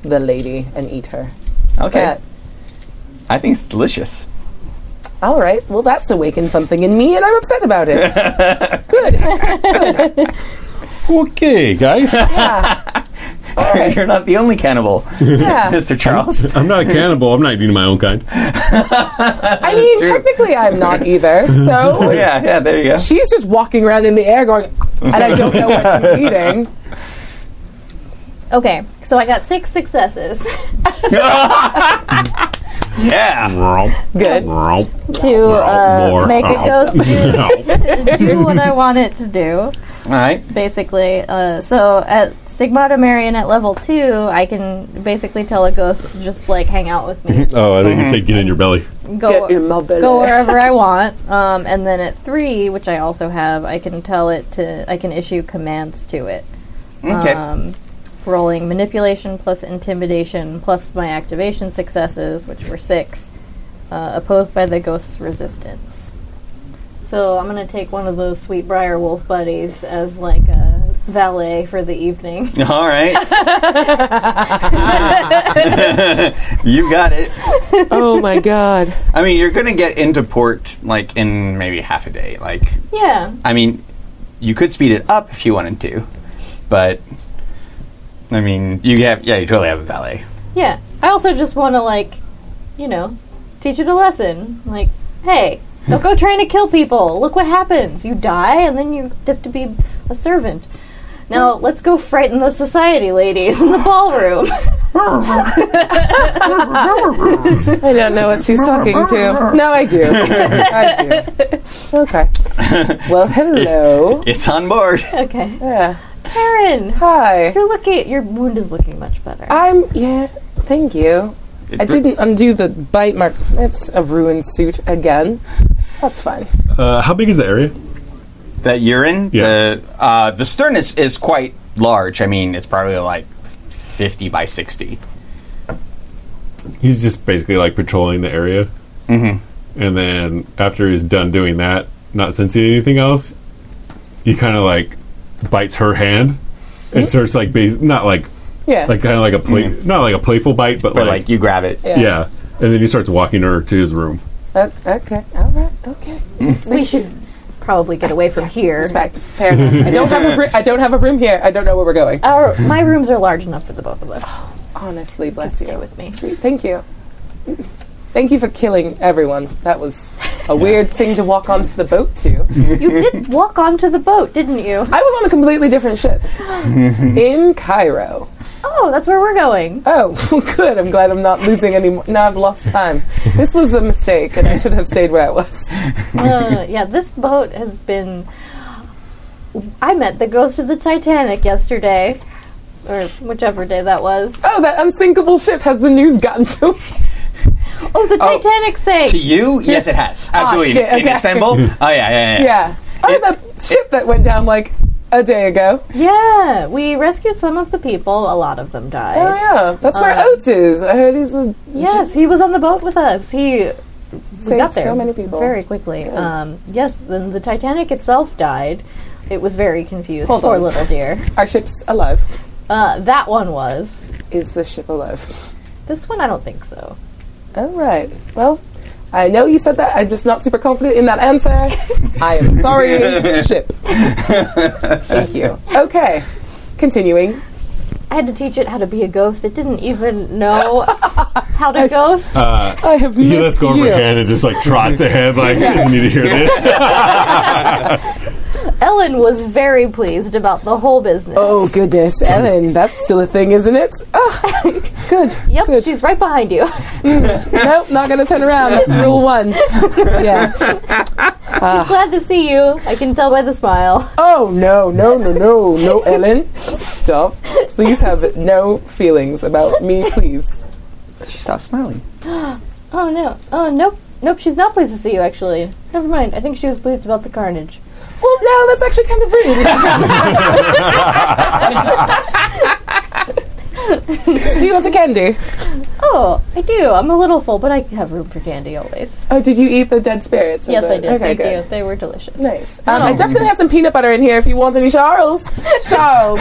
S2: the lady and eat her.
S1: Okay,
S2: But,
S1: I think it's delicious.
S2: all right. Well, that's awakened something in me, and I'm upset about it.
S5: okay, guys.
S2: Yeah. All right.
S1: You're not the only cannibal,
S2: Yeah.
S1: Mr. Charles.
S5: I'm not a cannibal. I'm not eating my own kind.
S2: I mean,
S1: True.
S2: technically, I'm not either. So
S1: yeah, yeah. There you go.
S2: she's just walking around in the air going, and I don't know what she's eating.
S3: Okay, so I got six successes.
S1: Yeah.
S2: Good.
S3: to uh, make it go
S5: ghost.
S3: do what I want it to do,
S1: All right.
S3: basically. Uh, so at Stigmata Marion at level two, I can basically tell a ghost to just like hang out with me,
S5: oh, I think you said get in your belly.
S3: go
S6: Get in my belly.
S3: go wherever I want. Um, and then at three, which I also have, I can tell it to I can issue commands to it.
S1: Okay.
S2: Uh.
S3: Um, rolling manipulation plus intimidation plus my activation successes, which were six, uh, opposed by the ghost's resistance. So I'm gonna take one of those sweet Briar Wolf buddies as like a valet for the evening.
S1: All right. you got it.
S2: Oh my god.
S1: I mean, you're gonna get into port like in maybe half a day. Like,
S3: yeah,
S1: I mean, you could speed it up if you wanted to, but I mean, you have yeah, you totally have a valet.
S3: yeah. I also just want to like, you know, teach it a lesson. Like, hey, don't go trying to kill people. Look what happens. You die, and then you have to be a servant. Now let's go frighten those society ladies in the ballroom.
S2: I don't know what she's talking to. No, I do. I do. Okay. Well, hello.
S1: It's on board.
S3: okay,
S2: Yeah.
S3: Karen,
S2: Hi.
S3: you're looking. Your wound is looking much better.
S2: I'm. Yeah. Thank you. I didn't undo the bite mark. It's a ruined suit again. That's fine.
S5: Uh, how big is the area?
S1: That urine,
S5: Yeah.
S1: the uh, the stern is, is quite large. I mean, it's probably like fifty by sixty.
S5: He's just basically like patrolling the area. Mm-hmm. And then after he's done doing that, not sensing anything else, he kind of like bites her hand and starts like bas- not like
S2: Yeah.
S5: like kind of like a play not like a playful bite, Mm-hmm. but
S1: But
S5: like,
S1: like you grab it.
S5: yeah. And then he starts walking her to his room.
S2: O- Uh, okay. All right. Okay.
S3: we should probably get away from here.
S2: Respect. Fair enough. I don't have a. Ri- I don't have a room here. I don't know where we're going.
S3: Our, my rooms are large enough for the both of
S2: Oh,
S3: us.
S2: Honestly, bless
S3: Stay
S2: you.
S3: with me.
S2: Sweet. Thank you. Thank you for killing everyone. That was a weird thing to walk onto the boat to.
S3: You did walk onto the boat, didn't you?
S2: I was on a completely different ship in Cairo.
S3: Oh, that's where we're going.
S2: Oh, good. I'm glad I'm not losing any. More. Now I've lost time. This was a mistake, and I should have stayed where I was.
S3: Uh, yeah, this boat has been. I met the ghost of the Titanic yesterday, or whichever day that was.
S2: Oh, that unsinkable ship. Has the news gotten to? me?
S3: Oh, the Titanic sank.
S1: To you, yes, it has absolutely
S2: Ah, shit,
S1: in
S2: okay.
S1: Istanbul. Oh yeah, yeah, yeah.
S2: Yeah. Oh, that ship that went down like a day ago.
S3: Yeah, we rescued some of the people. A lot of them died.
S2: Oh yeah, that's where Oates is. I heard he's a
S3: Yes, he was on the boat with us. He we
S2: saved
S3: got there
S2: so many people.
S3: very quickly. Um, yes, then the Titanic itself died. It was very confused.
S2: Hold
S3: Poor
S2: on.
S3: little dear.
S2: Our ship's alive.
S3: Uh, that one was.
S2: Is the ship alive?
S3: This one, I don't think so.
S2: All right. Well, I know you said that. I'm just not super confident in that answer. I am sorry, ship. Thank you. Okay. Continuing.
S3: I had to teach it how to be a ghost. It didn't even know how to ghost.
S2: I have
S5: He lets
S2: missed
S5: go of
S2: you.
S5: her hand and just like trots ahead, like he doesn't need to hear this.
S3: Ellen was very pleased about the whole business.
S2: Oh goodness, Ellen, that's still a thing, isn't it? Ah, good.
S3: yep,
S2: good.
S3: she's right behind you.
S2: Nope, not gonna turn around. That's rule one. Yeah.
S3: Glad to see you. I can tell by the smile.
S2: Oh no, no, no, no, no, Ellen, stop. Please have no feelings about me, please.
S1: She stops smiling.
S3: Oh no. Oh nope. Nope, she's not pleased to see you actually. Never mind. I think she was pleased about the carnage.
S2: Well, no, that's actually kind of rude. Do you want a candy?
S3: Oh, I do. I'm a little full, but I have room for candy always.
S2: Oh, did you eat the dead spirits? in
S3: Yes,
S2: the-
S3: I did.
S2: Okay,
S3: Thank
S2: good.
S3: you. Oh. They were delicious.
S2: Nice. Um, I definitely have some peanut butter in here if you want any, Charles. Charles.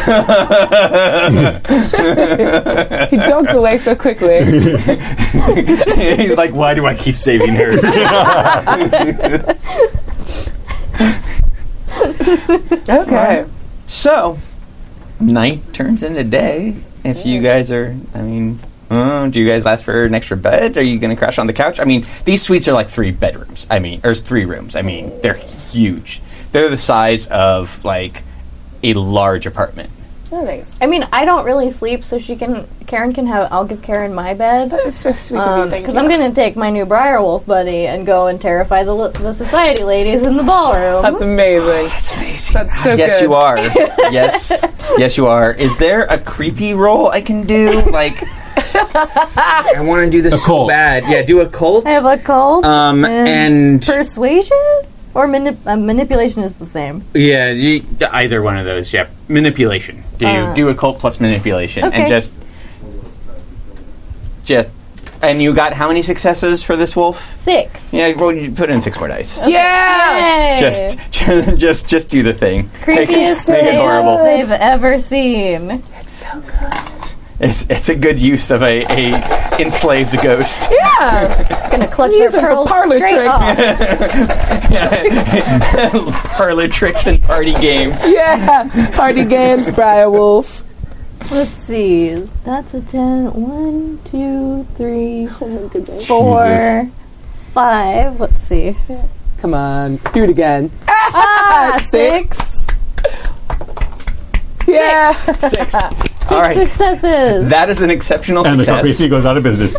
S2: he jogs away so quickly.
S1: He's like, why do I keep saving her?
S2: Okay.
S1: So, night turns into day. If you guys are, I mean, uh, do you guys last for an extra bed? Are you going to crash on the couch? I mean, these suites are like three bedrooms. I mean, or three rooms. I mean, they're huge. They're the size of like a large apartment.
S6: Oh, nice.
S3: I mean, I don't really sleep, so she can. Karen can have. I'll give Karen my bed.
S6: That is so sweet of you. Thank
S3: Because I'm going to take my new Briarwolf buddy and go and terrify the, li- the society ladies in the ballroom.
S2: That's amazing.
S1: That's amazing.
S2: That's so
S1: yes,
S2: good.
S1: you are. yes, yes, you are. Is there a creepy roll I can do? Like, I want to do this so
S5: cult.
S1: bad. Yeah, do a cult.
S3: I have a cold.
S1: um, and
S3: persuasion or mani- uh, manipulation is the same.
S1: yeah, you, either one of those. Yeah, manipulation. Do you do a cult plus manipulation
S3: Uh. okay.
S1: and just, just, and you got how many successes for this wolf?
S3: Six.
S1: Yeah, well, you put in six more dice.
S2: Yeah.
S3: Yay!
S1: Just, just, just, just do the thing. Make it-
S3: creepiest
S1: make it
S3: thing
S1: horrible.
S3: they've ever seen.
S1: It's, it's a good use of a, a enslaved ghost.
S3: Gonna clutch
S2: Use
S3: their
S2: them for
S3: pearls
S2: parlor
S3: straight
S2: tricks.
S3: off.
S1: Parlor tricks and party games.
S2: Yeah. Party games, Briarwolf.
S3: Let's see. That's a ten. One, two, three,
S6: goodness.
S3: four, five. Let's see.
S2: Come on. Do it again.
S3: Ah, six.
S2: Yeah.
S1: Six. All right.
S3: Successes.
S1: That is an exceptional
S5: And the
S1: success.
S5: company goes out of business.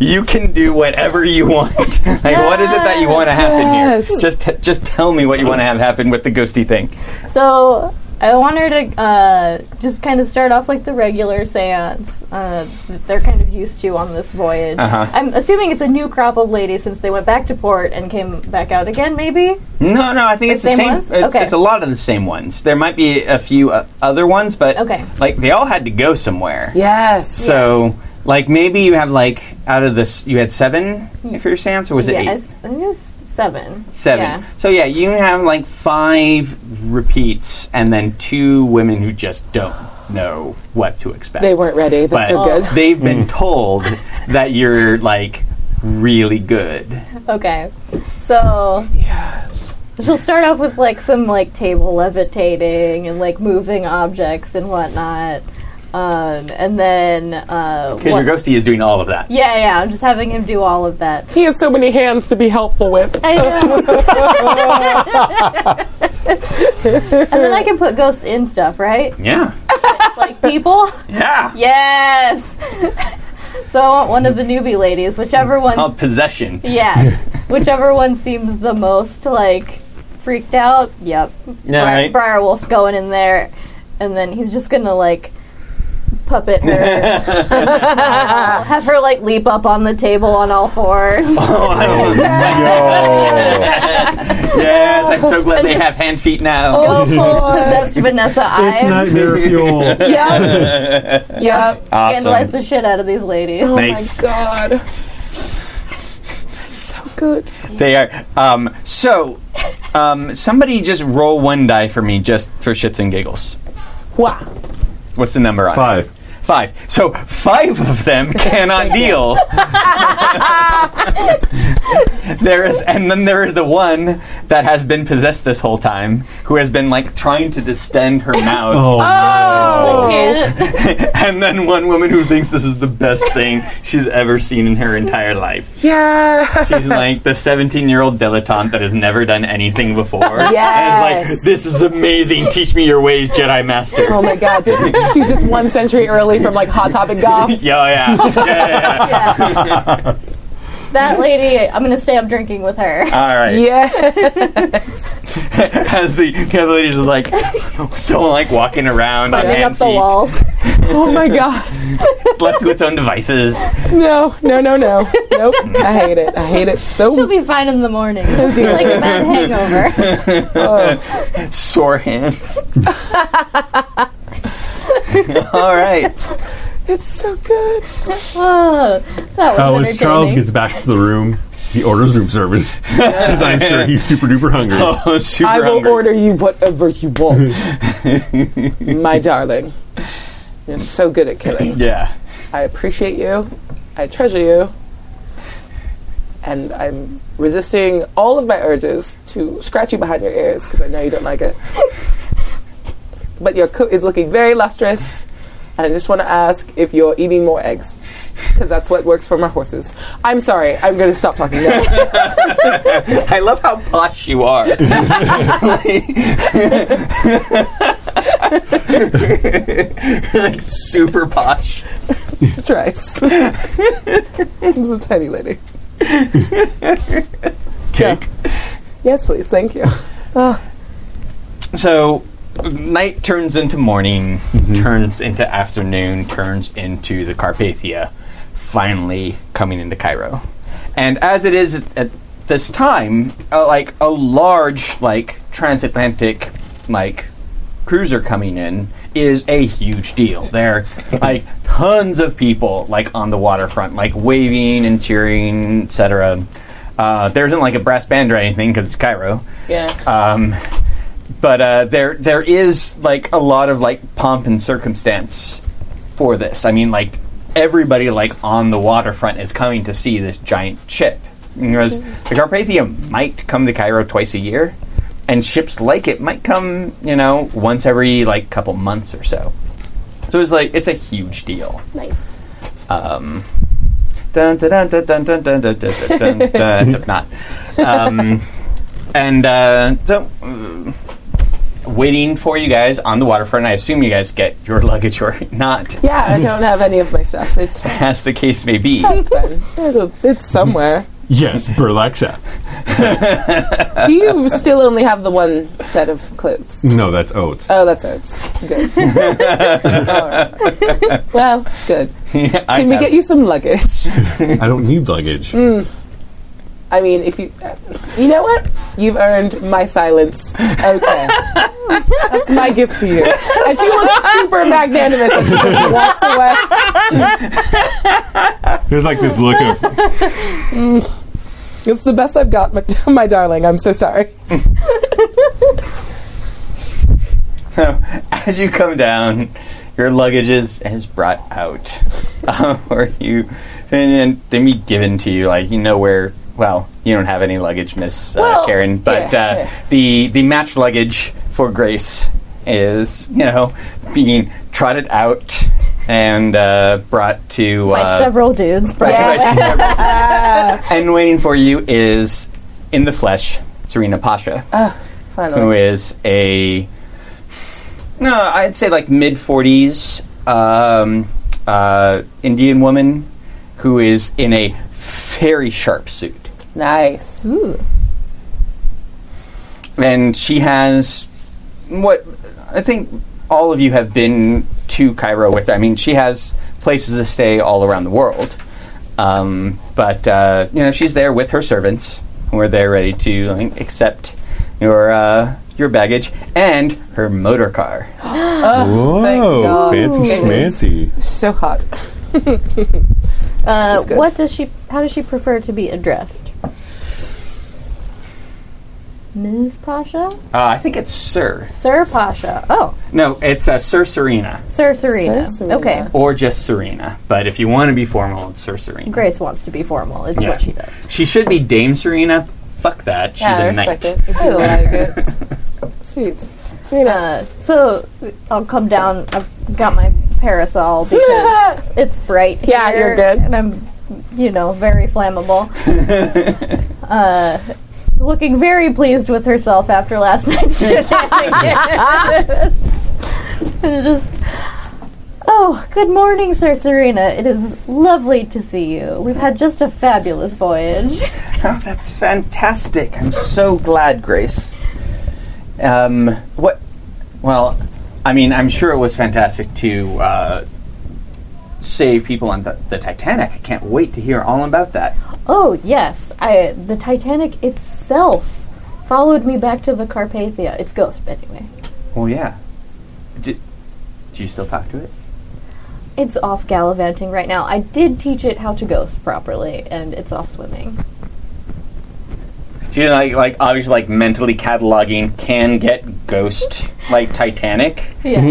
S1: You can do whatever you want. like, what is it that you want to happen here?
S2: Yes.
S1: Just, just tell me what you want to have happen with the ghosty thing.
S3: So I want her to uh, just kind of start off like the regular seance uh, that they're kind of used to on this voyage.
S1: Uh-huh.
S3: I'm assuming it's a new crop of ladies since they went back to port and came back out again, maybe?
S1: No, no, I think it's the
S3: same
S1: same.
S3: ones?
S1: It's,
S3: Okay.
S1: it's a lot of the same ones. There might be a few uh, other ones, but
S3: Okay.
S1: like they all had to go somewhere.
S2: Yes.
S1: So, like maybe you have like out of this, you had seven for your stance, or was it eight?
S3: yes. I think it was seven.
S1: Seven.
S3: Yeah.
S1: So yeah, you have like five repeats, and then two women who just don't know what to expect.
S2: They weren't ready.
S1: but
S2: That's so good.
S1: they've been told that you're like really good.
S3: Okay. So. She'll start off with like some like table levitating and like moving objects and whatnot, um, and then uh,
S1: Because your ghosty is doing all of that.
S3: yeah, yeah, I'm just having him do all of that.
S2: He has so many hands to be helpful with.
S3: I know. and then I can put ghosts in stuff, right?
S1: Yeah.
S3: Like people?
S1: Yeah.
S3: Yes! so I want one of the newbie ladies, whichever
S1: Called
S3: one.
S1: possession.
S3: Yeah. Whichever one seems the most, like, freaked out. Yep.
S1: Yeah, right.
S3: Briarwolf's going in there, and then he's just gonna, like, puppet her. Have her, like, leap up on the table on all fours.
S1: Oh, I love that.
S5: Yo.
S1: yes, I'm so glad they have hand feet now.
S2: Oh,
S3: Go full possessed Vanessa Ives.
S5: It's nightmare fuel.
S2: Yep. yep.
S3: Scandalize
S1: Awesome.
S3: the shit out of these ladies.
S1: Nice.
S2: oh My God. That's so good.
S1: They are. Um, so, um, somebody just roll one die for me, just for shits and giggles.
S2: Wow.
S1: What's the number on it?
S5: Five.
S1: Five. So five of them cannot deal. there is, and then there is the one that has been possessed this whole time, who has been like trying to distend her mouth,
S5: Oh,
S3: Can't-
S1: and then one woman who thinks this is the best thing she's ever seen in her entire life.
S2: Yeah.
S1: She's like the 17-year-old dilettante that has never done anything before, and is
S2: Yes.
S1: like, "This is amazing. Teach me your ways, Jedi Master."
S2: Oh my God. Just, she's just one century early from like Hot Topic golf.
S1: Yeah, yeah, yeah, yeah, yeah.
S3: that lady, I'm gonna stay up drinking with her.
S1: All right.
S2: Yeah.
S1: as the, the other lady's like so like walking around on
S3: Bring
S1: hand
S3: up the
S1: feet,
S3: walls.
S2: Oh my God.
S1: It's left to its own devices.
S2: No. No. No. No. Nope. I hate it. I hate it so.
S3: She'll be fine in the morning. So
S2: dear.
S3: like a bad hangover.
S1: Sore hands. All right.
S2: it's so good.
S3: Oh, that was
S5: Uh, when Charles
S3: entertaining.
S5: gets back to the room, he orders room service because I'm sure he's super duper hungry.
S1: Oh, super
S2: I will
S1: hungry.
S2: order you whatever you want, my darling. You're so good at killing.
S1: Yeah.
S2: I appreciate you. I treasure you. And I'm resisting all of my urges to scratch you behind your ears because I know you don't like it. but your coat is looking very lustrous. And I just want to ask if you're eating more eggs because that's what works for my horses. I'm sorry. I'm going to stop talking now.
S1: I love how posh you are. like super posh.
S2: She tries. She's a tiny lady.
S5: Cake.
S2: Yes, please. Thank you.
S1: So night turns into morning, turns into afternoon, turns into the Carpathia, finally coming into Cairo. And as it is at, at this time, uh, like a large like transatlantic like cruiser coming in is a huge deal. There like tons of people like on the waterfront, like waving and cheering, etc. Uh, there isn't like a brass band or anything because it's Cairo.
S2: Yeah.
S1: Um, but uh, there there is like a lot of like pomp and circumstance for this. I mean, like everybody like on the waterfront is coming to see this giant ship. Whereas the Carpathia might come to Cairo twice a year, and ships like it might come, you know, once every like couple months or so. So it's like it's a huge deal.
S6: Nice.
S1: Um, dun, dun, dun, dun, dun, dun, dun, dun, dun, dun, dun, dun, except not. Um, and uh, so, mm, waiting for you guys on the waterfront. I assume you guys get your luggage or not,
S2: Yeah, I don't have any of my stuff. It's fine.
S1: as the case may be.
S2: It's fine. There's a- It's somewhere.
S4: Yes, Burlaxa.
S2: Do you still only have the one set of clothes?
S5: No, that's oats.
S2: Oh, that's it. It's good. All right. Well, good.
S1: I
S2: Can we
S1: have-
S2: get you some luggage?
S5: I don't need luggage.
S2: I mean, if you, you know what? You've earned my silence. Okay, that's my gift to you. And she looks super magnanimous as she just walks away.
S5: There's like this look of
S2: It's the best I've got, my, my darling. I'm so sorry.
S1: So, as you come down, your luggage is, is brought out, um, or you and then they be given to you. Like you know where. Well, you don't have any luggage, Miss uh,
S2: Well,
S1: Karen, but
S2: yeah,
S1: uh,
S2: yeah.
S1: the the match luggage for Grace is you know being trotted out and uh, brought to
S3: by
S1: uh,
S3: several dudes.
S1: by-
S3: But
S1: by several- and waiting for you is in the flesh, Serena Pasha who
S2: Ah, Finally,
S1: is a no, I'd say like mid forties um, uh, Indian woman who is in a very sharp suit,
S2: nice.
S1: and she has what I think all of you have been to Cairo with. I mean, she has places to stay all around the world, um, but uh, you know she's there with her servants who are there ready to like, accept your uh, your baggage and her motor car.
S5: whoa,
S2: God.
S5: fancy
S2: Goodness.
S5: schmancy.
S2: So hot.
S3: uh,
S2: is good.
S3: what does she? How does she prefer to be addressed? Ms. Pasha,
S1: Uh, I think it's Sir.
S3: Sir Pasha. Oh,
S1: No, it's uh, Sir Serena
S3: Sir Serena.
S2: Sir Serena.
S3: Okay,
S1: or just Serena. But if you want to be formal, it's Sir Serena.
S3: Grace wants to be formal. It's
S1: Yeah.
S3: what she does.
S1: She should be Dame Serena. Fuck that. She's
S2: yeah, I
S1: a
S2: respect
S1: knight.
S2: it. I do like it. Sweet, sweet.
S3: Uh, so I'll come down. I've got my parasol because it's bright.
S2: Yeah,
S3: here,
S2: you're good.
S3: and I'm, you know, very flammable. uh, looking very pleased with herself after last night's shenanigans. and just. Oh, good morning, Sir Serena. It is lovely to see you. We've had just a fabulous voyage.
S1: Oh, that's fantastic. I'm so glad, Grace. Um, what? Well, I mean, I'm sure it was fantastic to uh, save people on the, the Titanic. I can't wait to hear all about that.
S3: Oh yes, I the Titanic itself followed me back to the Carpathia. It's ghost anyway.
S1: Well, yeah. Do, do you still talk to it?
S3: It's off gallivanting right now. I did teach it how to ghost properly, and it's off swimming.
S1: She's like, like obviously, like mentally cataloging can get ghost, like Titanic.
S3: Yeah,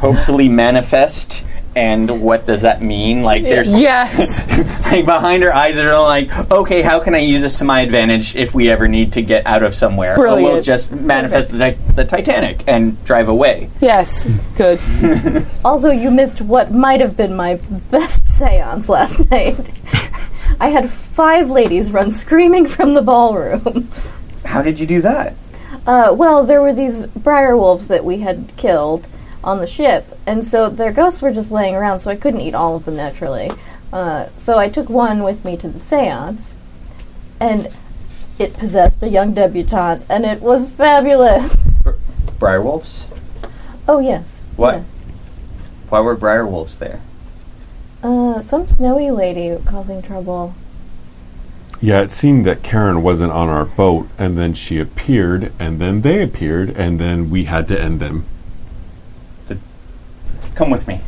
S1: Hopefully, manifest. And what does that mean? Like, there's
S2: yes.
S1: like behind her eyes are like, okay, how can I use this to my advantage if we ever need to get out of somewhere? Or we'll
S2: Brilliant.
S1: just manifest the the, the Titanic and drive away.
S2: Yes. Good.
S3: also, you missed what might have been my best seance last night. I had five ladies run screaming from the ballroom.
S1: How did you do that?
S3: Uh, well, there were these briar wolves that we had killed on the ship, and so their ghosts were just laying around, so I couldn't eat all of them naturally. Uh, so I took one with me to the seance, and it possessed a young debutante, and it was fabulous.
S1: Briarwolves?
S3: oh, yes.
S1: What?
S3: Yeah.
S1: Why were Briarwolves there?
S3: Uh, some snowy lady causing trouble.
S5: Yeah, it seemed that Karen wasn't on our boat, and then she appeared, and then they appeared, and then we had to end them.
S1: Come with me.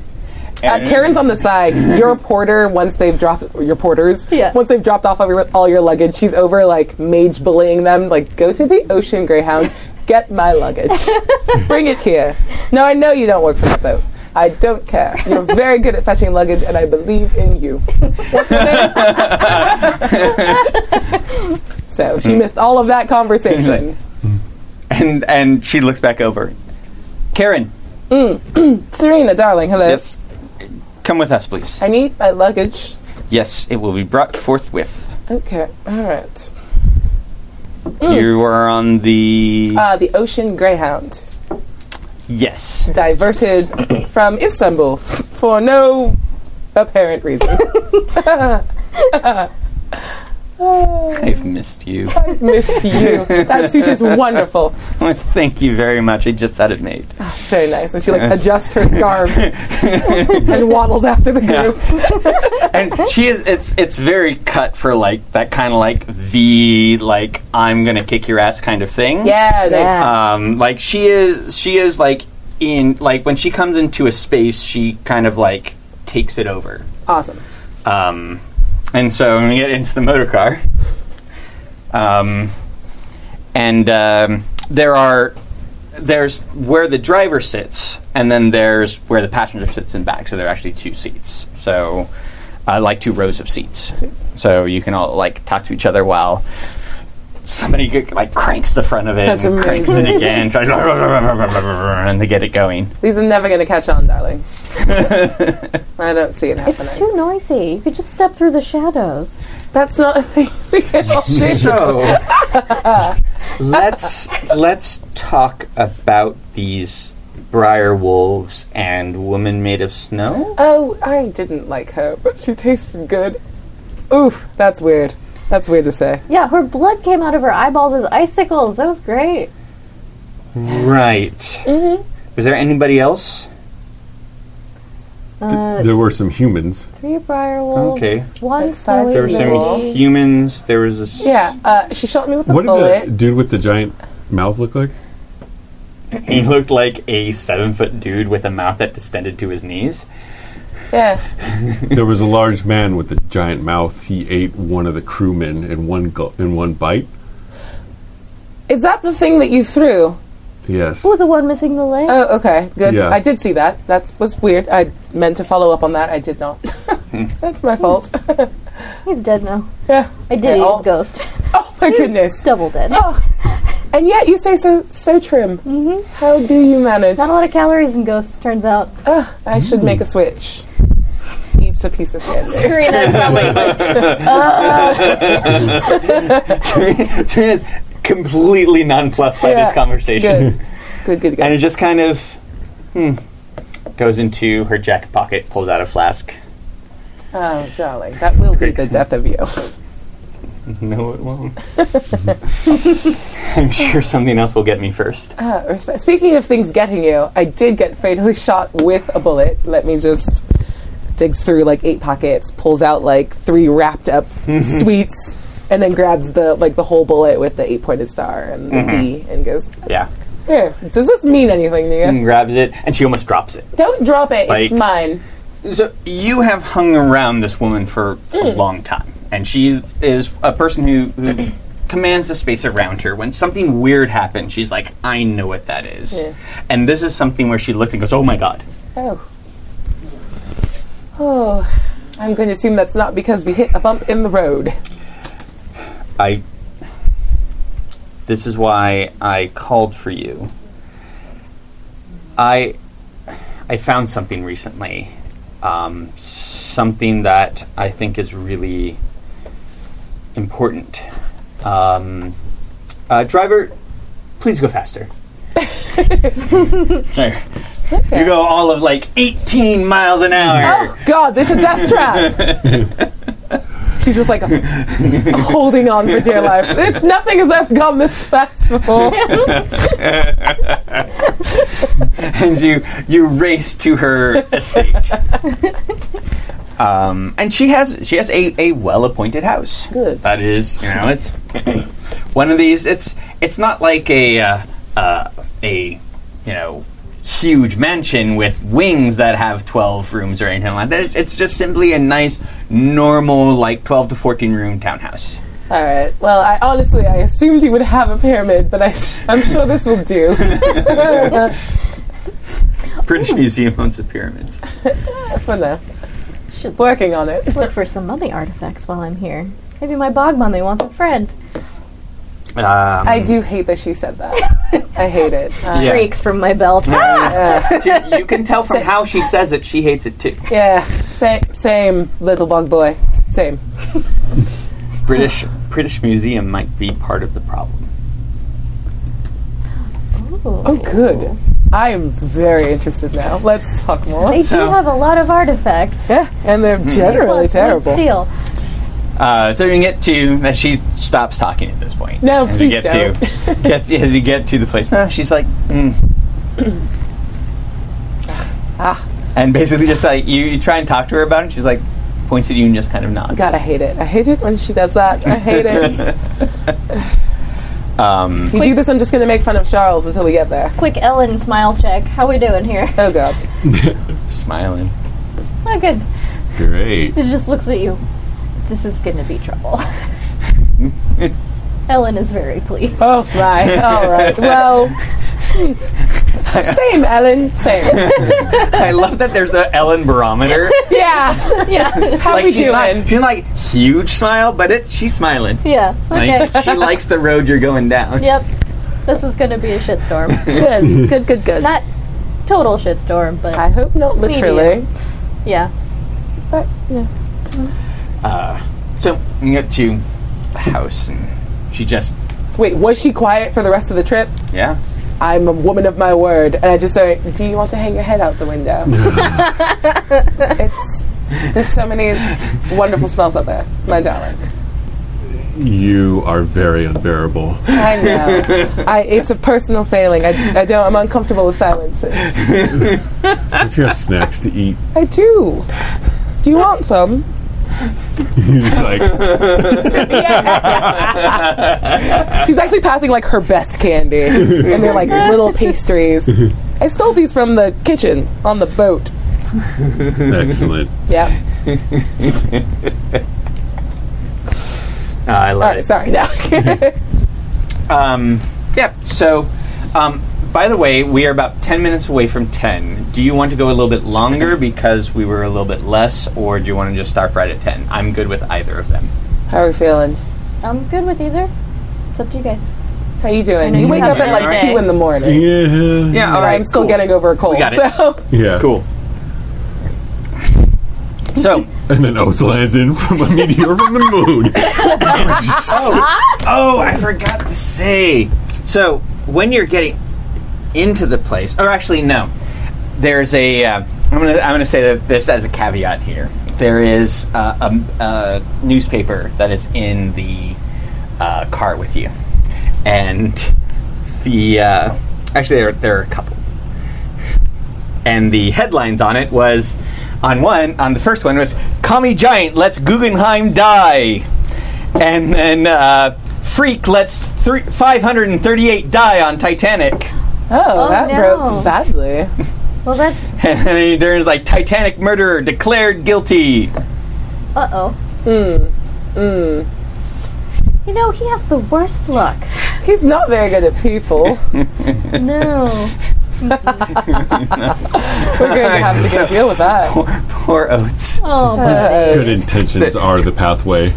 S6: Uh, Karen's on the side. Your porter, once they've dropped your porters,
S3: Yeah.
S6: once they've dropped off all your, all your luggage, she's over like mage bullying them. Like, go to the ocean, Greyhound. Get my luggage. Bring it here. No, I know you don't work for the boat. I don't care. You're very good at fetching luggage, and I believe in you. What's your name? so she missed all of that conversation.
S1: and and she looks back over. Karen.
S6: Serena, darling, hello.
S1: Yes. Come with us, please.
S6: I need my luggage.
S1: Yes, it will be brought forthwith.
S6: Okay, all right.
S1: You are on the
S6: Mm. Uh, the Ocean Greyhound.
S1: yes.
S6: diverted from Istanbul for no apparent reason.
S1: I've missed you.
S6: Missed you. That suit is wonderful.
S1: Thank you very much. I just had it made.
S6: It's very nice. And she like
S1: Yes.
S6: adjusts her scarves and waddles after the
S1: Yeah.
S6: group.
S1: and she is it's it's very cut for like that kind of like the like I'm gonna kick your ass kind of thing.
S6: Yeah, nice.
S3: Yeah.
S1: Um, like she is she is like in like when she comes into a space she kind of like takes it over.
S6: awesome.
S1: Um, and so when we get into the motor car, um, and um, there are there's where the driver sits, and then there's where the passenger sits in back. So there are actually two seats. So uh, like two rows of seats. So you can all like talk to each other while. Somebody get- like cranks the front of it
S6: That's
S1: and cranks it
S6: amazing.
S1: again, tries and they get it going.
S6: These are never going to catch on, darling. I don't see it happening.
S3: It's too noisy. You could just step through the shadows.
S6: That's not a thing we can all do.
S1: So let's let's talk about these briar wolves and woman made of snow.
S6: Oh, I didn't like her, but she tasted good. Oof, that's weird. That's weird to say.
S3: Yeah, her blood came out of her eyeballs as icicles. That was great.
S1: Right. Was Mm-hmm. there anybody else?
S3: Uh,
S5: There were some humans.
S3: three briar wolves.
S1: Okay.
S3: One
S6: Like five
S3: snowy
S1: There were some
S3: lady.
S1: humans. There was a s-
S6: Yeah, uh, she shot me with a
S5: What
S6: bullet.
S5: did the dude with the giant mouth look like?
S1: He looked like a seven foot dude with a mouth that distended to his knees.
S6: yeah.
S5: there was a large man with a giant mouth. He ate one of the crewmen in one go- in one bite.
S6: Is that the thing that you threw?
S5: Yes.
S3: Ooh, the one missing the leg.
S6: Oh, okay, good.
S5: Yeah.
S6: I did see that. That was weird. I meant to follow up on that. I did not.
S5: Hmm.
S6: That's my fault.
S3: He's dead now.
S6: yeah.
S3: I did eat
S6: all-
S3: his ghost.
S6: Oh my goodness.
S3: Double dead.
S6: And yet you say so so trim. Mm-hmm. How do you manage?
S3: Not a lot of calories in ghosts, turns out.
S6: Ugh, I should make a switch. Eats a piece of candy.
S3: Karina's probably
S1: Trina's completely nonplussed by
S6: Yeah,
S1: this conversation.
S6: Good. Good. Good.
S1: And
S6: Good.
S1: it just kind of hmm, goes into her jacket pocket, pulls out a flask.
S6: Oh, darling, that will be the death of you.
S1: No, it won't. I'm sure something else will get me first.
S6: Uh, respect. Speaking of things getting you, I did get fatally shot with a bullet. Let me just digs through like eight pockets, pulls out like three wrapped up sweets, and then grabs the like the whole bullet with the eight pointed star and the D, and goes,
S1: Yeah.
S6: "Here, does this mean anything to you?
S1: And grabs it, and she almost drops it.
S6: Don't drop it.
S1: Like-
S6: it's mine."
S1: So you have hung around this woman for a long time, and she is a person who, who commands the space around her. When something weird happens, she's like, "I know what that is,"
S6: Yeah.
S1: and this is something where she looked and goes, "Oh my god."
S6: Oh, oh, I'm going to assume that's not because we hit a bump in the road.
S1: I. This is why I called for you. I. I found something recently. Um, something that I think is really important. Um, uh, driver,
S7: please go faster.
S1: There. You go all of like 18 miles an hour.
S2: Oh God, it's a death trap. She's just like holding on for dear life. It's nothing as I've gone this fast before.
S1: As you you race to her estate. Um, and she has she has a, a well appointed house.
S2: Good.
S1: That is, you know, it's one of these. It's it's not like a uh, uh, a you know huge mansion with wings that have twelve rooms or anything like that. It's just simply a nice normal like twelve to fourteen room townhouse.
S2: All right. Well, I honestly I assumed you would have a pyramid, but I, am sure this will do.
S1: British Museum owns the pyramids.
S2: For now,
S3: Should
S2: working on it.
S3: look for some mummy artifacts while I'm here. Maybe my bog mummy wants a friend.
S1: Um,
S2: I do hate that she said that. I hate it. Uh,
S1: Yeah.
S3: Shrieks from my belt. Ah!
S1: Um, She- you can tell from how she says it, she hates it too.
S2: yeah. Same, same little bug boy. Same.
S1: British British Museum might be part of the problem.
S2: Oh, good. I am very interested now. Let's talk more.
S3: They
S1: So-
S3: do have a lot of artifacts.
S2: Yeah, and
S1: Hmm.
S2: they're generally
S3: Plus,
S2: terrible.
S3: Steel.
S1: Uh, so you can get to that. She stops talking at this point.
S2: No,
S1: as you
S2: please
S1: get To, get, as you get to the place, no, she's like, mm.
S2: Ah.
S1: and basically just like you, you try and talk to her about it. She's like, points at you and just kind of nods.
S2: God, I hate it. I hate it when she does that. I hate it.
S1: Um,
S2: you do this, I'm just going to make fun of Charles until we get there.
S3: Quick Ellen smile check. How we doing here?
S2: Oh, God.
S1: smiling.
S3: Oh, good.
S5: Great.
S3: It just looks at you. This is going to be trouble. Ellen is very pleased.
S2: Oh, right. All right. Well, same, Ellen. Same.
S1: I love that there's the Ellen barometer.
S2: Yeah.
S3: yeah.
S2: How
S1: like
S2: we
S1: she's
S2: doing?
S1: not, she's not like huge smile, but it's she's smiling.
S3: Yeah. Okay.
S1: Like she likes the road you're going down.
S3: Yep. This is going to be a shitstorm.
S2: good. Good, good, good.
S3: Not total shitstorm, but
S2: I hope not literally.
S3: yeah.
S2: But, yeah.
S1: So you get to the house, and she just
S2: Wait, was she quiet for the rest of the trip?
S1: yeah.
S2: I'm a woman of my word. And I just say, Do you want to hang your head out the window? it's. There's so many wonderful smells out there, my darling.
S5: You are very unbearable.
S2: I know. I, it's a personal failing. I, I don't. I'm uncomfortable with silences.
S5: Don't you have snacks to eat?
S2: I do. Do you want some?
S5: He's like,
S2: She's actually passing like her best candy, and they're like little pastries. I stole these from the kitchen on the boat.
S5: excellent.
S2: Yeah.
S1: Uh, I
S2: All
S1: love
S2: right. Sorry. Now.
S1: Um, yeah. So, um, by the way, we are about ten minutes away from ten. Do you want to go a little bit longer because we were a little bit less, or do you want to just start right at ten? I'm good with either of them.
S2: How are we feeling?
S3: I'm good with either. It's up to you guys.
S2: How you doing?
S3: know
S2: You
S3: you
S2: wake
S3: have
S2: up at
S3: a
S2: like
S3: good
S2: two
S3: day.
S2: in the morning.
S5: Yeah.
S1: Yeah.
S2: All right. Mm, I'm still getting over a cold.
S1: got it.
S2: So
S5: Yeah.
S1: Cool. So,
S5: And then Oates lands in from a meteor from the moon.
S1: oh, I forgot to say. So, when you're getting into the place, or actually, no, there's a. Uh, I'm gonna I'm gonna say that this as a caveat here. There is uh, a, m- a newspaper that is in the uh, car with you, and the uh, actually there there are a couple, and the headlines on it was on one on the first one was "Commie Giant lets Guggenheim die," and then uh, "Freak lets three, 538 die on Titanic."
S2: oh,
S3: Oh,
S2: that
S3: no.
S2: broke badly.
S3: Well, that.
S1: And then Duran's like, Titanic murderer declared guilty.
S3: Uh oh. Hmm. Mm. You know, he has the worst luck.
S2: He's not very good at people.
S3: No.
S2: We're going to have to go deal with that.
S1: Poor, poor Oates.
S3: Oh, pussy.
S5: Good intentions are the pathway.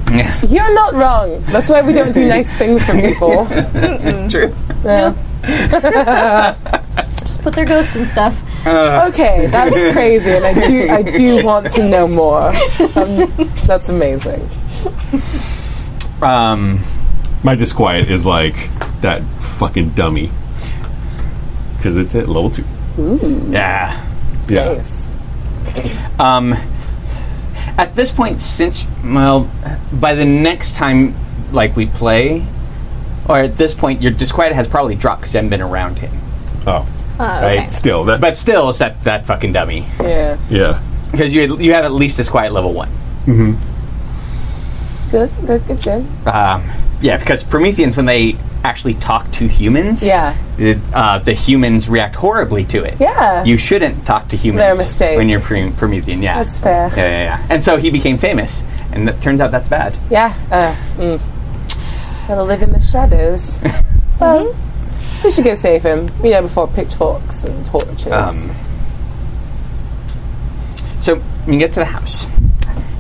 S2: You're not wrong. That's why we don't do nice things for people.
S1: True.
S2: Yeah.
S3: just put their ghosts and stuff.
S2: Okay, that's crazy, and I do I do want to know more. Um, that's amazing.
S1: Um,
S5: My disquiet is like, that fucking dummy. Because it's at level two.
S1: Yeah.
S5: Yeah.
S2: Nice.
S1: Um, at this point, since well, by the next time like we play, or at this point, your disquiet has probably dropped because you haven't been around him.
S5: Oh.
S3: Uh,
S1: Right.
S3: okay.
S5: Still, that.
S1: But still, it's that that fucking dummy
S2: Yeah.
S5: yeah.
S1: because you you have at least disquiet level one.
S6: Good, good, good, good.
S1: Um, yeah, because Prometheans when they actually talk to humans,
S2: Yeah.
S1: it, uh, the humans react horribly to it.
S2: Yeah.
S1: You shouldn't talk to humans
S2: They're a mistake.
S1: when you're pre- Promethean. Yeah.
S2: That's fair.
S1: Yeah, yeah, yeah. And so he became famous, and it turns out that's bad.
S2: Yeah. Uh,
S6: Gotta live in the shadows.
S2: Um, we should go save him. You know, before pitchforks and torches.
S1: Um, so you get to the house,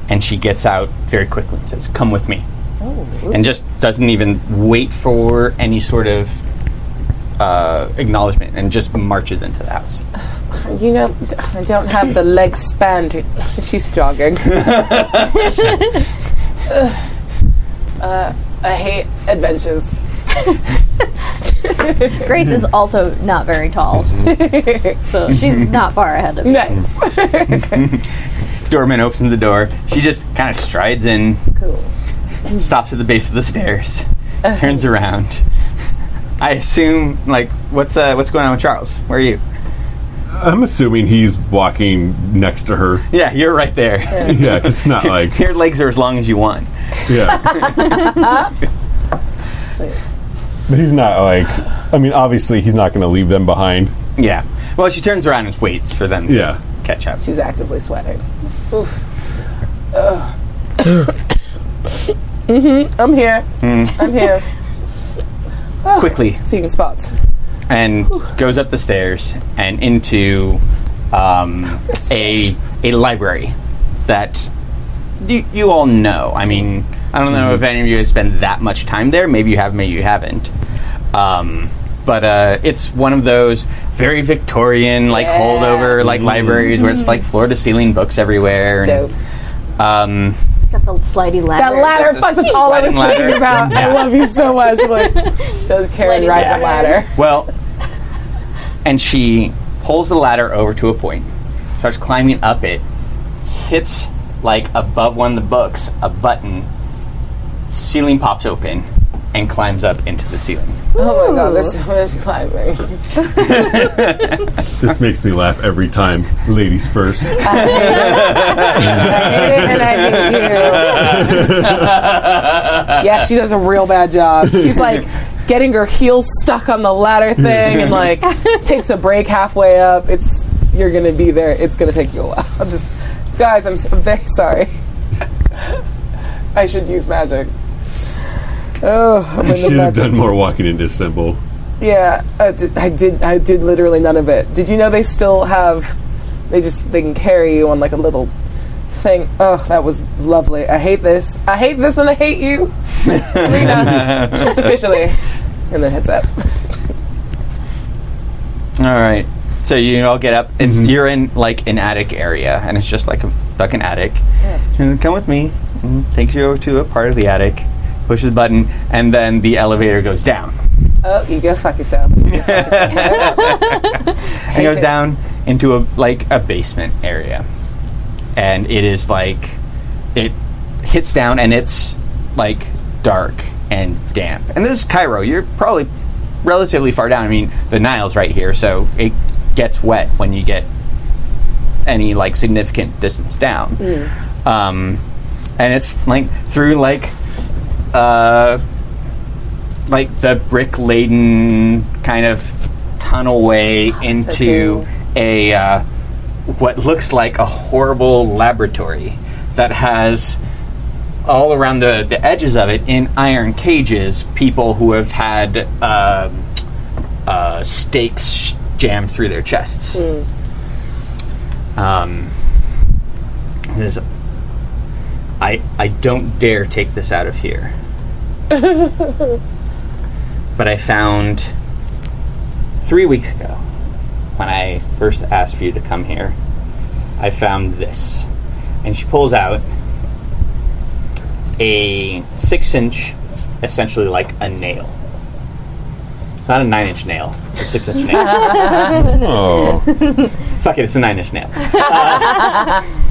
S1: and she gets out very quickly and says, "Come with me," and just doesn't even wait for any sort of uh, acknowledgement, and just marches into the house.
S2: you know, I don't have the leg span to. She's jogging. Uh,
S6: I hate adventures.
S3: Grace is also not very tall, so she's not far ahead of me.
S2: nice.
S1: Doorman opens the door. She just kind of strides in,
S2: Cool.
S1: stops at the base of the stairs, turns around. I assume, like, what's uh, what's going on with Charles? Where are you?
S5: I'm assuming he's walking next to her.
S1: Yeah, you're right there.
S5: yeah, 'cause it's not like.
S1: Your legs are as long as you want.
S5: Yeah. but he's not like. I mean, obviously, he's not going to leave them behind.
S1: Yeah. Well, she turns around and waits for them. to
S5: Yeah.
S1: Catch up.
S2: She's actively sweating. Just, oof. mm-hmm. I'm here. I'm here.
S1: Quickly,
S2: Seeing spots.
S1: and goes up the stairs and into um, a a library that you, you all know. I mean, I don't know if any of you have spent that much time there. Maybe you have, maybe you haven't. Um, but uh, it's one of those very Victorian, like
S2: Yeah. Mm-hmm.
S1: holdover, like libraries where it's like floor to ceiling books everywhere.
S2: Dope.
S1: And, um,
S3: Got the slidey
S2: That
S3: ladder.
S2: ladder
S1: That's
S2: fuck
S1: a
S2: was all I was
S1: sliding ladder.
S2: thinking about. I
S1: Yeah.
S2: love you so much. I'm like, does Karen
S3: Sliding
S2: ride the
S3: ladder.
S2: ladder?
S1: Well, and she pulls the ladder over to a point, starts climbing up it, hits like above one of the books a button, ceiling pops open, and climbs up into the ceiling.
S2: Oh my god, there's so much climbing.
S5: This makes me laugh every time. Ladies first.
S2: I hate it and I hate you. yeah, she does a real bad job. Um, She's like getting her heels stuck on the ladder thing and like takes a break halfway up. It's you're gonna be there. It's gonna take you a while. I'm just guys, I'm, s am very sorry. I should use magic. Oh, I'm in the
S5: Should have
S2: magic.
S5: done more walking into symbol.
S2: Yeah, I did, I did. I did literally none of it. Did you know they still have? They just they can carry you on like a little thing. Ugh, that was lovely. I hate this. I hate this, and I hate you, Serena. Just officially, and then heads up.
S1: All right. So you all get up. It's you're in like an attic area, and it's just like a fucking attic. And Come with me. And Takes you over to a part of the attic, pushes a button, and then the elevator goes down.
S2: Oh, you go fuck yourself.
S1: It goes
S2: it.
S1: down into a like a basement area, and it is like it hits down and it's like dark and damp. And this is Cairo. You're probably relatively far down. I mean, the Nile's right here, so it gets wet when you get any like significant distance down. Um, and it's like through like uh, like the brick laden kind of tunnel way into a uh, what looks like a horrible laboratory that has all around the, the edges of it in iron cages people who have had um uh, stakes jammed through their chests. Um, this, I I don't dare take this out of here. but I found three weeks ago when I first asked for you to come here. I found this, and she pulls out a six-inch, essentially like a nail, It's not a nine inch nail. It's a six inch nail.
S5: Oh,
S1: Fuck it, it's a nine inch nail.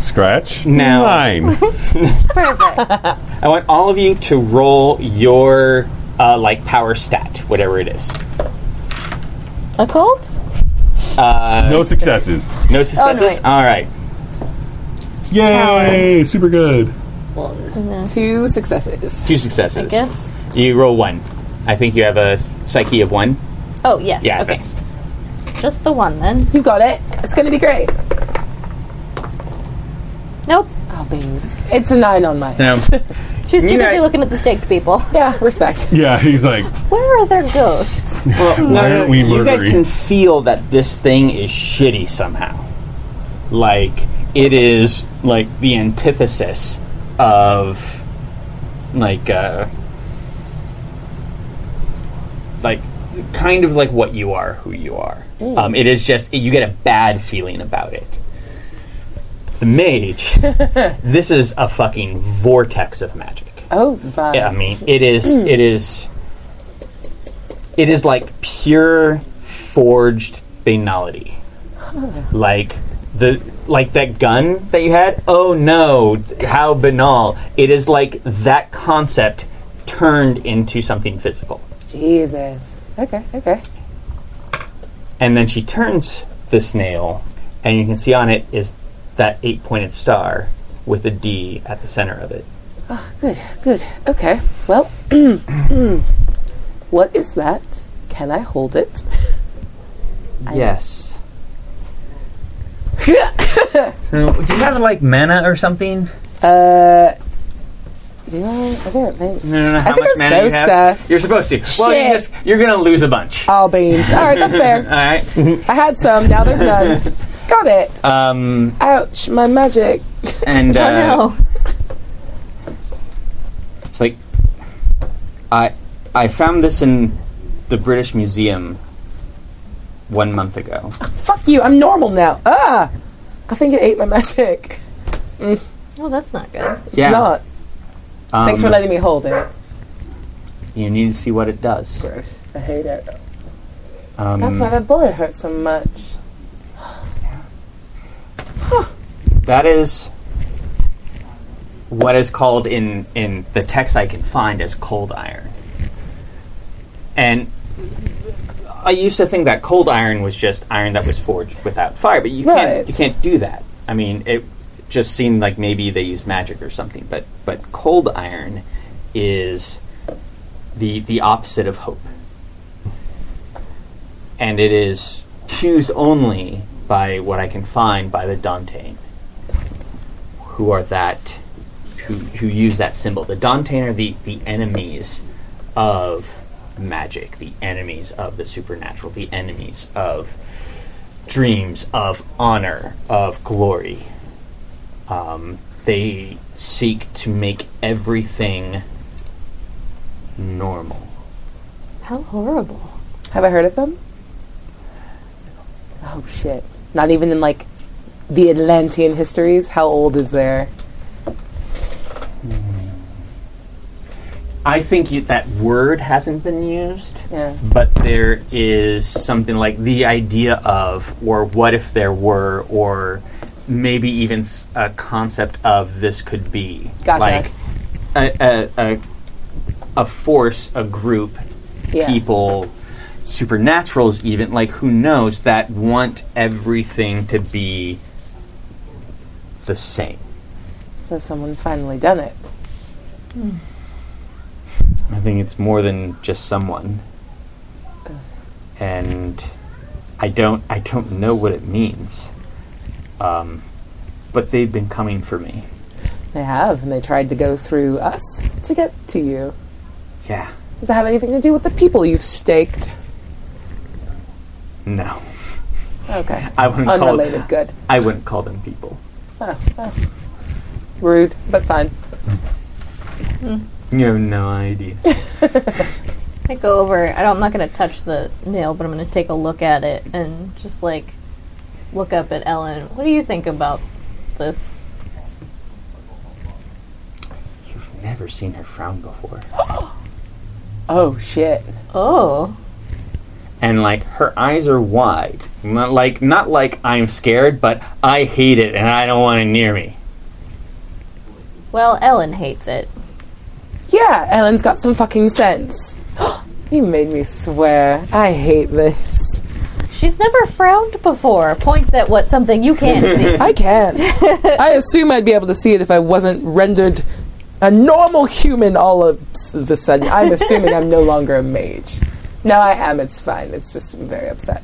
S5: scratch.
S1: No.
S5: Nine.
S3: Perfect.
S1: I want all of you to roll your uh, like power stat, whatever it is.
S3: A cold?
S5: No successes.
S1: No successes.
S6: wait.
S1: all right.
S5: Yay! Super good.
S6: One, two successes.
S1: Two successes.
S3: Guess.
S1: You roll one. I think you have a psyche of one.
S3: Oh yes.
S1: Yeah.
S3: okay.
S1: that's-
S3: Just the one then.
S6: You got it. It's gonna be great.
S3: Nope.
S2: Oh, beans. It's a nine on mine.
S1: No.
S3: She's too
S1: You
S3: busy
S1: guys-
S3: looking at the staked people.
S2: Yeah, respect.
S5: Yeah, he's like,
S3: Where are their ghosts?
S1: Well, no,
S5: aren't
S1: no,
S5: we
S1: you guys
S5: murdering?
S1: can feel that this thing is shitty somehow. Like it is like the antithesis of like uh like kind of like what you are, who you are. Um, it is just you get a bad feeling about it. The mage, this is a fucking vortex of magic.
S2: Oh, my.
S1: Yeah, I mean, it is. It is. It is like pure forged banality. Like the like that gun that you had. Oh no! How banal! It is like that concept turned into something physical.
S2: Jesus. Okay, okay.
S1: And then she turns this nail, and you can see on it is that eight-pointed star with a D at the center of it.
S2: Good, good. Okay. Well, what is that? Can I hold it?
S1: Yes. so, do you have like mana or something?
S2: Uh, do I? I don't think.
S1: I don't know how
S2: think
S1: much
S2: I'm
S1: mana you
S2: supposed
S1: have. You're supposed to. Well, you
S2: Shit.
S1: just, you're gonna lose a bunch.
S6: Oh.
S2: All beans. All right, that's fair.
S1: All right.
S2: I had some. Now there's none. Got it.
S1: Um,
S6: Ouch! My magic.
S1: and
S6: Oh,
S1: uh,
S3: No.
S1: it's like I I found this in the British Museum one month ago.
S2: Fuck you. I'm normal now. Ah, I think it ate my magic.
S3: Oh, that's not good.
S1: Yeah.
S2: Not.
S1: Um,
S2: Thanks for letting me hold it.
S1: You need to see what it does.
S2: Gross. I hate it.
S1: Um,
S2: That's why that bullet hurt so much.
S1: That is what is called in in the text I can find as cold iron. And I used to think that cold iron was just iron that was forged without fire, but you
S2: Right.
S1: can't you can't do that. I mean, it just seemed like maybe they used magic or something, but but cold iron is the the opposite of hope. And it is fused only by what I can find by the Dantean who are that who who use that symbol. The Dantean are the, the enemies of magic, the enemies of the supernatural, the enemies of dreams, of honor, of glory. Um, they seek to make everything normal.
S3: How horrible.
S2: Have I heard of them? Oh shit! Not even in like the Atlantean histories. How old is there?
S1: I think you, that word hasn't been used.
S2: Yeah.
S1: but there is something like the idea of, or what if there were, or maybe even s- a concept of this could be.
S2: Gotcha.
S1: Like a, a, a, a force, a group,
S2: Yeah.
S1: people, supernaturals, even, like who knows, that want everything to be the same.
S2: So someone's finally done it.
S1: I think it's more than just someone. And I don't I don't know what it means. Um, but they've been coming for me.
S2: They have, and they tried to go through us to get to you.
S1: Yeah.
S2: Does that have anything to do with the people you've staked?
S1: No.
S2: Okay.
S1: I wouldn't
S2: Unrelated.
S1: call
S2: Good.
S1: I wouldn't call them people.
S2: Rude, but fun.
S1: You have no idea.
S3: I go over. I don't, I'm not going to touch the nail, but I'm going to take a look at it and just like look up at Ellen. What do you think about this?
S1: You've never seen her frown before.
S2: Oh shit.
S3: Oh,
S1: and like her eyes are wide. Not like not like I'm scared, but I hate it and I don't want it near me.
S3: Well, Ellen hates it.
S2: Yeah, Ellen's got some fucking sense. you made me swear. I hate this.
S3: She's never frowned before. Points at what something you can't see.
S2: I can't. I assume I'd be able to see it if I wasn't rendered a normal human all of s- of a sudden. I'm assuming I'm no longer a mage. No, I am. It's fine. It's just I'm very upset.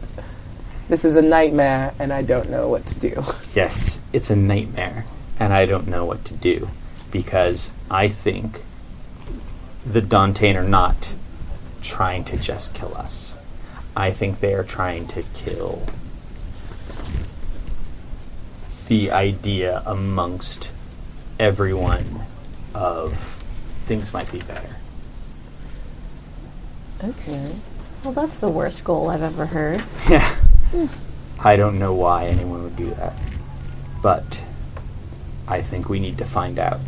S2: This is a nightmare, and I don't know what to do.
S1: Yes, it's a nightmare, and I don't know what to do because I think the Dantean are not trying to just kill us. I think they are trying to kill the idea amongst everyone of things might be better.
S2: Okay.
S3: well, that's the worst goal I've ever heard.
S1: Yeah. I don't know why anyone would do that. But I think we need to find out.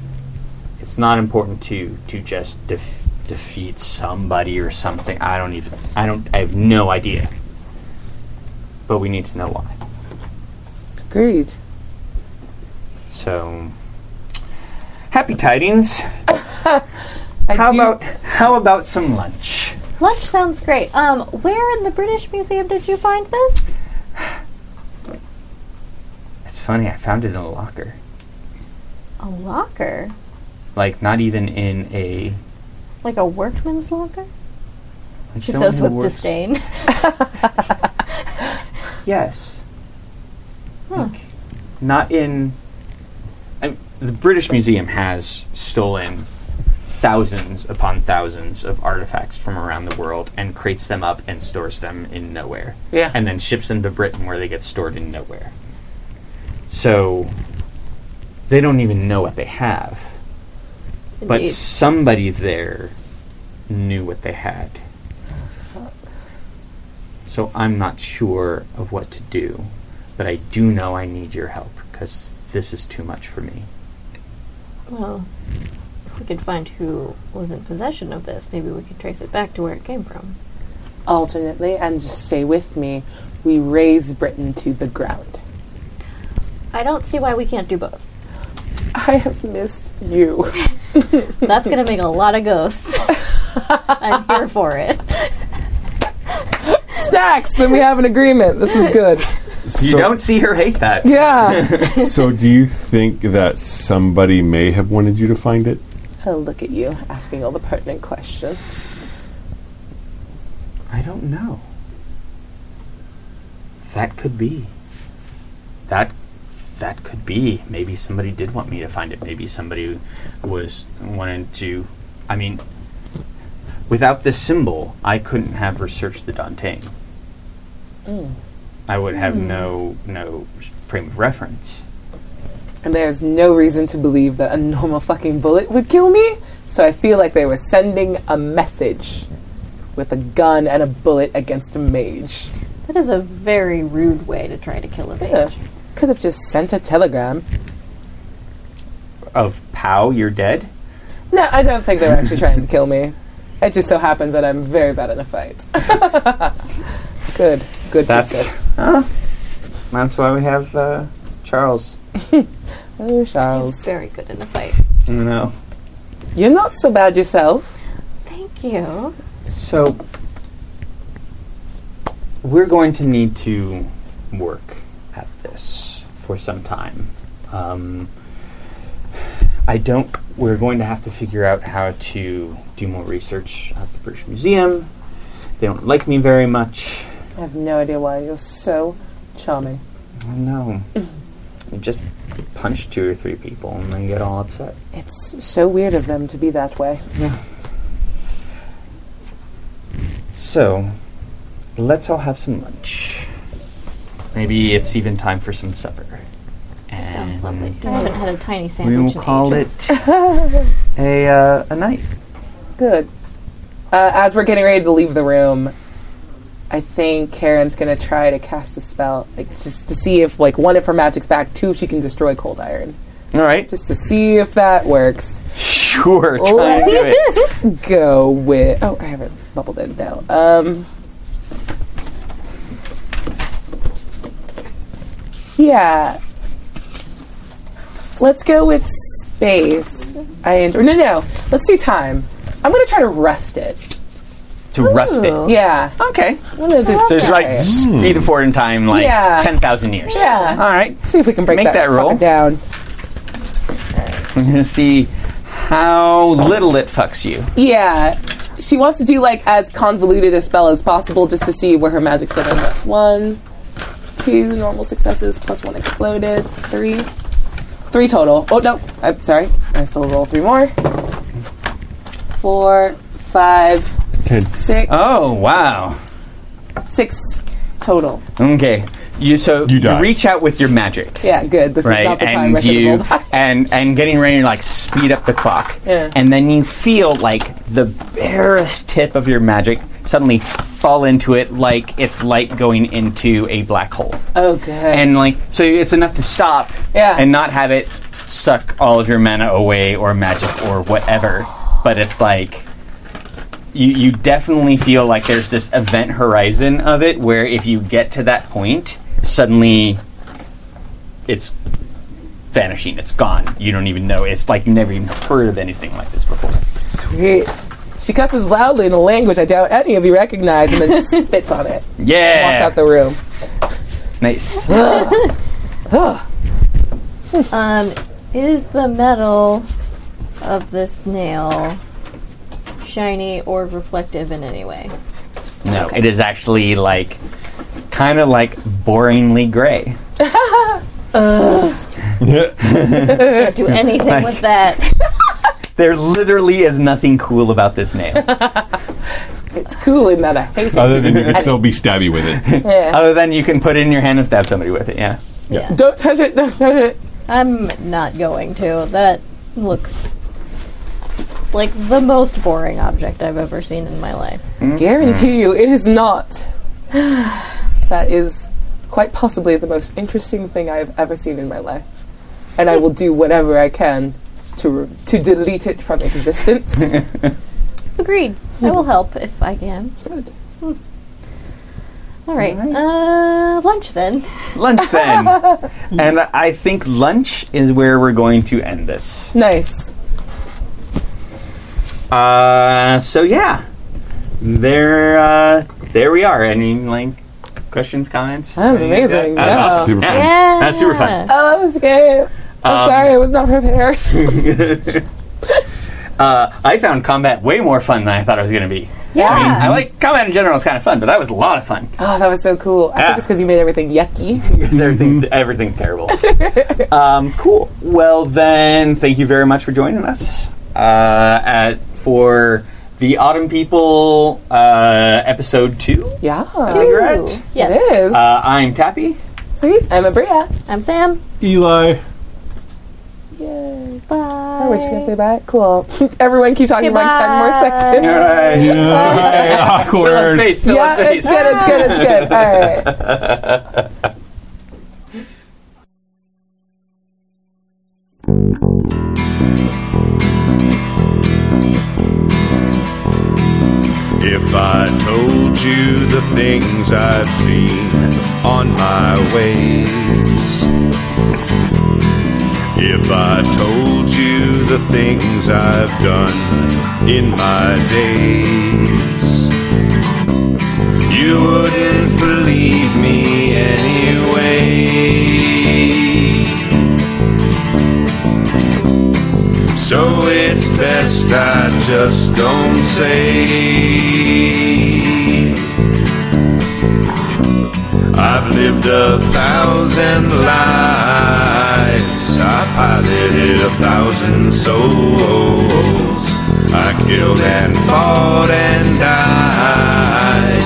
S1: It's not important to to just def- defeat somebody or something. I don't even I don't I have no idea. But we need to know why.
S2: Agreed.
S1: So happy tidings.
S2: I
S1: How
S2: do-
S1: about how about some lunch?
S3: Lunch sounds great. Um, where in the British Museum did you find this?
S1: It's funny, I found it in a locker.
S3: A locker,
S1: Like not even in a
S3: like a workman's locker.
S1: like
S3: She
S1: someone
S3: says
S1: who
S3: with
S1: works-
S3: disdain.
S1: Yes. Like, not in. I, the British Museum has stolen thousands upon thousands of artifacts from around the world and crates them up and stores them in nowhere.
S2: Yeah.
S1: And then ships them to Britain where they get stored in nowhere. So they don't even know what they have. But
S3: Indeed.
S1: somebody there knew what they had. So I'm not sure of what to do, but I do know I need your help because this is too much for me.
S3: Well, if we could find who was in possession of this, maybe we could trace it back to where it came from.
S2: alternately, and just stay with me. We raise Britain to the ground.
S3: I don't see why we can't do both.
S2: I have missed you.
S3: That's gonna make a lot of ghosts. I'm here for it.
S2: Snacks. Then we have an agreement. This is good.
S1: You
S5: So,
S1: don't see her hate that.
S2: Yeah.
S5: so do you think that somebody may have wanted you to find it?
S2: oh, look at you asking all the pertinent questions.
S1: I don't know. That could be. That that could be. Maybe somebody did want me to find it. Maybe somebody was wanted to. I mean, without this symbol, I couldn't have researched the Dantean. I would have no no frame of reference.
S2: And there's no reason to believe that a normal fucking bullet would kill me. So I feel like they were sending a message with a gun and a bullet against a mage.
S3: That is a very rude way to try to kill a mage.
S2: Yeah. Could have just sent a telegram.
S1: Of Pow, you're dead.
S2: No, I don't think they were actually trying to kill me. It just so happens that I'm very bad in a fight. good, good. good,
S1: That's that's why we have uh, Charles.
S2: good. Oh,
S3: He's
S2: Charles,
S3: very good in a fight.
S1: No.
S2: you're not so bad yourself.
S3: Thank you.
S1: So we're going to need to work at this for some time. Um, I don't. We're going to have to figure out how to do more research at the British Museum. They don't like me very much.
S2: I have no idea why you're so charming.
S1: I know. I just punch two or three people and they get all upset.
S2: It's so weird of them to be that way.
S1: So, let's all have some lunch. Maybe it's even time for some supper. And
S3: Sounds lovely. I haven't had a tiny
S1: We
S3: sandwich.
S1: will
S3: in
S1: call
S3: ages.
S1: it a uh, a night.
S2: Good. Uh, as we're getting ready to leave the room, I think Karen's gonna try to cast a spell, like just to see if like one if her magic's back, two if she can destroy cold iron,
S1: All right.
S2: just to see if that works.
S1: Sure. Try and do it.
S2: oh, Go with. Oh, I haven't bubbled it now. Um, Yeah. Let's go with space. I enjoy. No, no. Let's do time. I'm gonna try to rest it.
S1: to rust it.
S2: Yeah.
S1: Okay.
S2: I'm gonna just
S1: So it's like
S2: Okay.
S1: speed of forward in time, like
S2: Yeah.
S1: 10,000 years.
S2: Yeah.
S1: All right.
S2: see if we can break
S1: Make
S2: that,
S1: that roll.
S2: fucker down.
S1: I'm going to see how little it fucks you.
S2: Yeah. She wants to do like as convoluted a spell as possible just to see where her magic's at. And That's one, two normal successes plus one exploded, three, three total. Oh no, I'm sorry. I still roll three more. Four, five,
S5: Ten.
S2: six,
S1: Oh, wow.
S2: six total.
S1: Okay. You so you,
S5: die.
S1: reach out with your magic.
S2: Yeah, good. This is
S1: Right,
S2: not the time I
S1: and
S2: should
S1: you
S2: have rolled.
S1: and and getting ready to like speed up the clock,
S2: Yeah.
S1: and then you feel like the barest tip of your magic suddenly fall into it, like it's light going into a black hole.
S2: oh, good.
S1: and like so it's enough to stop
S2: Yeah.
S1: and not have it suck all of your mana away or magic or whatever but it's like you, you definitely feel like there's this event horizon of it where if you get to that point suddenly it's vanishing it's gone you don't even know it's like you never even heard of anything like this before
S2: Sweet. She cusses loudly in a language I doubt any of you recognize and then spits on it. Walks
S1: yeah
S2: out the room.
S1: nice
S3: Um, is the metal of this nail shiny or reflective in any way?
S1: no it is actually like kind of like boringly gray
S3: Can't do anything with that.
S1: There literally is nothing cool about this nail,
S2: It's cool in that I hate it.
S5: Other than you can still be stabby with it.
S1: other than you can put it in your hand and stab somebody with it. Yeah.
S2: Don't touch it, don't touch it.
S3: I'm not going to. That looks like the most boring object I've ever seen in my life.
S2: Mm. Guarantee you it is not. that is quite possibly the most interesting thing I have ever seen in my life. And I will do whatever I can to, re- to delete it from existence.
S3: Agreed. I will help if I can.
S2: Good.
S3: Hmm. All right. Uh, lunch then.
S1: Lunch then. and I think lunch is where we're going to end this.
S2: nice.
S1: Uh, so yeah, there, uh, there we are. Any like questions, comments?
S2: That was
S1: Any of
S2: amazing.
S1: That- that's
S2: Yeah.
S1: awesome.
S5: Super fun.
S3: Yeah.
S1: That's super fun.
S2: Oh, that was good. I'm
S1: Um,
S2: sorry, I was not prepared.
S1: Uh, I found combat way more fun than I thought it was going to be.
S3: Yeah.
S1: I mean, I like combat in general is kind of fun, but that was a lot of fun.
S2: Oh, that was so cool. I
S1: Yeah.
S2: think it's because you made everything yucky.
S1: because everything's everything's terrible. um, cool. Well, then, thank you very much for joining us uh, at for the Autumn People uh, episode two.
S2: Yeah.
S1: Correct.
S3: Yes.
S2: It is.
S1: Uh, I'm Tappy.
S2: Sweet. I'm a Bria.
S3: I'm Sam.
S5: Eli.
S2: Yay.
S3: Bye.
S2: We're just going to say bye. Cool. Everyone keep talking
S3: Okay,
S2: for like 10 more
S3: bye.
S2: seconds.
S1: Fill up
S5: Awkward.
S1: space. Fill up
S2: Yeah,
S1: space.
S2: it's good, it's good, it's good. All right.
S7: If I told you the things I've seen on my ways, if I told you the things I've done in my days, you wouldn't believe me anyway. So it's best I just don't say. I've lived a thousand lives. I piloted a thousand souls. I killed and fought and died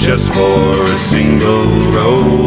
S7: just for a single role.